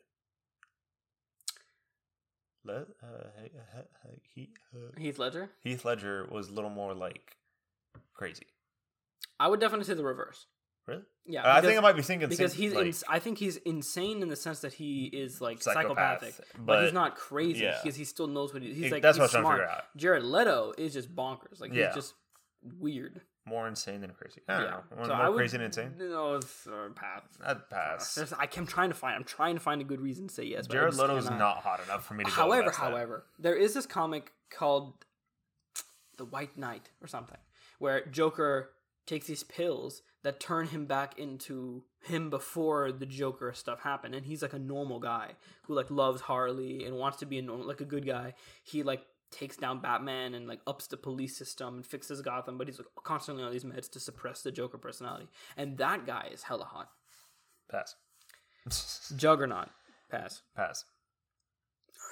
[SPEAKER 2] Let uh, he- he- he, uh,
[SPEAKER 1] Heath Ledger?
[SPEAKER 2] Heath Ledger was a little more like crazy.
[SPEAKER 1] I would definitely say the reverse.
[SPEAKER 2] Really?
[SPEAKER 1] Yeah.
[SPEAKER 2] I
[SPEAKER 1] because-
[SPEAKER 2] think I might be thinking
[SPEAKER 1] because
[SPEAKER 2] same-
[SPEAKER 1] he's
[SPEAKER 2] like,
[SPEAKER 1] ins- I think he's insane in the sense that he is like
[SPEAKER 2] Psychopath,
[SPEAKER 1] psychopathic, but,
[SPEAKER 2] but-
[SPEAKER 1] he's not crazy
[SPEAKER 2] yeah.
[SPEAKER 1] because he still knows what he, he's
[SPEAKER 2] It-
[SPEAKER 1] like.
[SPEAKER 2] that's
[SPEAKER 1] he's
[SPEAKER 2] what I'm trying
[SPEAKER 1] smart.
[SPEAKER 2] to figure out.
[SPEAKER 1] Jared Leto is just bonkers. Like
[SPEAKER 2] Yeah.
[SPEAKER 1] he's just weird.
[SPEAKER 2] More insane than crazy. I don't
[SPEAKER 1] yeah.
[SPEAKER 2] know. More,
[SPEAKER 1] So
[SPEAKER 2] more
[SPEAKER 1] I would-
[SPEAKER 2] crazy than insane.
[SPEAKER 1] No, it's uh, path.
[SPEAKER 2] I'd pass.
[SPEAKER 1] There's- I am trying to find. I'm trying to find a good reason to say yes. But I
[SPEAKER 2] Jared
[SPEAKER 1] just
[SPEAKER 2] Leto's
[SPEAKER 1] cannot.
[SPEAKER 2] not hot enough for me to. go
[SPEAKER 1] However,
[SPEAKER 2] past that.
[SPEAKER 1] however, there is this comic called The White Knight or something, where Joker takes these pills that turn him back into him before the Joker stuff happened, and he's like a normal guy who like loves Harley and wants to be a normal, like a good guy. He like takes down Batman and like ups the police system and fixes Gotham, but he's like constantly on these meds to suppress the Joker personality, and that guy is hella hot.
[SPEAKER 2] pass,
[SPEAKER 1] Juggernaut, pass.
[SPEAKER 2] pass,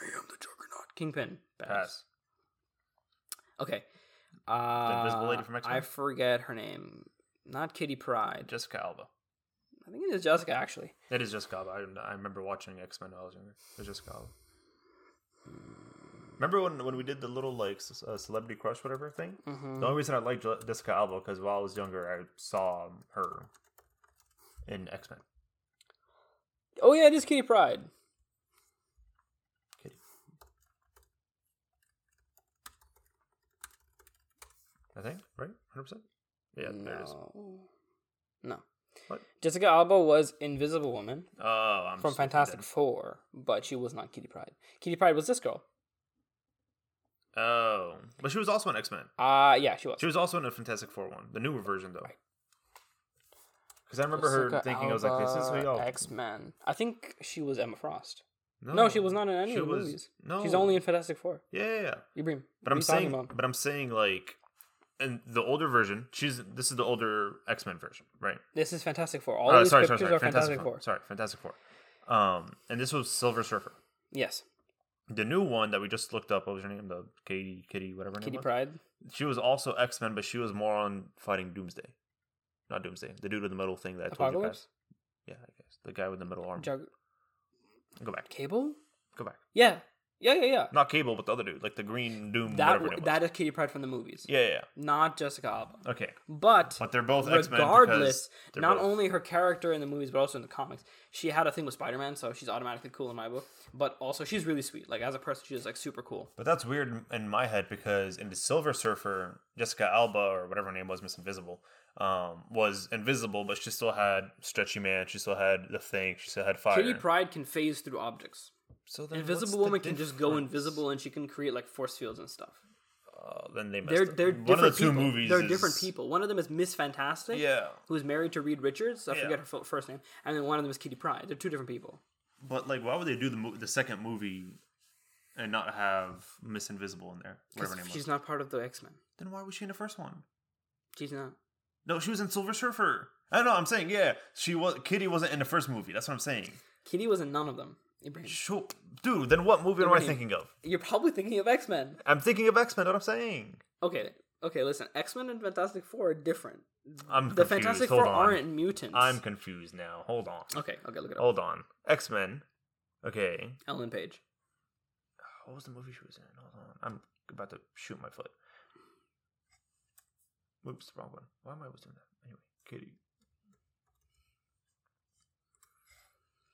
[SPEAKER 1] I am the Juggernaut. Kingpin,
[SPEAKER 2] pass.
[SPEAKER 1] Okay. Uh,
[SPEAKER 2] Invisible Lady from X-Men?
[SPEAKER 1] I forget her name. Not Kitty Pride.
[SPEAKER 2] Jessica Alba.
[SPEAKER 1] I think it is Jessica, actually.
[SPEAKER 2] It is Jessica Alba. I, I remember watching X Men when I was younger. It was Jessica Alba. Remember when, when we did the little like s- uh, celebrity crush whatever thing? The only reason I liked Je- Jessica Alba because while I was younger, I saw her in X Men.
[SPEAKER 1] Oh, yeah, it is Kitty Pride.
[SPEAKER 2] Kitty. I think right, hundred percent. Yeah, there it is.
[SPEAKER 1] no. No.
[SPEAKER 2] What?
[SPEAKER 1] Jessica Alba was Invisible Woman
[SPEAKER 2] Oh, I'm
[SPEAKER 1] from
[SPEAKER 2] stupid
[SPEAKER 1] Fantastic
[SPEAKER 2] then.
[SPEAKER 1] Four, but she was not Kitty Pride. Kitty Pride was this girl.
[SPEAKER 2] Oh, but she was also an X Men.
[SPEAKER 1] Uh, yeah, she was.
[SPEAKER 2] She was also in a Fantastic Four one, the newer version though. Because I remember her thinking, I was like, "This is who y'all."
[SPEAKER 1] X Men. I think she was Emma Frost.
[SPEAKER 2] no,
[SPEAKER 1] No, she was not in any
[SPEAKER 2] she
[SPEAKER 1] of the
[SPEAKER 2] was-
[SPEAKER 1] movies.
[SPEAKER 2] No,
[SPEAKER 1] She's only in Fantastic Four.
[SPEAKER 2] Yeah, yeah, yeah.
[SPEAKER 1] Ibrahim. what are
[SPEAKER 2] but I'm
[SPEAKER 1] you talking
[SPEAKER 2] saying,
[SPEAKER 1] about?
[SPEAKER 2] but I'm saying like, and the older version. She's this is the older X Men version, right?
[SPEAKER 1] This is Fantastic Four. All
[SPEAKER 2] Oh,
[SPEAKER 1] these
[SPEAKER 2] sorry, sorry,
[SPEAKER 1] pictures
[SPEAKER 2] sorry.
[SPEAKER 1] are Fantastic, Four.
[SPEAKER 2] Sorry, Fantastic Four. Um, and this was Silver Surfer.
[SPEAKER 1] Yes.
[SPEAKER 2] The new one that we just looked up, what was her name? The Katie, Kitty, whatever. Her
[SPEAKER 1] Kitty
[SPEAKER 2] name was.
[SPEAKER 1] Pride.
[SPEAKER 2] She was also X Men, but she was more on fighting Doomsday, not Doomsday. The dude with the metal thing that I told you guys.
[SPEAKER 1] Apocalypse?
[SPEAKER 2] Yeah, I guess the guy with the metal arm.
[SPEAKER 1] Jug-
[SPEAKER 2] Go back.
[SPEAKER 1] Cable?
[SPEAKER 2] Go back.
[SPEAKER 1] Yeah. Yeah, yeah, yeah.
[SPEAKER 2] Not Cable, but the other dude, like the Green Doom.
[SPEAKER 1] that
[SPEAKER 2] whatever it was.
[SPEAKER 1] that is Kitty Pride from the movies.
[SPEAKER 2] Yeah, yeah,
[SPEAKER 1] Not Jessica Alba.
[SPEAKER 2] yeah. Okay,
[SPEAKER 1] But,
[SPEAKER 2] but they're both X Men.
[SPEAKER 1] regardless,
[SPEAKER 2] they're
[SPEAKER 1] not
[SPEAKER 2] both-
[SPEAKER 1] only her character in the movies, but also in the comics, she had a thing with Spider Man, so she's automatically cool in my book. But also, she's really sweet. Like, as a person, she's like super cool.
[SPEAKER 2] But that's weird in my head because in the Silver Surfer, Jessica Alba or whatever her name was, Miss Invisible, um, was invisible, but she still had Stretchy Man. She still had the Thing. She still had fire.
[SPEAKER 1] Kitty Pride can phase through objects.
[SPEAKER 2] so then what's the
[SPEAKER 1] Invisible Woman can just go
[SPEAKER 2] difference?
[SPEAKER 1] invisible and she can create like force fields and stuff.
[SPEAKER 2] Uh, then they messed
[SPEAKER 1] They're
[SPEAKER 2] up.
[SPEAKER 1] they're
[SPEAKER 2] one
[SPEAKER 1] different
[SPEAKER 2] of the two
[SPEAKER 1] people.
[SPEAKER 2] movies.
[SPEAKER 1] They're
[SPEAKER 2] is-
[SPEAKER 1] different people. One of them is Miss Fantastic.
[SPEAKER 2] Yeah,
[SPEAKER 1] who's married to Reed Richards. I
[SPEAKER 2] Yeah.
[SPEAKER 1] forget her fir- first name. And then one of them is Kitty Pryde. They're two different people.
[SPEAKER 2] but like, why would they do the mo- the second movie and not have Miss Invisible in there? Whatever her name was.
[SPEAKER 1] She's not part of the X Men.
[SPEAKER 2] Then why was she in the first one?
[SPEAKER 1] She's not.
[SPEAKER 2] No, she was in Silver Surfer. I don't know. I'm saying, yeah, she was. Kitty wasn't in the first movie. That's what I'm saying.
[SPEAKER 1] Kitty was in none of them. Ibrahim.
[SPEAKER 2] Sure. Dude, then what movie am I
[SPEAKER 1] Ibrahim.
[SPEAKER 2] thinking of?
[SPEAKER 1] You're probably thinking of X Men.
[SPEAKER 2] I'm thinking of X Men. What I'm saying.
[SPEAKER 1] Okay, Okay, listen. X Men and Fantastic Four are different.
[SPEAKER 2] I'm
[SPEAKER 1] the
[SPEAKER 2] confused.
[SPEAKER 1] Fantastic
[SPEAKER 2] Hold
[SPEAKER 1] Four
[SPEAKER 2] on.
[SPEAKER 1] aren't mutants.
[SPEAKER 2] I'm confused now. Hold on.
[SPEAKER 1] okay. Okay, look it up.
[SPEAKER 2] Hold on. X Men. Okay.
[SPEAKER 1] Ellen Page.
[SPEAKER 2] Oh, What was the movie she was in? Hold on. I'm about to shoot my foot. Whoops, wrong one. Why am I always doing that? Anyway, Katie.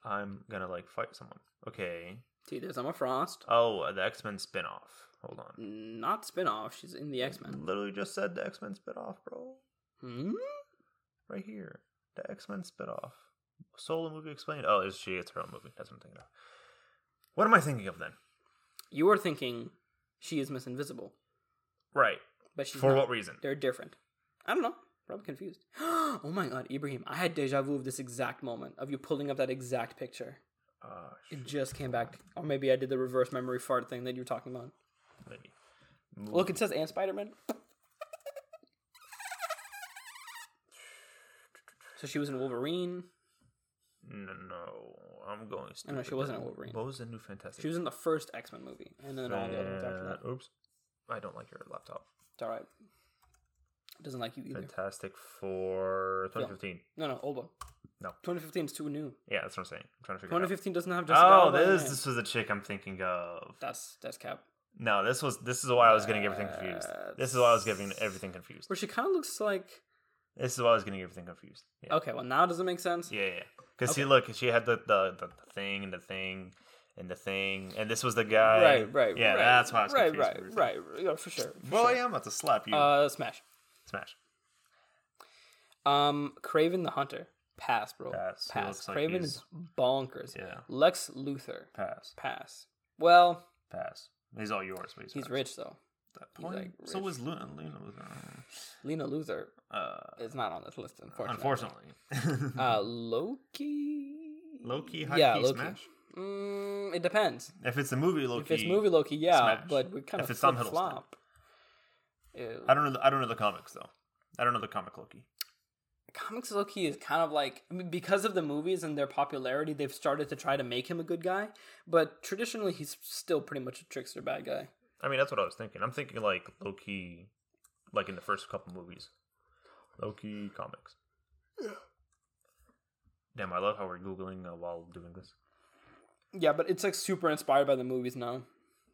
[SPEAKER 2] I'm gonna like fight someone. Okay.
[SPEAKER 1] See, there's Emma Frost.
[SPEAKER 2] Oh, the X Men spin off. Hold on.
[SPEAKER 1] Not spin off. She's in the X Men.
[SPEAKER 2] Literally just said the X Men spin off, bro.
[SPEAKER 1] Hmm?
[SPEAKER 2] Right here. The X Men spin off. Solo movie explained. Oh, is she? It's her own movie. That's what I'm thinking of. What am I thinking of then?
[SPEAKER 1] You are thinking she is Miss Invisible,
[SPEAKER 2] Right.
[SPEAKER 1] but she's
[SPEAKER 2] For
[SPEAKER 1] not.
[SPEAKER 2] what reason?
[SPEAKER 1] They're different. I don't know. Probably confused. oh my god, Ibrahim! I had deja vu of this exact moment of you pulling up that exact picture.
[SPEAKER 2] Uh,
[SPEAKER 1] It just came back, or maybe I did the reverse memory fart thing that you were talking about.
[SPEAKER 2] maybe.
[SPEAKER 1] Look, it says and Spider Man. So she was in Wolverine.
[SPEAKER 2] No, no, I'm going. Stupid.
[SPEAKER 1] know, she wasn't a
[SPEAKER 2] then.
[SPEAKER 1] Wolverine.
[SPEAKER 2] What was the new Fantastic?
[SPEAKER 1] She was in the first X Men movie, and then all the other ones after that.
[SPEAKER 2] Fan- Oops, I don't like your laptop.
[SPEAKER 1] It's all right. Doesn't like you either.
[SPEAKER 2] Fantastic Four 2015.
[SPEAKER 1] No, no, old one.
[SPEAKER 2] No.
[SPEAKER 1] 2015 is too new.
[SPEAKER 2] Yeah, that's what I'm saying. I'm trying to figure. it
[SPEAKER 1] 2015 doesn't have Jessica.
[SPEAKER 2] out. Oh,
[SPEAKER 1] Alba in
[SPEAKER 2] this
[SPEAKER 1] it.
[SPEAKER 2] this was the chick I'm thinking of.
[SPEAKER 1] That's that's Cap.
[SPEAKER 2] No, this was this is why I was getting everything confused. This is why I was getting everything confused.
[SPEAKER 1] Where she kind of looks like.
[SPEAKER 2] This is why I was getting everything confused. Yeah,
[SPEAKER 1] Okay, well now does it make sense?
[SPEAKER 2] yeah, yeah. Because see, look, she had the, the the thing and the thing and the thing, and this was the guy.
[SPEAKER 1] Right, right,
[SPEAKER 2] Yeah,
[SPEAKER 1] right,
[SPEAKER 2] that's why I was
[SPEAKER 1] right,
[SPEAKER 2] confused.
[SPEAKER 1] right, right, yeah, for sure. for
[SPEAKER 2] Well,
[SPEAKER 1] sure.
[SPEAKER 2] yeah, I'm about to slap you.
[SPEAKER 1] Uh, Smash.
[SPEAKER 2] Smash.
[SPEAKER 1] Um, Craven the Hunter. Pass, bro.
[SPEAKER 2] Pass.
[SPEAKER 1] Pass.
[SPEAKER 2] He looks like
[SPEAKER 1] Craven
[SPEAKER 2] he's-
[SPEAKER 1] is bonkers.
[SPEAKER 2] Yeah.
[SPEAKER 1] Lex Luthor.
[SPEAKER 2] Pass.
[SPEAKER 1] Pass. Well,
[SPEAKER 2] Pass. He's all yours, but he's,
[SPEAKER 1] he's
[SPEAKER 2] ours.
[SPEAKER 1] rich though.
[SPEAKER 2] At that
[SPEAKER 1] He's,
[SPEAKER 2] point.
[SPEAKER 1] like,
[SPEAKER 2] So
[SPEAKER 1] rich.
[SPEAKER 2] was Luna. Luna was
[SPEAKER 1] Lena Luthor
[SPEAKER 2] uh,
[SPEAKER 1] is not on this list, unfortunately.
[SPEAKER 2] unfortunately.
[SPEAKER 1] Uh, Loki.
[SPEAKER 2] Loki, high
[SPEAKER 1] yeah,
[SPEAKER 2] key,
[SPEAKER 1] Loki.
[SPEAKER 2] smash.
[SPEAKER 1] Mm, it depends.
[SPEAKER 2] If it's a movie, Loki.
[SPEAKER 1] If it's movie Loki, yeah,
[SPEAKER 2] smash.
[SPEAKER 1] but we kind
[SPEAKER 2] If
[SPEAKER 1] of
[SPEAKER 2] it's Tom
[SPEAKER 1] flip flop. Ew.
[SPEAKER 2] I don't know. The, I don't know the comics though. I don't know the comic Loki.
[SPEAKER 1] comics Loki is kind of like I mean, because of the movies and their popularity, they've started to try to make him a good guy. But traditionally, he's still pretty much a trickster bad guy.
[SPEAKER 2] I mean, that's what I was thinking. I'm thinking like Loki, like in the first couple movies. Loki comics. Damn, I love how we're googling uh, while doing this.
[SPEAKER 1] Yeah, but it's like super inspired by the movies now.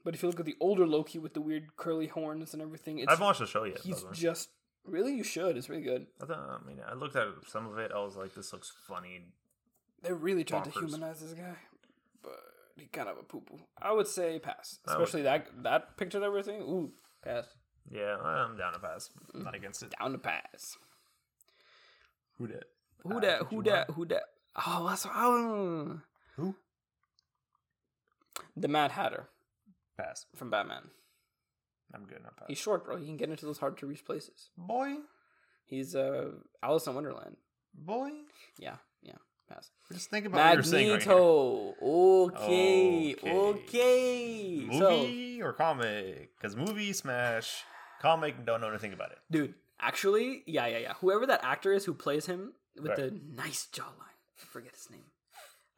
[SPEAKER 1] But if you look at the older Loki with the weird curly horns and everything, it's
[SPEAKER 2] I've watched the show yet. by
[SPEAKER 1] he's
[SPEAKER 2] the way.
[SPEAKER 1] just really you should. It's really good.
[SPEAKER 2] I, thought, I mean, I looked at some of it. I was like, this looks funny.
[SPEAKER 1] They really tried to
[SPEAKER 2] Bonkers.
[SPEAKER 1] humanize this guy, but he kind of a poo poo. I would say pass,
[SPEAKER 2] I would-
[SPEAKER 1] especially that that picture and everything. Ooh, pass
[SPEAKER 2] Yeah, I'm down to pass. I'm not against it.
[SPEAKER 1] down to pass.
[SPEAKER 2] Who did?
[SPEAKER 1] Who
[SPEAKER 2] Uh,
[SPEAKER 1] that?
[SPEAKER 2] did you
[SPEAKER 1] Who that? Who that? Oh, that's oh,
[SPEAKER 2] Who?
[SPEAKER 1] the Mad Hatter
[SPEAKER 2] Pass.
[SPEAKER 1] from Batman.
[SPEAKER 2] I'm good. I'm
[SPEAKER 1] He's
[SPEAKER 2] pass.
[SPEAKER 1] short, bro. He can get into those hard to reach places.
[SPEAKER 2] Boy,
[SPEAKER 1] He's uh Alice in Wonderland.
[SPEAKER 2] boy.
[SPEAKER 1] Yeah, yeah. Pass.
[SPEAKER 2] Just think about what you're saying right here.
[SPEAKER 1] Magneto. okay,
[SPEAKER 2] Okay.
[SPEAKER 1] okay. So,
[SPEAKER 2] Movie or comic? Because movie smash, comic don't know anything about it.
[SPEAKER 1] dude, actually, yeah, yeah, yeah. Whoever that actor is who plays him with
[SPEAKER 2] Right.
[SPEAKER 1] the nice jawline, I forget his name.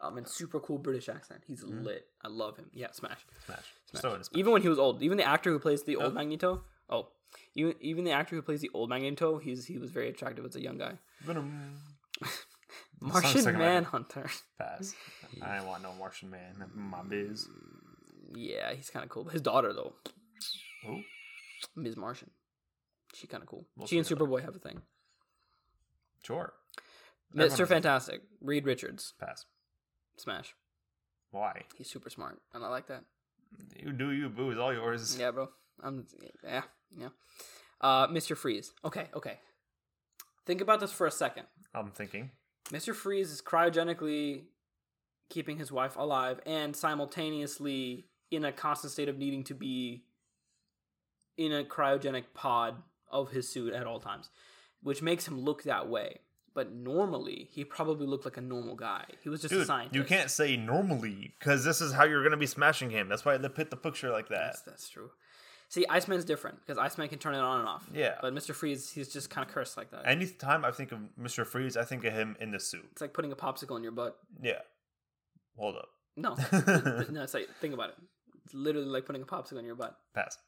[SPEAKER 1] Um, and super cool British accent. He's
[SPEAKER 2] Hmm.
[SPEAKER 1] lit. I love him. Yeah, smash.
[SPEAKER 2] Smash. So it's
[SPEAKER 1] Even when he was old, even the actor who plays the
[SPEAKER 2] Oh.
[SPEAKER 1] old Magneto. Oh, even even the actor who plays the old Magneto, he's he was very attractive as a young guy.
[SPEAKER 2] Venom.
[SPEAKER 1] Martian
[SPEAKER 2] second
[SPEAKER 1] Manhunter.
[SPEAKER 2] Pass. I ain't want no Martian man. in My biz.
[SPEAKER 1] yeah, he's kind of cool. His daughter though,
[SPEAKER 2] Who?
[SPEAKER 1] Ms. Martian, she kind of cool.
[SPEAKER 2] We'll
[SPEAKER 1] she and
[SPEAKER 2] see about
[SPEAKER 1] Superboy have a thing.
[SPEAKER 2] Sure. Everyone
[SPEAKER 1] Mister
[SPEAKER 2] has-
[SPEAKER 1] Fantastic, Reed Richards,
[SPEAKER 2] Pass.
[SPEAKER 1] smash.
[SPEAKER 2] Why?
[SPEAKER 1] He's super smart, and I like that.
[SPEAKER 2] You do you. Boo is all yours.
[SPEAKER 1] Yeah, bro. I'm yeah, yeah. Uh, Mister Freeze. Okay, okay. Think about this for a second.
[SPEAKER 2] I'm thinking.
[SPEAKER 1] Mr. Freeze is cryogenically keeping his wife alive and simultaneously in a constant state of needing to be in a cryogenic pod of his suit at all times, which makes him look that way. But normally, he probably looked like a normal guy. He was just a
[SPEAKER 2] Dude,
[SPEAKER 1] scientist.
[SPEAKER 2] you can't say normally because this is how you're gonna be smashing him. That's why they put the picture like that.
[SPEAKER 1] That's, that's true. See, Iceman's different because Iceman can turn it on and off.
[SPEAKER 2] Yeah.
[SPEAKER 1] But Mr. Freeze, he's just kind of cursed like that.
[SPEAKER 2] Any time I think of Mr. Freeze, I think of him in the suit.
[SPEAKER 1] it's like putting a popsicle in your butt.
[SPEAKER 2] Yeah. Hold up.
[SPEAKER 1] No. no, it's like, think about it. It's literally like putting a popsicle in your butt.
[SPEAKER 2] Pass.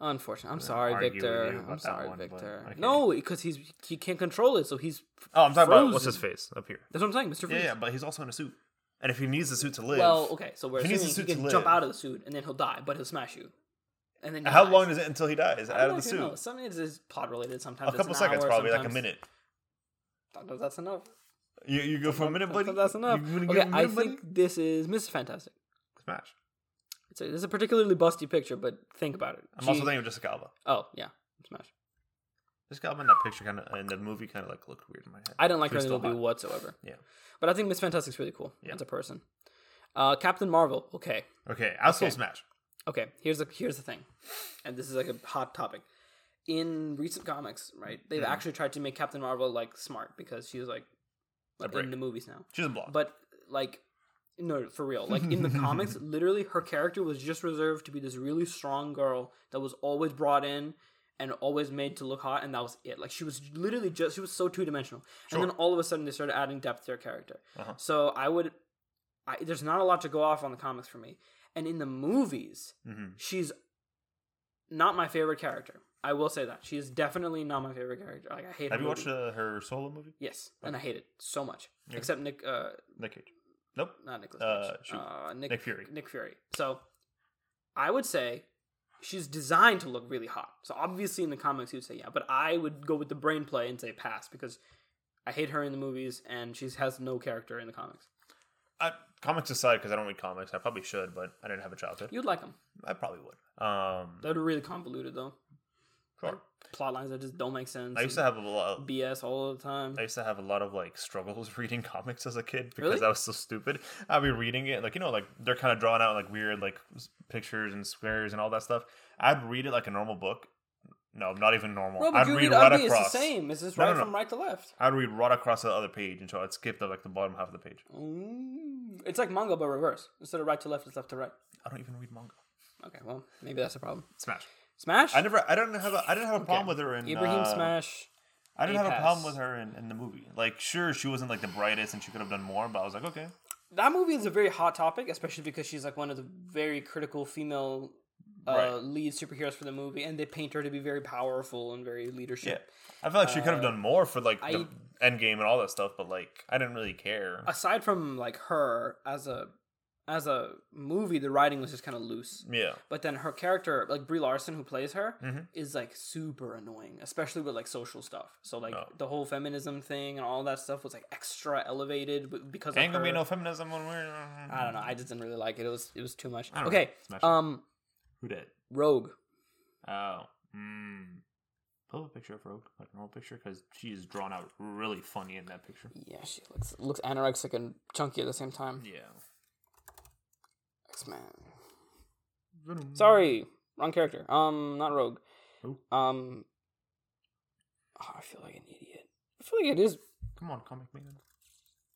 [SPEAKER 1] Unfortunately, I'm sorry,
[SPEAKER 2] argue with you
[SPEAKER 1] Victor.
[SPEAKER 2] about
[SPEAKER 1] I'm
[SPEAKER 2] that
[SPEAKER 1] sorry,
[SPEAKER 2] one, but
[SPEAKER 1] Victor.
[SPEAKER 2] okay.
[SPEAKER 1] No, because he's he can't control it, so he's.
[SPEAKER 2] Oh, I'm talking about what's
[SPEAKER 1] Frozen.
[SPEAKER 2] his face up here.
[SPEAKER 1] That's what I'm saying, Mr.
[SPEAKER 2] Yeah,
[SPEAKER 1] Freeze.
[SPEAKER 2] yeah, but he's also in a suit. And if he needs the suit to live,
[SPEAKER 1] Well, okay, so we're
[SPEAKER 2] He needs
[SPEAKER 1] assuming
[SPEAKER 2] the
[SPEAKER 1] he
[SPEAKER 2] suit to
[SPEAKER 1] can jump
[SPEAKER 2] live.
[SPEAKER 1] out of the suit and then he'll die, but he'll smash you. And then he
[SPEAKER 2] how
[SPEAKER 1] dies.
[SPEAKER 2] long is it until he dies
[SPEAKER 1] I
[SPEAKER 2] out of
[SPEAKER 1] don't
[SPEAKER 2] the
[SPEAKER 1] actually know.
[SPEAKER 2] suit?
[SPEAKER 1] Sometimes it's plot related. Sometimes
[SPEAKER 2] A couple
[SPEAKER 1] it's an
[SPEAKER 2] seconds,
[SPEAKER 1] hour,
[SPEAKER 2] probably like a
[SPEAKER 1] sometimes-
[SPEAKER 2] minute.
[SPEAKER 1] Sometimes that's enough.
[SPEAKER 2] You, you go for a minute, buddy.
[SPEAKER 1] Sometimes that's enough.
[SPEAKER 2] You wanna give
[SPEAKER 1] Okay,
[SPEAKER 2] him a
[SPEAKER 1] I
[SPEAKER 2] minute, buddy?
[SPEAKER 1] think this is Mrs. Fantastic.
[SPEAKER 2] Smash.
[SPEAKER 1] It's a, this is a particularly busty picture, but think about it.
[SPEAKER 2] I'm
[SPEAKER 1] She-
[SPEAKER 2] also thinking of Jessica Alba.
[SPEAKER 1] Oh yeah, smash.
[SPEAKER 2] Jessica Alba in that picture kind of in the movie kind of like looked weird in my head.
[SPEAKER 1] I didn't like
[SPEAKER 2] She
[SPEAKER 1] her
[SPEAKER 2] was
[SPEAKER 1] in the
[SPEAKER 2] still
[SPEAKER 1] movie
[SPEAKER 2] hot.
[SPEAKER 1] whatsoever.
[SPEAKER 2] Yeah.
[SPEAKER 1] But I think Miss Fantastic's really cool
[SPEAKER 2] Yeah.
[SPEAKER 1] as a person. Uh, Captain Marvel. Okay.
[SPEAKER 2] Okay, I'll still
[SPEAKER 1] Okay.
[SPEAKER 2] smash.
[SPEAKER 1] Okay. Here's the here's the thing, and this is like a hot topic. In recent comics, right, they've
[SPEAKER 2] Mhm.
[SPEAKER 1] actually tried to make Captain Marvel like smart because she's like
[SPEAKER 2] A
[SPEAKER 1] in
[SPEAKER 2] break.
[SPEAKER 1] the movies now.
[SPEAKER 2] She's a block.
[SPEAKER 1] But like, no, for real. Like in the comics, literally, her character was just reserved to be this really strong girl that was always brought in and always made to look hot, and that was it. Like she was literally just she was so two dimensional. And then all of a sudden, they started adding depth to her character.
[SPEAKER 2] Uh-huh.
[SPEAKER 1] So I would, I, there's not a lot to go off on the comics for me. And in the movies,
[SPEAKER 2] hmm
[SPEAKER 1] she's not my favorite character. I will say that she is definitely not my favorite character. Like I hate.
[SPEAKER 2] Have
[SPEAKER 1] her
[SPEAKER 2] you watched
[SPEAKER 1] movie.
[SPEAKER 2] uh, her solo movie?
[SPEAKER 1] Yes, and I hate it so much.
[SPEAKER 2] Yeah.
[SPEAKER 1] Except Nick, uh,
[SPEAKER 2] Nick Cage. Nope.
[SPEAKER 1] not Nicholas
[SPEAKER 2] Uh,
[SPEAKER 1] Cage,
[SPEAKER 2] shoot.
[SPEAKER 1] uh, Nick,
[SPEAKER 2] Nick Fury.
[SPEAKER 1] Nick Fury. So I would say she's designed to look really hot. So obviously in the comics you'd say yeah, but I would go with the brain play and say pass because I hate her in the movies and she has no character in the comics.
[SPEAKER 2] I, comics aside, because I don't read comics, I probably should, but I didn't have a childhood.
[SPEAKER 1] You'd like them.
[SPEAKER 2] I probably would. Um,
[SPEAKER 1] They're really convoluted though.
[SPEAKER 2] sure.
[SPEAKER 1] Plot lines that just don't make sense.
[SPEAKER 2] I used to have a lot.
[SPEAKER 1] BS all the time.
[SPEAKER 2] I used to have a lot of like struggles reading comics as a kid because
[SPEAKER 1] Really?
[SPEAKER 2] I was so stupid. I'd be reading it, like you know, like they're kind of drawing out like weird like s- pictures and squares and all that stuff. I'd read it like a normal book. No, not even normal.
[SPEAKER 1] Bro, but
[SPEAKER 2] I'd
[SPEAKER 1] you
[SPEAKER 2] read
[SPEAKER 1] read
[SPEAKER 2] right
[SPEAKER 1] ugly, it's the
[SPEAKER 2] across.
[SPEAKER 1] same. It's just
[SPEAKER 2] No,
[SPEAKER 1] right
[SPEAKER 2] no, no.
[SPEAKER 1] from right to left.
[SPEAKER 2] I'd read right across the other page until I'd skip the like the bottom half of the page.
[SPEAKER 1] Oh. Mm. It's like manga but reverse. Instead of right to left, it's left to right.
[SPEAKER 2] I don't even read manga.
[SPEAKER 1] Okay, well, maybe that's a problem.
[SPEAKER 2] Smash.
[SPEAKER 1] Smash?
[SPEAKER 2] I never. I don't have. A, I didn't have a problem with her in
[SPEAKER 1] Ibrahim
[SPEAKER 2] uh,
[SPEAKER 1] Smash.
[SPEAKER 2] I didn't have a
[SPEAKER 1] A-pass.
[SPEAKER 2] problem with her in, in the movie. Like, sure, she wasn't like the brightest and she could have done more, but I was like, okay,
[SPEAKER 1] That movie is a very hot topic, especially because she's like one of the very critical female uh,
[SPEAKER 2] Right.
[SPEAKER 1] lead superheroes for the movie, and they paint her to be very powerful and very
[SPEAKER 2] yeah.
[SPEAKER 1] leadership.
[SPEAKER 2] I feel like she could have done more for like the end game and all that stuff, but like, I didn't really care.
[SPEAKER 1] Aside from like her as a as a movie, the writing was just kind of loose.
[SPEAKER 2] yeah,
[SPEAKER 1] But then her character, like Brie Larson, who plays her,
[SPEAKER 2] Mhm.
[SPEAKER 1] is like super annoying, especially with like social stuff. So like
[SPEAKER 2] Oh.
[SPEAKER 1] the whole feminism thing and all that stuff was like extra elevated b- because
[SPEAKER 2] ain't
[SPEAKER 1] of
[SPEAKER 2] gonna
[SPEAKER 1] her.
[SPEAKER 2] be no feminism when we're.
[SPEAKER 1] I don't know. I just didn't really like it. It was it was too much.
[SPEAKER 2] I don't know.
[SPEAKER 1] Okay,
[SPEAKER 2] Smash it.
[SPEAKER 1] um,
[SPEAKER 2] Who did?
[SPEAKER 1] Rogue.
[SPEAKER 2] Oh, mm. pull up a picture of Rogue, like a normal picture, because she is drawn out really funny in that picture.
[SPEAKER 1] Yeah, she looks looks anorexic and chunky at the same time.
[SPEAKER 2] Yeah.
[SPEAKER 1] X Men. Sorry, wrong character. Um, not Rogue.
[SPEAKER 2] Who?
[SPEAKER 1] Um, oh, I feel like an idiot. I feel like it is.
[SPEAKER 2] Come on, comic man.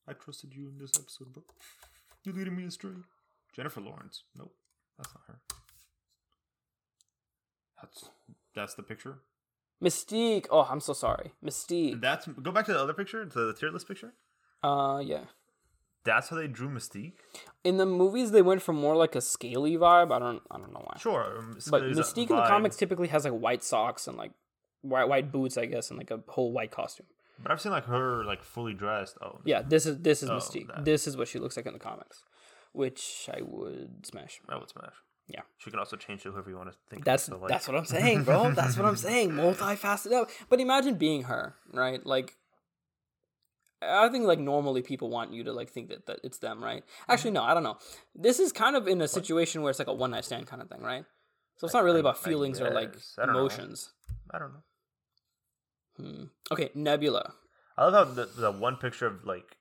[SPEAKER 2] I trusted you in this episode, bro. You're leading me astray. Jennifer Lawrence. Nope, that's not her. That's that's the picture.
[SPEAKER 1] Mystique. Oh, I'm so sorry. Mystique.
[SPEAKER 2] That's go back to the other picture, to the tier list picture.
[SPEAKER 1] Uh, yeah.
[SPEAKER 2] That's how they drew Mystique.
[SPEAKER 1] In the movies, they went for more like a scaly vibe. I don't. I don't know why.
[SPEAKER 2] Sure, um,
[SPEAKER 1] But
[SPEAKER 2] there's a
[SPEAKER 1] Mystique in the
[SPEAKER 2] vibe,
[SPEAKER 1] comics typically has like white socks and like white white boots, I guess, and like a whole white costume.
[SPEAKER 2] But I've seen like her like fully dressed. Oh,
[SPEAKER 1] Yeah, this is this is
[SPEAKER 2] Oh,
[SPEAKER 1] Mystique.
[SPEAKER 2] that.
[SPEAKER 1] This is what she looks like in the comics, which I would smash.
[SPEAKER 2] that would smash.
[SPEAKER 1] Yeah.
[SPEAKER 2] she can also change to whoever you want to think.
[SPEAKER 1] That's
[SPEAKER 2] so, like,
[SPEAKER 1] that's what I'm saying, bro. that's what I'm saying. Multifaceted up. But imagine being her, right? Like I think like normally people want you to like think that, that it's them, right? Actually no, I don't know. This is kind of in a situation where it's like a one night stand kind of thing, right? So it's not really
[SPEAKER 2] I-
[SPEAKER 1] about
[SPEAKER 2] I
[SPEAKER 1] feelings or like
[SPEAKER 2] guess. I don't know.
[SPEAKER 1] emotions.
[SPEAKER 2] I don't know.
[SPEAKER 1] Hmm. Okay, Nebula.
[SPEAKER 2] I love how the, the one picture of like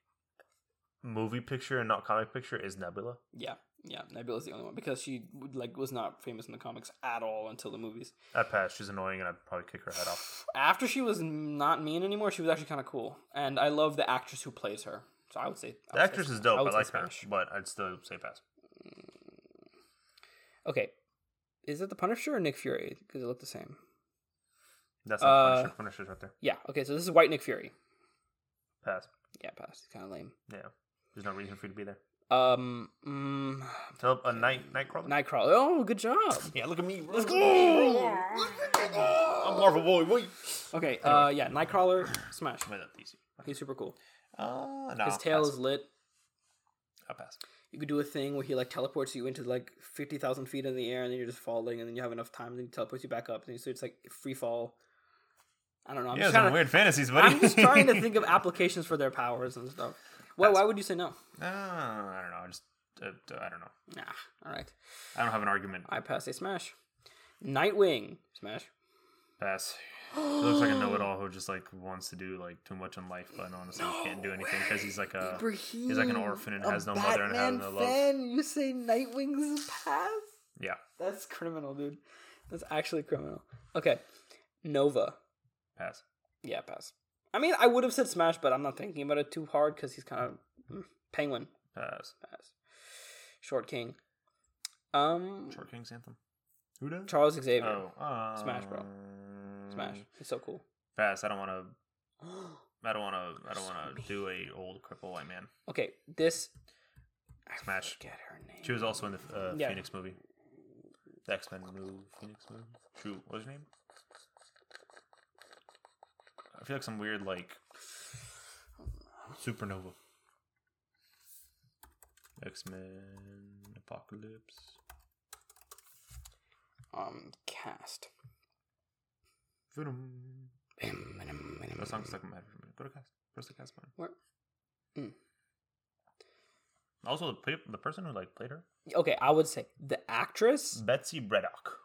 [SPEAKER 2] movie picture and not comic picture is Nebula.
[SPEAKER 1] Yeah. Yeah, Nebula's the only one because she would, like was not famous in the comics at all until the movies.
[SPEAKER 2] I pass. She's annoying, and I'd probably kick her head off.
[SPEAKER 1] After she was not mean anymore, she was actually kind of cool, and I love the actress who plays her. So I would say I
[SPEAKER 2] The
[SPEAKER 1] would say
[SPEAKER 2] actress is
[SPEAKER 1] Smash.
[SPEAKER 2] dope. I,
[SPEAKER 1] would say
[SPEAKER 2] like her,
[SPEAKER 1] Smash.
[SPEAKER 2] but I'd still say pass.
[SPEAKER 1] Okay. Is it the Punisher or Nick Fury? Because they look the same.
[SPEAKER 2] That's not
[SPEAKER 1] Uh,
[SPEAKER 2] Punisher. Punisher's right there.
[SPEAKER 1] Yeah. Okay. So this is White Nick Fury.
[SPEAKER 2] Pass.
[SPEAKER 1] Yeah, pass. Kind of lame.
[SPEAKER 2] Yeah. There's no reason for you to be there.
[SPEAKER 1] Um, mm, I'm
[SPEAKER 2] Tell a night nightcrawler.
[SPEAKER 1] Nightcrawler. Oh, good job.
[SPEAKER 2] Yeah, look at me. Let's go. I'm Marvel boy. Wait.
[SPEAKER 1] Okay. Uh, yeah, Nightcrawler. Smash.
[SPEAKER 2] Wait, that's easy.
[SPEAKER 1] He's super cool.
[SPEAKER 2] Uh, no,
[SPEAKER 1] His tail is lit.
[SPEAKER 2] I'll pass.
[SPEAKER 1] You could do a thing where he like teleports you into like fifty thousand feet in the air, and then you're just falling, and then you have enough time, and then he teleports you back up, and so it's like free fall. I don't know. I'm
[SPEAKER 2] Yeah,
[SPEAKER 1] just
[SPEAKER 2] some
[SPEAKER 1] trying to,
[SPEAKER 2] weird fantasies, buddy.
[SPEAKER 1] I'm just trying to think of applications for their powers and stuff. Why? Why would you say no?
[SPEAKER 2] Uh, I don't know. I Just uh, uh, I don't know.
[SPEAKER 1] Nah. All right.
[SPEAKER 2] I don't have an argument.
[SPEAKER 1] I pass a smash. Nightwing smash.
[SPEAKER 2] Pass. It looks like a know-it-all who just like wants to do like too much in life, but honestly can't do anything because he's like a he's like an orphan and has no mother and has no love.
[SPEAKER 1] You say Nightwing's pass?
[SPEAKER 2] Yeah,
[SPEAKER 1] That's criminal, dude. That's actually criminal. Okay, Nova.
[SPEAKER 2] pass.
[SPEAKER 1] Yeah, pass. I mean, I would have said Smash, but I'm not thinking about it too hard because he's kind of mm, Penguin.
[SPEAKER 2] Pass.
[SPEAKER 1] Pass. Short King. Um,
[SPEAKER 2] Short King's anthem. Who does?
[SPEAKER 1] Charles Xavier.
[SPEAKER 2] Oh, uh,
[SPEAKER 1] Smash, bro. Smash. He's so cool.
[SPEAKER 2] Pass. I don't want to. I don't want to. I don't want to do a old cripple white man.
[SPEAKER 1] okay, this.
[SPEAKER 2] Smash.
[SPEAKER 1] Get her name.
[SPEAKER 2] She was also in the uh,
[SPEAKER 1] Yeah.
[SPEAKER 2] Phoenix movie. The X Men movie. Phoenix movie. Shoot, what was her name? I feel like some weird like supernova. X Men Apocalypse.
[SPEAKER 1] Um, cast.
[SPEAKER 2] Venom. That song stuck in my head for a minute. Go to cast. Press the cast button.
[SPEAKER 1] Where? Mm.
[SPEAKER 2] Also, the, pe- the person who like played her,
[SPEAKER 1] Okay, I would say the actress
[SPEAKER 2] Betsy Braddock.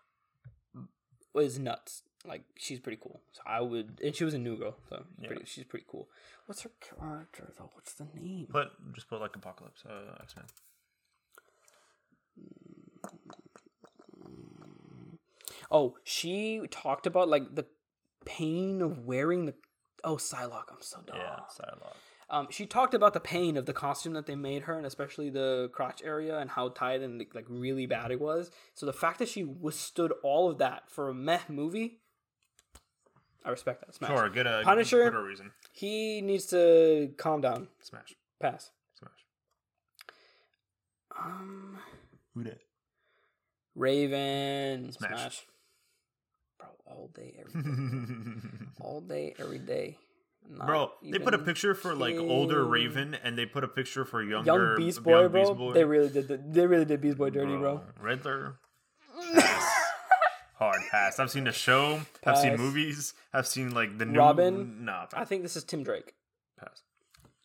[SPEAKER 1] was nuts. Like she's pretty cool. So I would, and she was a new girl, so she's
[SPEAKER 2] Yeah.
[SPEAKER 1] pretty, she's pretty cool. What's her character though? What's the name?
[SPEAKER 2] Put just put like Apocalypse. Uh, X Men.
[SPEAKER 1] Oh, she talked about like the pain of wearing the. Oh, Psylocke, I'm so dumb.
[SPEAKER 2] Yeah, Psylocke.
[SPEAKER 1] Um, she talked about the pain of the costume that they made her, and especially the crotch area and how tight and like really bad it was. So the fact that she withstood all of that for a meh movie, I respect that. Smash.
[SPEAKER 2] Sure, get a
[SPEAKER 1] Punisher.
[SPEAKER 2] Get a reason.
[SPEAKER 1] He needs to calm down.
[SPEAKER 2] Smash.
[SPEAKER 1] Pass.
[SPEAKER 2] Smash.
[SPEAKER 1] Um,
[SPEAKER 2] Who did?
[SPEAKER 1] Raven. Smash.
[SPEAKER 2] Smash.
[SPEAKER 1] Bro, all day, every all day, every day. Not
[SPEAKER 2] Bro, they put a
[SPEAKER 1] even
[SPEAKER 2] picture for like older
[SPEAKER 1] kidding.
[SPEAKER 2] Raven, and they put a picture for younger
[SPEAKER 1] Young Beast Boy,
[SPEAKER 2] young
[SPEAKER 1] bro.
[SPEAKER 2] Beast Boy.
[SPEAKER 1] They really did. The, they really did Beast Boy dirty, bro.
[SPEAKER 2] Riddler. Pass. Hard pass. I've seen the show. I've seen
[SPEAKER 1] Pass.
[SPEAKER 2] movies. I've seen like the new
[SPEAKER 1] Robin.
[SPEAKER 2] Nah, pass.
[SPEAKER 1] I think this is Tim Drake.
[SPEAKER 2] pass.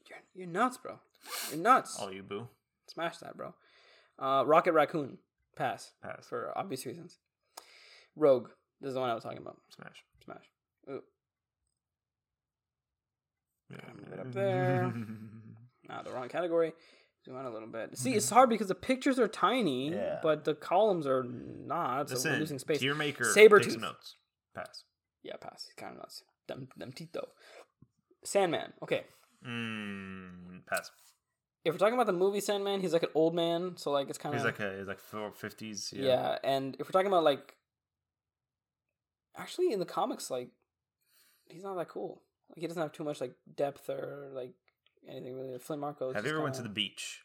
[SPEAKER 1] You're, you're nuts, bro. You're nuts.
[SPEAKER 2] All you boo.
[SPEAKER 1] Smash that, bro. Uh, Rocket Raccoon. Pass
[SPEAKER 2] Pass.
[SPEAKER 1] for obvious reasons. Rogue. This is the one I was talking about.
[SPEAKER 2] Smash.
[SPEAKER 1] Smash. Ooh,
[SPEAKER 2] Yeah.
[SPEAKER 1] move it up there. nah, the wrong category. Zoom out a little bit. See, it's hard because the pictures are tiny,
[SPEAKER 2] Mm-hmm. Yeah.
[SPEAKER 1] but the columns are not. So we're
[SPEAKER 2] Listen,
[SPEAKER 1] losing space.
[SPEAKER 2] Tear maker.
[SPEAKER 1] Sabretooth.
[SPEAKER 2] Take some notes. Pass.
[SPEAKER 1] yeah, pass. He's kind of nuts. Dem, dem Tito. Sandman. Okay.
[SPEAKER 2] Mm, pass.
[SPEAKER 1] If we're talking about the movie Sandman, he's like an old man, so like it's kind
[SPEAKER 2] He's
[SPEAKER 1] of
[SPEAKER 2] like a he's like four fifties.
[SPEAKER 1] Uh, yeah. And if we're talking about like, actually in the comics, like he's not that cool. Like he doesn't have too much like depth or like anything really. Flint Marco. is
[SPEAKER 2] Have you
[SPEAKER 1] just
[SPEAKER 2] ever went to the
[SPEAKER 1] kinda-
[SPEAKER 2] beach?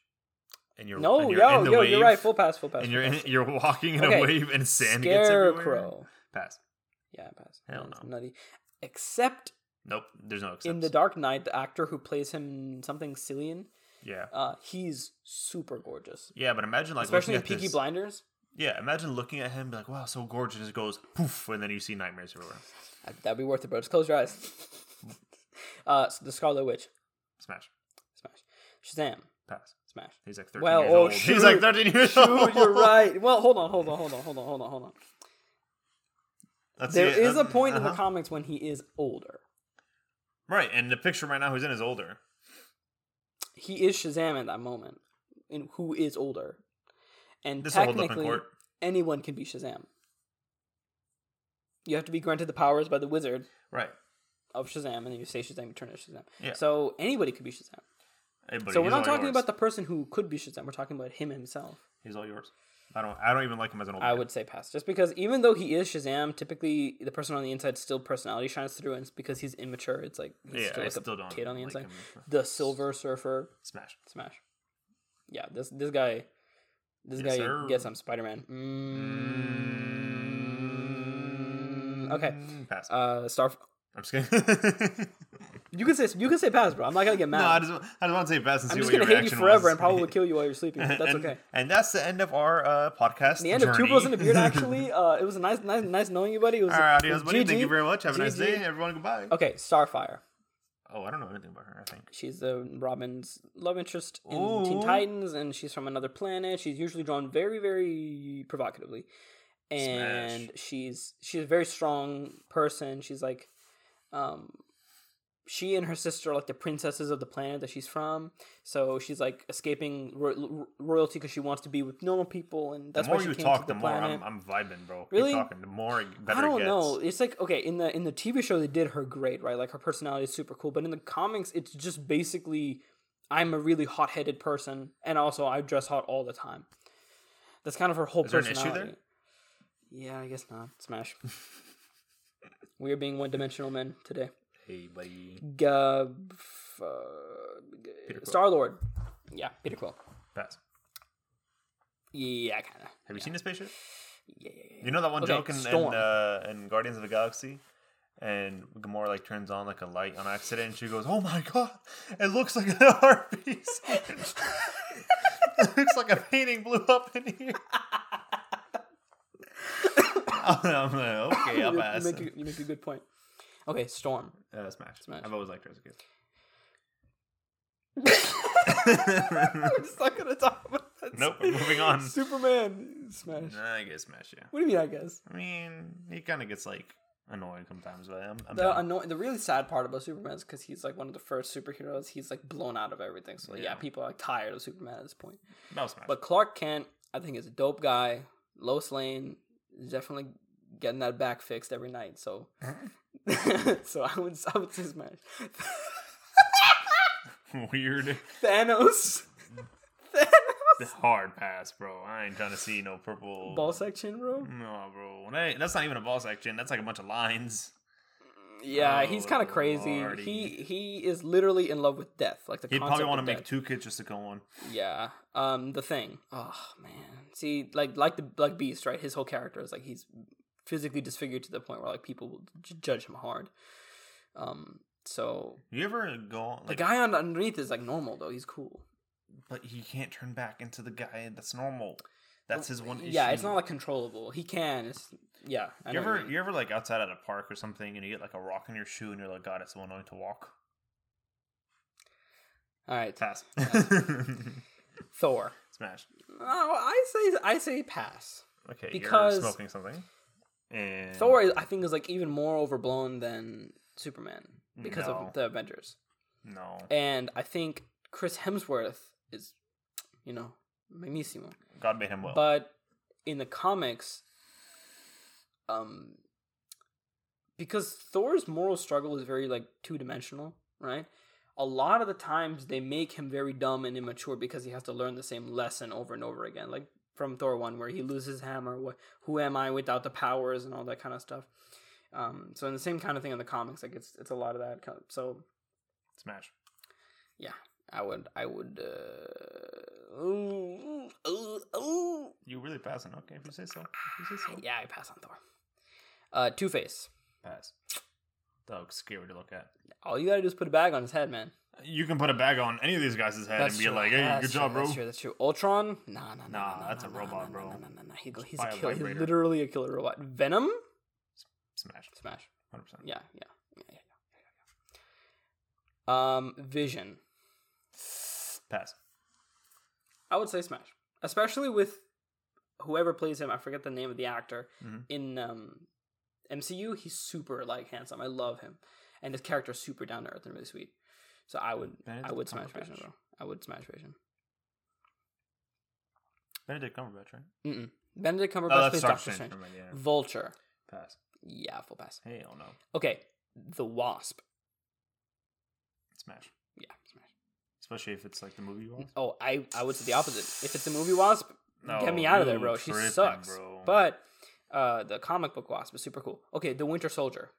[SPEAKER 2] And you're
[SPEAKER 1] No,
[SPEAKER 2] and you're
[SPEAKER 1] yo,
[SPEAKER 2] in the
[SPEAKER 1] yo,
[SPEAKER 2] wave,
[SPEAKER 1] you're right. Full pass, full pass.
[SPEAKER 2] and
[SPEAKER 1] full
[SPEAKER 2] you're in,
[SPEAKER 1] pass.
[SPEAKER 2] you're walking in
[SPEAKER 1] Okay.
[SPEAKER 2] a wave and sand gets everywhere.
[SPEAKER 1] Scarecrow.
[SPEAKER 2] Pass.
[SPEAKER 1] Yeah, pass.
[SPEAKER 2] Hell
[SPEAKER 1] That's
[SPEAKER 2] no.
[SPEAKER 1] Nutty. Except
[SPEAKER 2] Nope. There's no exceptions.
[SPEAKER 1] in the Dark Knight, the actor who plays him something Cillian,
[SPEAKER 2] yeah.
[SPEAKER 1] uh, he's super gorgeous.
[SPEAKER 2] Yeah, but imagine like
[SPEAKER 1] Especially in
[SPEAKER 2] looking at
[SPEAKER 1] Peaky
[SPEAKER 2] this.
[SPEAKER 1] Blinders.
[SPEAKER 2] Yeah, imagine looking at him and be like, wow, so gorgeous. It goes poof, and then you see nightmares everywhere.
[SPEAKER 1] Uh, That'd be worth it, bro. Just close your eyes. uh, so the Scarlet Witch.
[SPEAKER 2] Smash.
[SPEAKER 1] Smash. Shazam.
[SPEAKER 2] Pass.
[SPEAKER 1] Smash.
[SPEAKER 2] He's like 13
[SPEAKER 1] Well,
[SPEAKER 2] years
[SPEAKER 1] oh,
[SPEAKER 2] old. He's like
[SPEAKER 1] shoot.
[SPEAKER 2] 13 years
[SPEAKER 1] Dude,
[SPEAKER 2] old.
[SPEAKER 1] you're right. Well, hold on, hold on, hold on, hold on, hold on, hold on.
[SPEAKER 2] That's
[SPEAKER 1] There
[SPEAKER 2] it.
[SPEAKER 1] is a
[SPEAKER 2] That-
[SPEAKER 1] point in the
[SPEAKER 2] uh-huh.
[SPEAKER 1] comics when he is older.
[SPEAKER 2] Right, and the picture right now who's in is older.
[SPEAKER 1] He is Shazam at that moment, and who is older. And
[SPEAKER 2] This will hold up in
[SPEAKER 1] technically,
[SPEAKER 2] court.
[SPEAKER 1] anyone can be Shazam. You have to be granted the powers by the wizard
[SPEAKER 2] Right.
[SPEAKER 1] of Shazam, and then you say Shazam, you turn into Shazam.
[SPEAKER 2] Yeah.
[SPEAKER 1] So anybody could be Shazam.
[SPEAKER 2] Hey, buddy,
[SPEAKER 1] so we're
[SPEAKER 2] he's
[SPEAKER 1] not
[SPEAKER 2] all
[SPEAKER 1] talking
[SPEAKER 2] yours.
[SPEAKER 1] about the person who could be Shazam. We're talking about him himself.
[SPEAKER 2] He's all yours. I don't. I don't even like him as an old.
[SPEAKER 1] I
[SPEAKER 2] man.
[SPEAKER 1] would say pass, just because even though he is Shazam, typically the person on the inside still personality shines through, and it's because he's immature. It's like he's
[SPEAKER 2] Yeah,
[SPEAKER 1] still
[SPEAKER 2] I
[SPEAKER 1] like
[SPEAKER 2] still
[SPEAKER 1] a
[SPEAKER 2] don't
[SPEAKER 1] kid on the
[SPEAKER 2] like
[SPEAKER 1] inside.
[SPEAKER 2] him.
[SPEAKER 1] The Silver Surfer
[SPEAKER 2] Smash.
[SPEAKER 1] smash. Yeah, this this guy This
[SPEAKER 2] Yes,
[SPEAKER 1] guy
[SPEAKER 2] sir.
[SPEAKER 1] gets on Spider Man. Mm. Okay.
[SPEAKER 2] Pass.
[SPEAKER 1] Uh, Star.
[SPEAKER 2] I'm just kidding.
[SPEAKER 1] You can say you can say pass, bro. I'm not gonna get mad.
[SPEAKER 2] no, I just, I just want to say pass and
[SPEAKER 1] I'm
[SPEAKER 2] see
[SPEAKER 1] just
[SPEAKER 2] what
[SPEAKER 1] gonna
[SPEAKER 2] your
[SPEAKER 1] hate you
[SPEAKER 2] reaction
[SPEAKER 1] forever
[SPEAKER 2] was.
[SPEAKER 1] and probably kill you while you're sleeping. But that's
[SPEAKER 2] and,
[SPEAKER 1] okay.
[SPEAKER 2] And that's the end of our uh, podcast.
[SPEAKER 1] The end of Two
[SPEAKER 2] journey.
[SPEAKER 1] Bros in a Beard. Actually, uh, it was a nice, nice, nice knowing you, buddy. It was,
[SPEAKER 2] All right, adios,
[SPEAKER 1] it was
[SPEAKER 2] buddy. Thank
[SPEAKER 1] GG.
[SPEAKER 2] you very much. Have a nice
[SPEAKER 1] GG.
[SPEAKER 2] day, everyone. Goodbye.
[SPEAKER 1] Okay, Starfire.
[SPEAKER 2] Oh, I don't know anything about her. I think.
[SPEAKER 1] She's the Robin's love interest in
[SPEAKER 2] Ooh.
[SPEAKER 1] Teen Titans, and she's from another planet. She's usually drawn very, very provocatively, and she's she's a very strong person. She's like, um, she and her sister are like the princesses of the planet that she's from. So she's like escaping ro- ro- royalty because she wants to be with normal people, and that's
[SPEAKER 2] the more
[SPEAKER 1] why she
[SPEAKER 2] you
[SPEAKER 1] came
[SPEAKER 2] talk,
[SPEAKER 1] to the,
[SPEAKER 2] the, more
[SPEAKER 1] planet.
[SPEAKER 2] I'm, I'm vibing, bro. Keep
[SPEAKER 1] Really?
[SPEAKER 2] talking. The more it better
[SPEAKER 1] I don't
[SPEAKER 2] it gets.
[SPEAKER 1] know. It's like okay, in the in the TV show they did her great, right? Like her personality is super cool, but in the comics it's just basically I'm a really hot-headed person and also I dress hot all the time. That's kind of her whole
[SPEAKER 2] Is there an issue
[SPEAKER 1] personality. Yeah, I guess not. Smash. we are being one-dimensional men today.
[SPEAKER 2] Hey, buddy.
[SPEAKER 1] G- uh, f- uh,
[SPEAKER 2] Peter Quill.
[SPEAKER 1] Star-Lord. Yeah, Peter Quill.
[SPEAKER 2] Pass.
[SPEAKER 1] Yeah, kind of.
[SPEAKER 2] Have you seen a spaceship?
[SPEAKER 1] Yeah, yeah, yeah.
[SPEAKER 2] You know that one
[SPEAKER 1] Okay,
[SPEAKER 2] joke in, in,
[SPEAKER 1] Storm.
[SPEAKER 2] uh, in Guardians of the Galaxy, and Gamora like turns on like a light on accident, and she goes, "Oh my god, it looks like an art piece. it looks like a painting blew up in here." I'm like, okay, I'll
[SPEAKER 1] You-
[SPEAKER 2] pass.
[SPEAKER 1] you, make a, you make a good point. Okay, Storm.
[SPEAKER 2] Uh, smash.
[SPEAKER 1] Smash.
[SPEAKER 2] I've always liked her as a kid.
[SPEAKER 1] We're just not gonna talk about that.
[SPEAKER 2] Nope, we're moving on.
[SPEAKER 1] Superman smash.
[SPEAKER 2] Nah, I guess smash. Yeah.
[SPEAKER 1] What do you mean? I guess
[SPEAKER 2] I mean, he kind of gets like annoyed sometimes, but I'm, I'm
[SPEAKER 1] the
[SPEAKER 2] down.
[SPEAKER 1] anno- the really sad part about Superman is because he's like one of the first superheroes. He's like blown out of everything. So like, yeah.
[SPEAKER 2] Yeah.
[SPEAKER 1] people are like tired of Superman at this point.
[SPEAKER 2] I'll smash.
[SPEAKER 1] But Clark Kent, I think, is a dope guy. Lois Lane is definitely getting that back fixed every night. So, so I would I would say smash.
[SPEAKER 2] Weird.
[SPEAKER 1] Thanos. Thanos.
[SPEAKER 2] Hard pass, bro. I ain't trying to see no purple.
[SPEAKER 1] Ball section, bro.
[SPEAKER 2] No, bro. That- That's not even a ball section. That's like a bunch of lines.
[SPEAKER 1] Yeah, he's
[SPEAKER 2] Oh,
[SPEAKER 1] kind of crazy.
[SPEAKER 2] lordy.
[SPEAKER 1] He he is literally in love with death, like the
[SPEAKER 2] He'd probably want to make
[SPEAKER 1] two.
[SPEAKER 2] two kids just to go on.
[SPEAKER 1] Yeah. Um, the thing. Oh man. See, like like the like Beast, right? His whole character is like he's physically disfigured to the point where like people will j- judge him hard. Um. So
[SPEAKER 2] You ever go on,
[SPEAKER 1] the
[SPEAKER 2] like,
[SPEAKER 1] guy on underneath is like normal though. He's cool.
[SPEAKER 2] but he can't turn back into the guy that's normal. That's his one issue.
[SPEAKER 1] Oh, Yeah, it's not like controllable. He can. It's yeah. I
[SPEAKER 2] You
[SPEAKER 1] know what
[SPEAKER 2] ever,
[SPEAKER 1] you mean.
[SPEAKER 2] you ever like outside at a park or something, and you get like a rock in your shoe, and you're like, "God, it's so annoying to walk."
[SPEAKER 1] All right.
[SPEAKER 2] Pass.
[SPEAKER 1] Thor.
[SPEAKER 2] Smash.
[SPEAKER 1] Oh, I say I say pass.
[SPEAKER 2] Okay,
[SPEAKER 1] Because-
[SPEAKER 2] you're smoking something. And
[SPEAKER 1] Thor, is, I think, is like even more overblown than Superman because
[SPEAKER 2] No.
[SPEAKER 1] of the Avengers.
[SPEAKER 2] No,
[SPEAKER 1] And I think Chris Hemsworth is, you know, memissimo.
[SPEAKER 2] God made him well.
[SPEAKER 1] But in the comics, um, because Thor's moral struggle is very like two dimensional, right? A lot of the times they make him very dumb and immature because he has to learn the same lesson over and over again, like from Thor one, where he loses hammer, what, who am I without the powers, and all that kind of stuff. Um, so in the same kind of thing in the comics, like it's it's a lot of that. kind of- So
[SPEAKER 2] Smash.
[SPEAKER 1] yeah, I would I would. Uh, ooh, ooh, ooh.
[SPEAKER 2] You really passing? Okay, if you say so. If you say so.
[SPEAKER 1] Yeah, I pass on Thor. Uh, Two Face.
[SPEAKER 2] Pass. That looks scary to look at.
[SPEAKER 1] All you gotta do is put a bag on his head, man.
[SPEAKER 2] You can put a bag on any of these guys' head and be like, "Hey,
[SPEAKER 1] That's
[SPEAKER 2] good
[SPEAKER 1] true,
[SPEAKER 2] job, bro."
[SPEAKER 1] That's true. That's true. Ultron. Nah, nah, nah.
[SPEAKER 2] Nah,
[SPEAKER 1] nah, nah,
[SPEAKER 2] that's a
[SPEAKER 1] nah,
[SPEAKER 2] robot,
[SPEAKER 1] nah,
[SPEAKER 2] bro.
[SPEAKER 1] Nah, nah, nah, nah. He go, he's
[SPEAKER 2] Buy
[SPEAKER 1] a
[SPEAKER 2] a
[SPEAKER 1] killer. He's
[SPEAKER 2] vibrator.
[SPEAKER 1] literally a killer robot. Venom.
[SPEAKER 2] Smash.
[SPEAKER 1] Smash.
[SPEAKER 2] Hundred percent.
[SPEAKER 1] Yeah, yeah, yeah, yeah, yeah, yeah. Um, Vision.
[SPEAKER 2] Pass.
[SPEAKER 1] I would say Smash, especially with whoever plays him. I forget the name of the actor
[SPEAKER 2] Mhm.
[SPEAKER 1] in um, MCU. He's super like handsome. I love him, and his character is super down to earth and really sweet. So I would,
[SPEAKER 2] Benedict
[SPEAKER 1] I would smash
[SPEAKER 2] Cumberbatch.
[SPEAKER 1] Vision, bro. I would smash Vision.
[SPEAKER 2] Benedict Cumberbatch, right?
[SPEAKER 1] Mm-mm. Benedict Cumberbatch
[SPEAKER 2] Oh, that's
[SPEAKER 1] plays
[SPEAKER 2] Doctor
[SPEAKER 1] Doctor
[SPEAKER 2] Strange.
[SPEAKER 1] Strange.
[SPEAKER 2] Never mind, yeah.
[SPEAKER 1] Vulture.
[SPEAKER 2] Pass.
[SPEAKER 1] Yeah, full pass.
[SPEAKER 2] Hell no.
[SPEAKER 1] Okay, the Wasp.
[SPEAKER 2] Smash.
[SPEAKER 1] Yeah, smash.
[SPEAKER 2] Especially if it's like the movie you watch.
[SPEAKER 1] Oh, I, I would say the opposite. If it's the movie Wasp,
[SPEAKER 2] No,
[SPEAKER 1] get me out of there,
[SPEAKER 2] you
[SPEAKER 1] bro. She
[SPEAKER 2] tripping,
[SPEAKER 1] sucks.
[SPEAKER 2] bro.
[SPEAKER 1] But uh, the comic book Wasp is super cool. Okay, the Winter Soldier.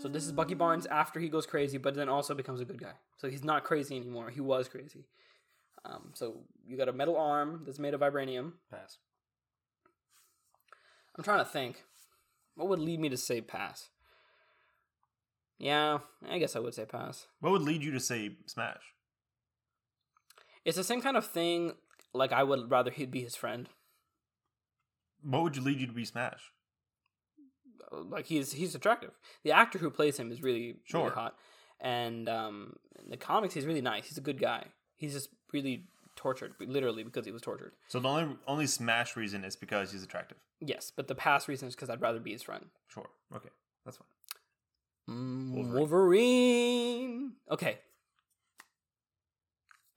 [SPEAKER 1] So this is Bucky Barnes after he goes crazy, but then also becomes a good guy. So he's not crazy anymore. He was crazy. Um, so you got a metal arm that's made of vibranium.
[SPEAKER 3] Pass.
[SPEAKER 1] I'm trying to think. What would lead me to say pass? Yeah, I guess I would say pass.
[SPEAKER 2] What would lead you to say smash?
[SPEAKER 1] It's the same kind of thing. Like I would rather he'd be his friend.
[SPEAKER 2] What would you lead you to be smash?
[SPEAKER 1] Like he's he's attractive. The actor who plays him is really
[SPEAKER 2] Sure.
[SPEAKER 1] really hot, and um, in the comics he's really nice. He's a good guy. He's just really tortured, literally because he was tortured.
[SPEAKER 2] So the only only smash reason is because he's attractive.
[SPEAKER 1] Yes, but the past reason is because I'd rather be his friend.
[SPEAKER 2] Sure. Okay. That's fine.
[SPEAKER 1] Mm,
[SPEAKER 2] Wolverine.
[SPEAKER 1] Wolverine. Okay.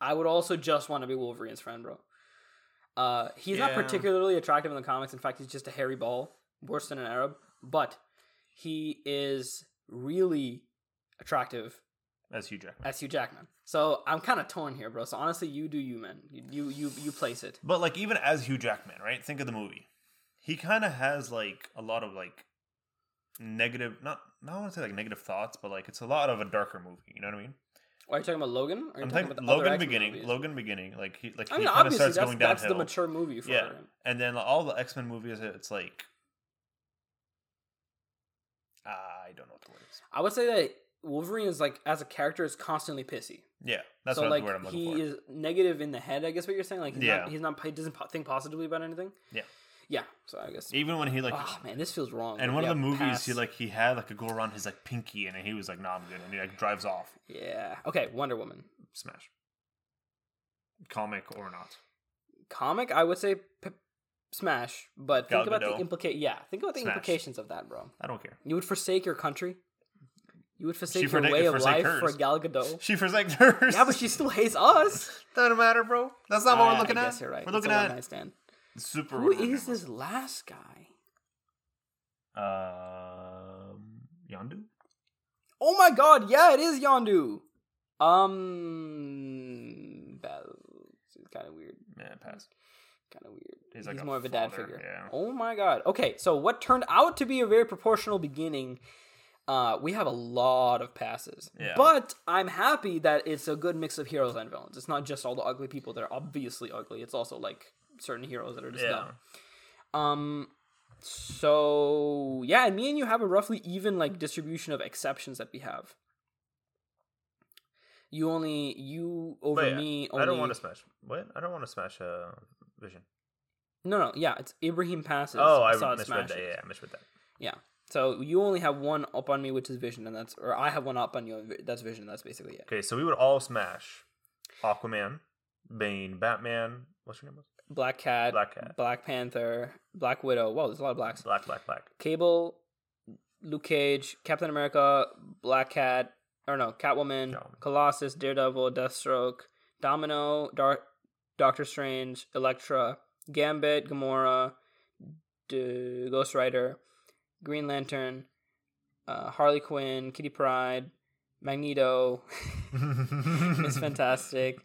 [SPEAKER 1] I would also just want to be Wolverine's friend, bro. Uh, he's not
[SPEAKER 2] Yeah.
[SPEAKER 1] particularly attractive in the comics. In fact, he's just a hairy ball, worse than an Arab. But he is really attractive
[SPEAKER 2] That's Hugh Jackman.
[SPEAKER 1] as Hugh Jackman. So I'm kind of torn here, bro. So honestly, you do you, man. You you you, you place it.
[SPEAKER 2] But like even as Hugh Jackman, right? Think of the movie. He kind of has like a lot of like negative, not not I want to say like negative thoughts, but like it's a lot of a darker movie. You know what I mean?
[SPEAKER 1] Are you talking about Logan? Or are you
[SPEAKER 2] I'm
[SPEAKER 1] talking
[SPEAKER 2] thinking
[SPEAKER 1] about the other
[SPEAKER 2] Logan
[SPEAKER 1] X-Men
[SPEAKER 2] beginning,
[SPEAKER 1] movies?
[SPEAKER 2] Logan beginning, like he like
[SPEAKER 1] I
[SPEAKER 2] he
[SPEAKER 1] mean,
[SPEAKER 2] kind of
[SPEAKER 1] obviously,
[SPEAKER 2] starts
[SPEAKER 1] that's,
[SPEAKER 2] going
[SPEAKER 1] that's the
[SPEAKER 2] downhill.
[SPEAKER 1] mature movie for
[SPEAKER 2] Yeah.
[SPEAKER 1] him.
[SPEAKER 2] and then all the X Men movies, it's like I don't know what the word is.
[SPEAKER 1] I would say that Wolverine is like as a character is constantly pissy.
[SPEAKER 2] Yeah, that's
[SPEAKER 1] so
[SPEAKER 2] what
[SPEAKER 1] like
[SPEAKER 2] the word I'm looking
[SPEAKER 1] he
[SPEAKER 2] for.
[SPEAKER 1] is negative in the head. I guess what you're saying. Like he's
[SPEAKER 2] Yeah.
[SPEAKER 1] not he's not he doesn't po- think positively about anything.
[SPEAKER 2] Yeah.
[SPEAKER 1] Yeah. So I guess.
[SPEAKER 2] Even when he like.
[SPEAKER 1] oh man, this feels wrong.
[SPEAKER 2] and one
[SPEAKER 1] Yeah,
[SPEAKER 2] of the movies,
[SPEAKER 1] pass.
[SPEAKER 2] he like he had like a go around his like pinky, and he was like, "Nah, I'm good," and he like drives off.
[SPEAKER 1] Yeah. Okay. Wonder Woman
[SPEAKER 2] Smash. Comic or not.
[SPEAKER 1] comic. I would say p- smash, but
[SPEAKER 2] Gal
[SPEAKER 1] think about the
[SPEAKER 2] Gadot.
[SPEAKER 1] implicate. Yeah. Think about the
[SPEAKER 2] Smash.
[SPEAKER 1] implications of that, bro.
[SPEAKER 2] I don't care.
[SPEAKER 1] You would forsake your country. You would forsake your
[SPEAKER 2] forda-
[SPEAKER 1] way of
[SPEAKER 2] forsake
[SPEAKER 1] life
[SPEAKER 2] hers.
[SPEAKER 1] for Gal Gadot.
[SPEAKER 2] She forsaked hers.
[SPEAKER 1] yeah, but she still hates us. Uh,
[SPEAKER 2] doesn't matter, bro. That's not what
[SPEAKER 1] I-
[SPEAKER 2] we're looking
[SPEAKER 1] I
[SPEAKER 2] at.
[SPEAKER 1] guess you're right.
[SPEAKER 2] We're
[SPEAKER 1] It's
[SPEAKER 2] looking
[SPEAKER 1] a one
[SPEAKER 2] at
[SPEAKER 1] night stand.
[SPEAKER 2] super.
[SPEAKER 1] Who
[SPEAKER 2] Wonder
[SPEAKER 1] is
[SPEAKER 2] Woman.
[SPEAKER 1] this last guy?
[SPEAKER 2] Um, Yondu.
[SPEAKER 1] Oh my god, yeah, it is Yondu. Um, that- it's kind of weird.
[SPEAKER 2] Yeah, pass.
[SPEAKER 1] Kind of weird.
[SPEAKER 2] He's
[SPEAKER 1] He's,
[SPEAKER 2] like a
[SPEAKER 1] more of a dad
[SPEAKER 2] father,
[SPEAKER 1] figure.
[SPEAKER 2] yeah.
[SPEAKER 1] Oh my god. Okay, so what turned out to be a very proportional beginning. Uh, we have a lot of passes,
[SPEAKER 2] Yeah.
[SPEAKER 1] but I'm happy that it's a good mix of heroes and villains. It's not just all the ugly people that are obviously ugly. It's also like certain heroes that are just
[SPEAKER 2] Yeah.
[SPEAKER 1] dumb. Um so yeah, and me and you have a roughly even like distribution of exceptions that we have. You only you over
[SPEAKER 2] Wait,
[SPEAKER 1] me only
[SPEAKER 2] I don't want to smash. What? I don't want to smash uh, Vision.
[SPEAKER 1] No no, yeah, it's Ibrahim passes.
[SPEAKER 2] Oh, I
[SPEAKER 1] Assad
[SPEAKER 2] misread
[SPEAKER 1] smashes.
[SPEAKER 2] that. Yeah, I misread that.
[SPEAKER 1] Yeah. So you only have one up on me which is vision and that's or I have one up on you and vi- that's vision, that's basically it.
[SPEAKER 2] Okay, so we would all smash Aquaman, Bane, Batman. What's your name? was?
[SPEAKER 1] Black Cat,
[SPEAKER 2] Black Cat.
[SPEAKER 1] Black Panther, Black Widow. Wow, there's a lot of blacks.
[SPEAKER 2] Black, black, black.
[SPEAKER 1] Cable, Luke Cage, Captain America, Black Cat, or no, Catwoman,
[SPEAKER 2] Catwoman.
[SPEAKER 1] Colossus, Daredevil, Deathstroke, Domino, Dark, Doctor Strange, Elektra, Gambit, Gamora, D- Ghost Rider, Green Lantern, uh, Harley Quinn, Kitty Pride, Magneto, Miss Fantastic,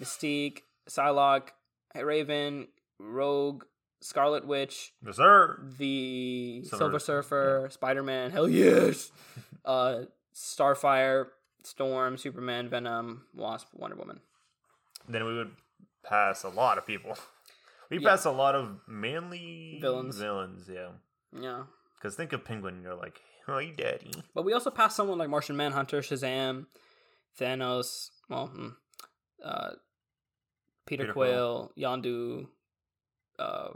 [SPEAKER 1] Mystique, Psylocke, Raven, Rogue, Scarlet Witch,
[SPEAKER 2] Yes, sir.
[SPEAKER 1] the
[SPEAKER 2] Silver-
[SPEAKER 1] Silver Surfer, Spider Man, hell yes, uh, Starfire, Storm, Superman, Venom, Wasp, Wonder Woman.
[SPEAKER 2] Then we would pass a lot of people. We
[SPEAKER 1] Yeah.
[SPEAKER 2] pass a lot of manly
[SPEAKER 1] Villains.
[SPEAKER 2] Villains, yeah.
[SPEAKER 1] Yeah,
[SPEAKER 2] Because think of Penguin, you're like, oh, you daddy.
[SPEAKER 1] but we also passed someone like Martian Manhunter, Shazam, Thanos, well, hmm, uh, Peter,
[SPEAKER 2] Peter
[SPEAKER 1] Quill, Yondu, uh,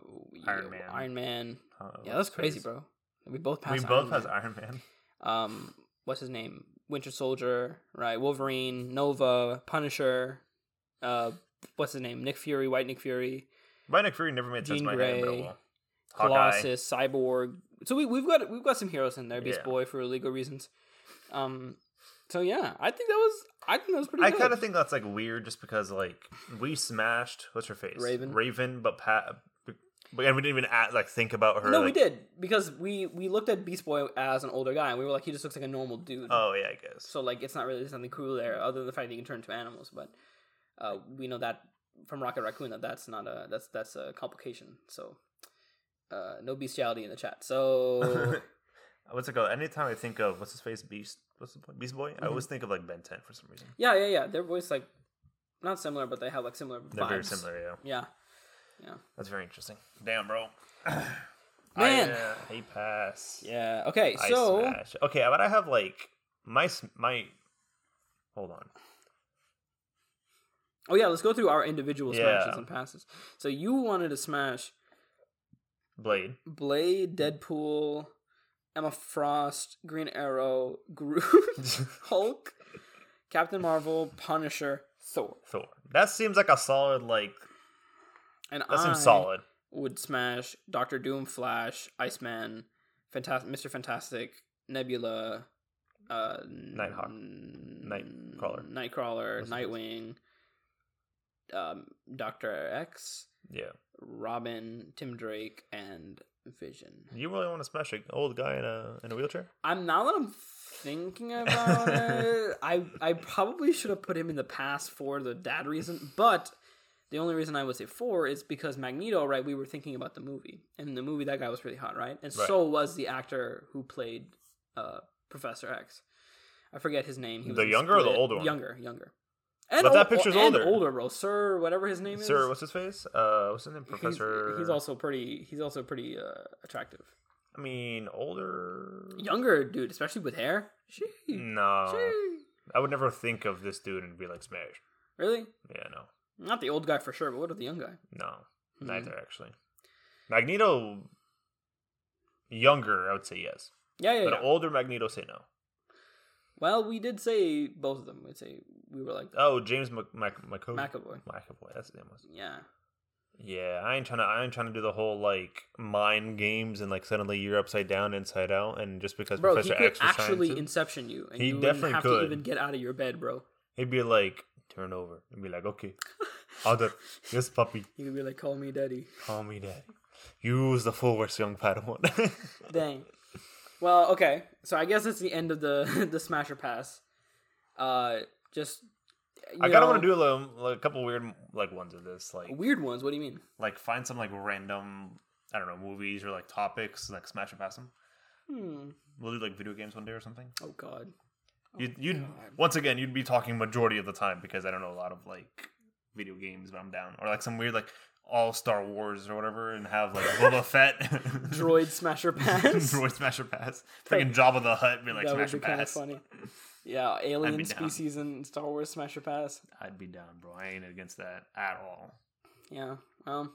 [SPEAKER 2] Iron Man.
[SPEAKER 1] Iron Man.
[SPEAKER 2] Uh,
[SPEAKER 1] Yeah, that's crazy,
[SPEAKER 2] crazy.
[SPEAKER 1] bro. We both
[SPEAKER 2] We
[SPEAKER 1] passed.
[SPEAKER 2] both
[SPEAKER 1] Iron Man.
[SPEAKER 2] pass Iron Man.
[SPEAKER 1] um what's his name winter soldier right wolverine nova punisher uh what's his name nick fury white nick fury
[SPEAKER 2] My Nick Fury never made sense in
[SPEAKER 1] Jean
[SPEAKER 2] my head, but oh
[SPEAKER 1] Grey,
[SPEAKER 2] well. Hawkeye.
[SPEAKER 1] colossus cyborg so we, we've got we've got some heroes in there beast
[SPEAKER 2] Yeah.
[SPEAKER 1] boy for legal reasons um so yeah i think that was i think that was pretty
[SPEAKER 2] I
[SPEAKER 1] good.
[SPEAKER 2] kind of think that's like weird, just because like we smashed what's her face
[SPEAKER 1] Raven.
[SPEAKER 2] Raven, but Pat, but and we didn't even at, like think about her.
[SPEAKER 1] no we
[SPEAKER 2] like-
[SPEAKER 1] did because we we looked at beast boy as an older guy and we were like he just looks like a normal dude
[SPEAKER 2] Oh yeah, I guess.
[SPEAKER 1] so like it's not really something cool
[SPEAKER 2] Mm-hmm.
[SPEAKER 1] there other than the fact that you can turn into animals but uh, we know that from rocket raccoon that that's not a that's that's a complication so uh, no bestiality in the chat so
[SPEAKER 2] what's it called? Anytime I think of
[SPEAKER 1] Mm-hmm.
[SPEAKER 2] what's his face Beast, what's the point? Beast Boy? I always think of like Ben Ten for some reason.
[SPEAKER 1] yeah yeah yeah their voice like not similar, but they have like similar
[SPEAKER 2] They're
[SPEAKER 1] vibes.
[SPEAKER 2] very similar, yeah.
[SPEAKER 1] Yeah,
[SPEAKER 2] That's very interesting. Damn, bro.
[SPEAKER 1] man.
[SPEAKER 2] I, uh, I pass.
[SPEAKER 1] yeah. Okay,
[SPEAKER 2] I
[SPEAKER 1] so
[SPEAKER 2] smash. Okay, but I have like my s- my. Hold on.
[SPEAKER 1] oh yeah, let's go through our individual
[SPEAKER 2] Yeah.
[SPEAKER 1] smashes and passes. So you wanted to smash
[SPEAKER 2] Blade.
[SPEAKER 1] Blade, Deadpool, Emma Frost, Green Arrow, Groot, Hulk, Captain Marvel, Punisher, Thor,
[SPEAKER 2] Thor. That seems like a solid like.
[SPEAKER 1] and
[SPEAKER 2] That
[SPEAKER 1] I
[SPEAKER 2] seems solid.
[SPEAKER 1] would smash Doctor Doom, Flash, Iceman, Fantastic, Mister Fantastic, Nebula, uh,
[SPEAKER 2] Nighthawk.
[SPEAKER 1] Nightcrawler,
[SPEAKER 2] Nightcrawler.
[SPEAKER 1] Nightcrawler,
[SPEAKER 2] Those
[SPEAKER 1] Nightwing, um, Doctor X,
[SPEAKER 2] Yeah.
[SPEAKER 1] Robin, Tim Drake, and Vision.
[SPEAKER 2] You really want to smash an old guy in a in a wheelchair?
[SPEAKER 1] I'm now that I'm thinking about it, I I probably should have put him in the past for the dad reason, but the only reason I would say four is because Magneto, right? We were thinking about the movie, and in the movie that guy was really hot, right? And
[SPEAKER 2] Right.
[SPEAKER 1] so was the actor who played uh, Professor X. I forget his name. He was
[SPEAKER 2] The
[SPEAKER 1] in
[SPEAKER 2] younger or the
[SPEAKER 1] Split.
[SPEAKER 2] older one?
[SPEAKER 1] Younger, younger. And
[SPEAKER 2] But that
[SPEAKER 1] ol-
[SPEAKER 2] picture's
[SPEAKER 1] and
[SPEAKER 2] older.
[SPEAKER 1] Older, bro. Sir, whatever his name is.
[SPEAKER 2] Sir, what's his face? Uh, what's his name?
[SPEAKER 1] He's-
[SPEAKER 2] Professor.
[SPEAKER 1] He's, also pretty. He's also pretty uh, attractive.
[SPEAKER 2] I mean, older.
[SPEAKER 1] Younger dude, especially with hair. She.
[SPEAKER 2] No,
[SPEAKER 1] She.
[SPEAKER 2] I would never think of this dude and be like smash.
[SPEAKER 1] Really?
[SPEAKER 2] Yeah, no,
[SPEAKER 1] Not the old guy for sure, but what of the young guy?
[SPEAKER 2] no,
[SPEAKER 1] Mm-hmm.
[SPEAKER 2] neither actually. Magneto, younger, I would say yes,
[SPEAKER 1] Yeah, yeah,
[SPEAKER 2] but
[SPEAKER 1] yeah.
[SPEAKER 2] older Magneto, say no.
[SPEAKER 1] well, we did say both of them. We'd say we were like
[SPEAKER 2] Oh, James Mc, Mc, McAvoy.
[SPEAKER 1] McAvoy.
[SPEAKER 2] McAvoy, that's his name was.
[SPEAKER 1] Yeah.
[SPEAKER 2] Yeah, I ain't trying to. I ain't trying to do the whole like mind games and like suddenly you're upside down, inside out, and just because
[SPEAKER 1] Bro,
[SPEAKER 2] Professor
[SPEAKER 1] he could
[SPEAKER 2] X was trying
[SPEAKER 1] actually
[SPEAKER 2] to,
[SPEAKER 1] inception you, and
[SPEAKER 2] He
[SPEAKER 1] you wouldn't
[SPEAKER 2] definitely
[SPEAKER 1] have to
[SPEAKER 2] could.
[SPEAKER 1] even get out of your bed, bro.
[SPEAKER 2] he'd be like, "Turn over," and be like, "Okay, other, yes, puppy,
[SPEAKER 1] You could be like, "Call me daddy."
[SPEAKER 2] call me daddy." Use the force, young Padawan.
[SPEAKER 1] Dang. Well, okay. So I guess it's the end of the the Smasher Pass. Uh, just
[SPEAKER 2] I kind of want to do a, little, like, a couple weird like ones of this, like
[SPEAKER 1] weird ones. What do you mean?
[SPEAKER 2] like find some like random I don't know movies or like topics and like smash and pass them.
[SPEAKER 1] Hmm.
[SPEAKER 2] We'll do like video games one day or something.
[SPEAKER 1] Oh God.
[SPEAKER 2] You'd, you'd
[SPEAKER 1] God.
[SPEAKER 2] once again you'd be talking majority of the time because I don't know a lot of like video games, but I'm down or like some weird like all Star Wars or whatever, and have like Boba Fett,
[SPEAKER 1] Droid Smasher Pass.
[SPEAKER 2] droid smasher pass, freaking Jabba the Hutt, be like
[SPEAKER 1] that would
[SPEAKER 2] smash
[SPEAKER 1] be
[SPEAKER 2] and
[SPEAKER 1] kind of
[SPEAKER 2] pass.
[SPEAKER 1] funny. Yeah, alien
[SPEAKER 2] down.
[SPEAKER 1] species in Star Wars Smasher Pass.
[SPEAKER 2] I'd be down, bro. I ain't against that at all.
[SPEAKER 1] Yeah. Well,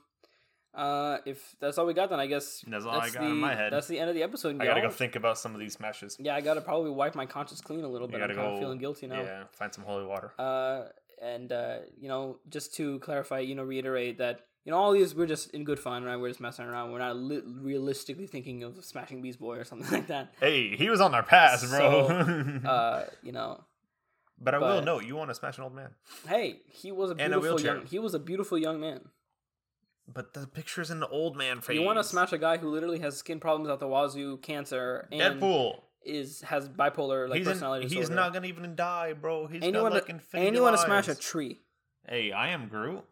[SPEAKER 1] uh, if that's all we got, then I guess
[SPEAKER 2] That's all I got in
[SPEAKER 1] the-
[SPEAKER 2] my head.
[SPEAKER 1] That's the end of the episode.
[SPEAKER 2] I gotta
[SPEAKER 1] y'all.
[SPEAKER 2] go think about some of these smashes.
[SPEAKER 1] yeah, I gotta probably wipe my conscience clean a little bit. I'm
[SPEAKER 2] gotta
[SPEAKER 1] kind of
[SPEAKER 2] go-
[SPEAKER 1] feeling guilty now.
[SPEAKER 2] Yeah, find some holy water.
[SPEAKER 1] Uh, and uh, you know, just to clarify, you know, reiterate that you know all these we're just in good fun, right? We're just messing around. We're not li- realistically thinking of smashing Beast Boy or something like that.
[SPEAKER 2] Hey, he was on our pass, bro. Mm-hmm.
[SPEAKER 1] Uh, you know,
[SPEAKER 2] but I will
[SPEAKER 1] but-
[SPEAKER 2] note you want to smash an old man.
[SPEAKER 1] hey, he was a
[SPEAKER 2] And a
[SPEAKER 1] beautiful
[SPEAKER 2] wheelchair.
[SPEAKER 1] young. He was a beautiful young man.
[SPEAKER 2] But the picture's in the old man face.
[SPEAKER 1] You want to smash a guy who literally has skin problems out the wazoo, cancer, and
[SPEAKER 2] Deadpool?
[SPEAKER 1] is has bipolar like
[SPEAKER 2] he's, in-
[SPEAKER 1] personality
[SPEAKER 2] he's
[SPEAKER 1] disorder.
[SPEAKER 2] not gonna even die, bro. He's
[SPEAKER 1] anyone
[SPEAKER 2] got like
[SPEAKER 1] to,
[SPEAKER 2] infinity.
[SPEAKER 1] and you want to
[SPEAKER 2] lives.
[SPEAKER 1] smash a tree.
[SPEAKER 2] Hey, I am Groot.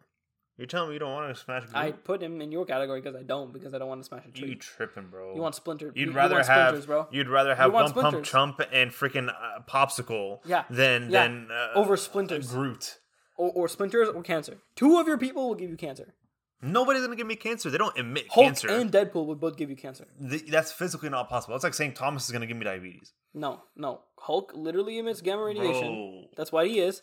[SPEAKER 2] You're telling me you don't want to smash Groot?
[SPEAKER 1] I put him in your category because I don't because I don't want to smash a tree.
[SPEAKER 2] Hmm? you
[SPEAKER 1] You,
[SPEAKER 2] tripping, bro?
[SPEAKER 1] want splinter? you-
[SPEAKER 2] You'd
[SPEAKER 1] you
[SPEAKER 2] rather
[SPEAKER 1] want
[SPEAKER 2] have
[SPEAKER 1] splinters, bro.
[SPEAKER 2] you'd rather have
[SPEAKER 1] want
[SPEAKER 2] Bump Pump
[SPEAKER 1] splinters.
[SPEAKER 2] Chump and freaking uh, popsicle
[SPEAKER 1] Yeah,
[SPEAKER 2] than
[SPEAKER 1] yeah. Oh.
[SPEAKER 2] than uh,
[SPEAKER 1] Over splinters.
[SPEAKER 2] Groot.
[SPEAKER 1] or, or splinters or cancer. Two of your people will give you cancer.
[SPEAKER 2] Nobody's gonna give me cancer. They don't emit
[SPEAKER 1] Hulk
[SPEAKER 2] cancer.
[SPEAKER 1] and Deadpool would both give you cancer.
[SPEAKER 2] Th- that's physically not possible. That's like saying Thomas is gonna give me diabetes.
[SPEAKER 1] No, no. Hulk literally emits gamma radiation.
[SPEAKER 2] Bro.
[SPEAKER 1] That's what he is.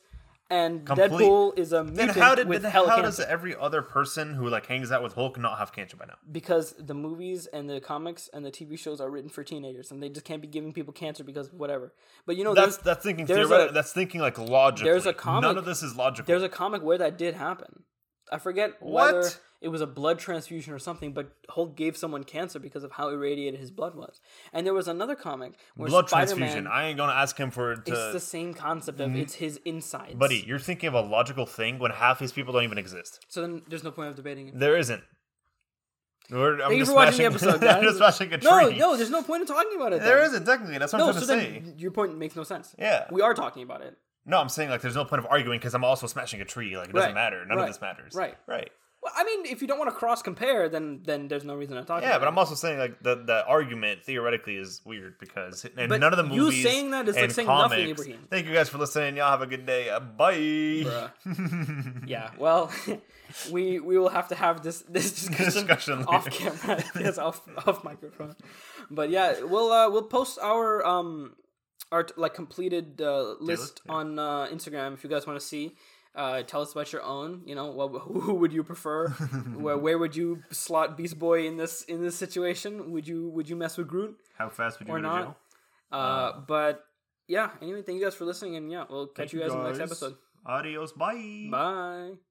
[SPEAKER 1] And
[SPEAKER 2] Complete.
[SPEAKER 1] Deadpool is a mutant
[SPEAKER 2] Then how did
[SPEAKER 1] with
[SPEAKER 2] then
[SPEAKER 1] hella
[SPEAKER 2] how
[SPEAKER 1] cancer.
[SPEAKER 2] does every other person who like hangs out with Hulk not have cancer by now?
[SPEAKER 1] because the movies and the comics and the TV shows are written for teenagers, and they just can't be giving people cancer because of whatever. But you know,
[SPEAKER 2] That's
[SPEAKER 1] there's,
[SPEAKER 2] that's thinking
[SPEAKER 1] there's
[SPEAKER 2] theoretic.
[SPEAKER 1] a-
[SPEAKER 2] that's thinking like logically.
[SPEAKER 1] there's a comic-
[SPEAKER 2] None of this is logical.
[SPEAKER 1] there's a comic where that did happen. I forget
[SPEAKER 2] What?
[SPEAKER 1] whether it was a blood transfusion or something, but Hulk gave someone cancer because of how irradiated his blood was. And there was another comic where
[SPEAKER 2] blood
[SPEAKER 1] Spider-Man.
[SPEAKER 2] transfusion. I ain't gonna ask him for it to. Mm-hmm.
[SPEAKER 1] it's the same concept of it's his insides,
[SPEAKER 2] Buddy, you're thinking of a logical thing when half these people don't even exist.
[SPEAKER 1] So then there's no point of debating it.
[SPEAKER 2] There isn't. We're, I'm
[SPEAKER 1] Thank you
[SPEAKER 2] just
[SPEAKER 1] for watching the
[SPEAKER 2] smashing-
[SPEAKER 1] episode,
[SPEAKER 2] I'm
[SPEAKER 1] guys.
[SPEAKER 2] just smashing a tree.
[SPEAKER 1] No, no, there's no point in talking about it.
[SPEAKER 2] there
[SPEAKER 1] then.
[SPEAKER 2] isn't technically. That's what
[SPEAKER 1] No,
[SPEAKER 2] I'm trying
[SPEAKER 1] so
[SPEAKER 2] to
[SPEAKER 1] then
[SPEAKER 2] say.
[SPEAKER 1] your point makes no sense.
[SPEAKER 2] Yeah.
[SPEAKER 1] we are talking about it.
[SPEAKER 2] No, I'm saying like there's no point of arguing because I'm also smashing a tree. Like it doesn't
[SPEAKER 1] Right,
[SPEAKER 2] matter. None
[SPEAKER 1] right,
[SPEAKER 2] of this matters.
[SPEAKER 1] right.
[SPEAKER 2] Right.
[SPEAKER 1] Well, I mean, if you don't want to cross compare, then then there's no reason to talk.
[SPEAKER 2] Yeah,
[SPEAKER 1] about
[SPEAKER 2] but
[SPEAKER 1] it.
[SPEAKER 2] I'm also saying like the the argument theoretically is weird because and
[SPEAKER 1] But
[SPEAKER 2] none of the
[SPEAKER 1] you
[SPEAKER 2] movies
[SPEAKER 1] saying that is like
[SPEAKER 2] and
[SPEAKER 1] saying nothing,
[SPEAKER 2] comics-
[SPEAKER 1] Ibrahim.
[SPEAKER 2] Thank you guys for listening. Y'all have a good day. Uh, Bye.
[SPEAKER 1] yeah. Well, we we will have to have this this discussion,
[SPEAKER 2] Discussion
[SPEAKER 1] off
[SPEAKER 2] later.
[SPEAKER 1] camera. yes, off off microphone. But yeah, we'll uh, we'll post our um our like completed uh, list
[SPEAKER 2] list, yeah.
[SPEAKER 1] on uh, Instagram if you guys want to see. Uh, tell us about your own. You know, what, who would you prefer? where, where would you slot Beast Boy in this in this situation? Would you would you mess with Groot?
[SPEAKER 2] How fast would you
[SPEAKER 1] Or
[SPEAKER 2] go to
[SPEAKER 1] not.
[SPEAKER 2] jail?
[SPEAKER 1] Uh, but yeah. Anyway, thank you guys for listening, and yeah, we'll catch you guys in the next episode.
[SPEAKER 2] Adios. Bye.
[SPEAKER 1] Bye.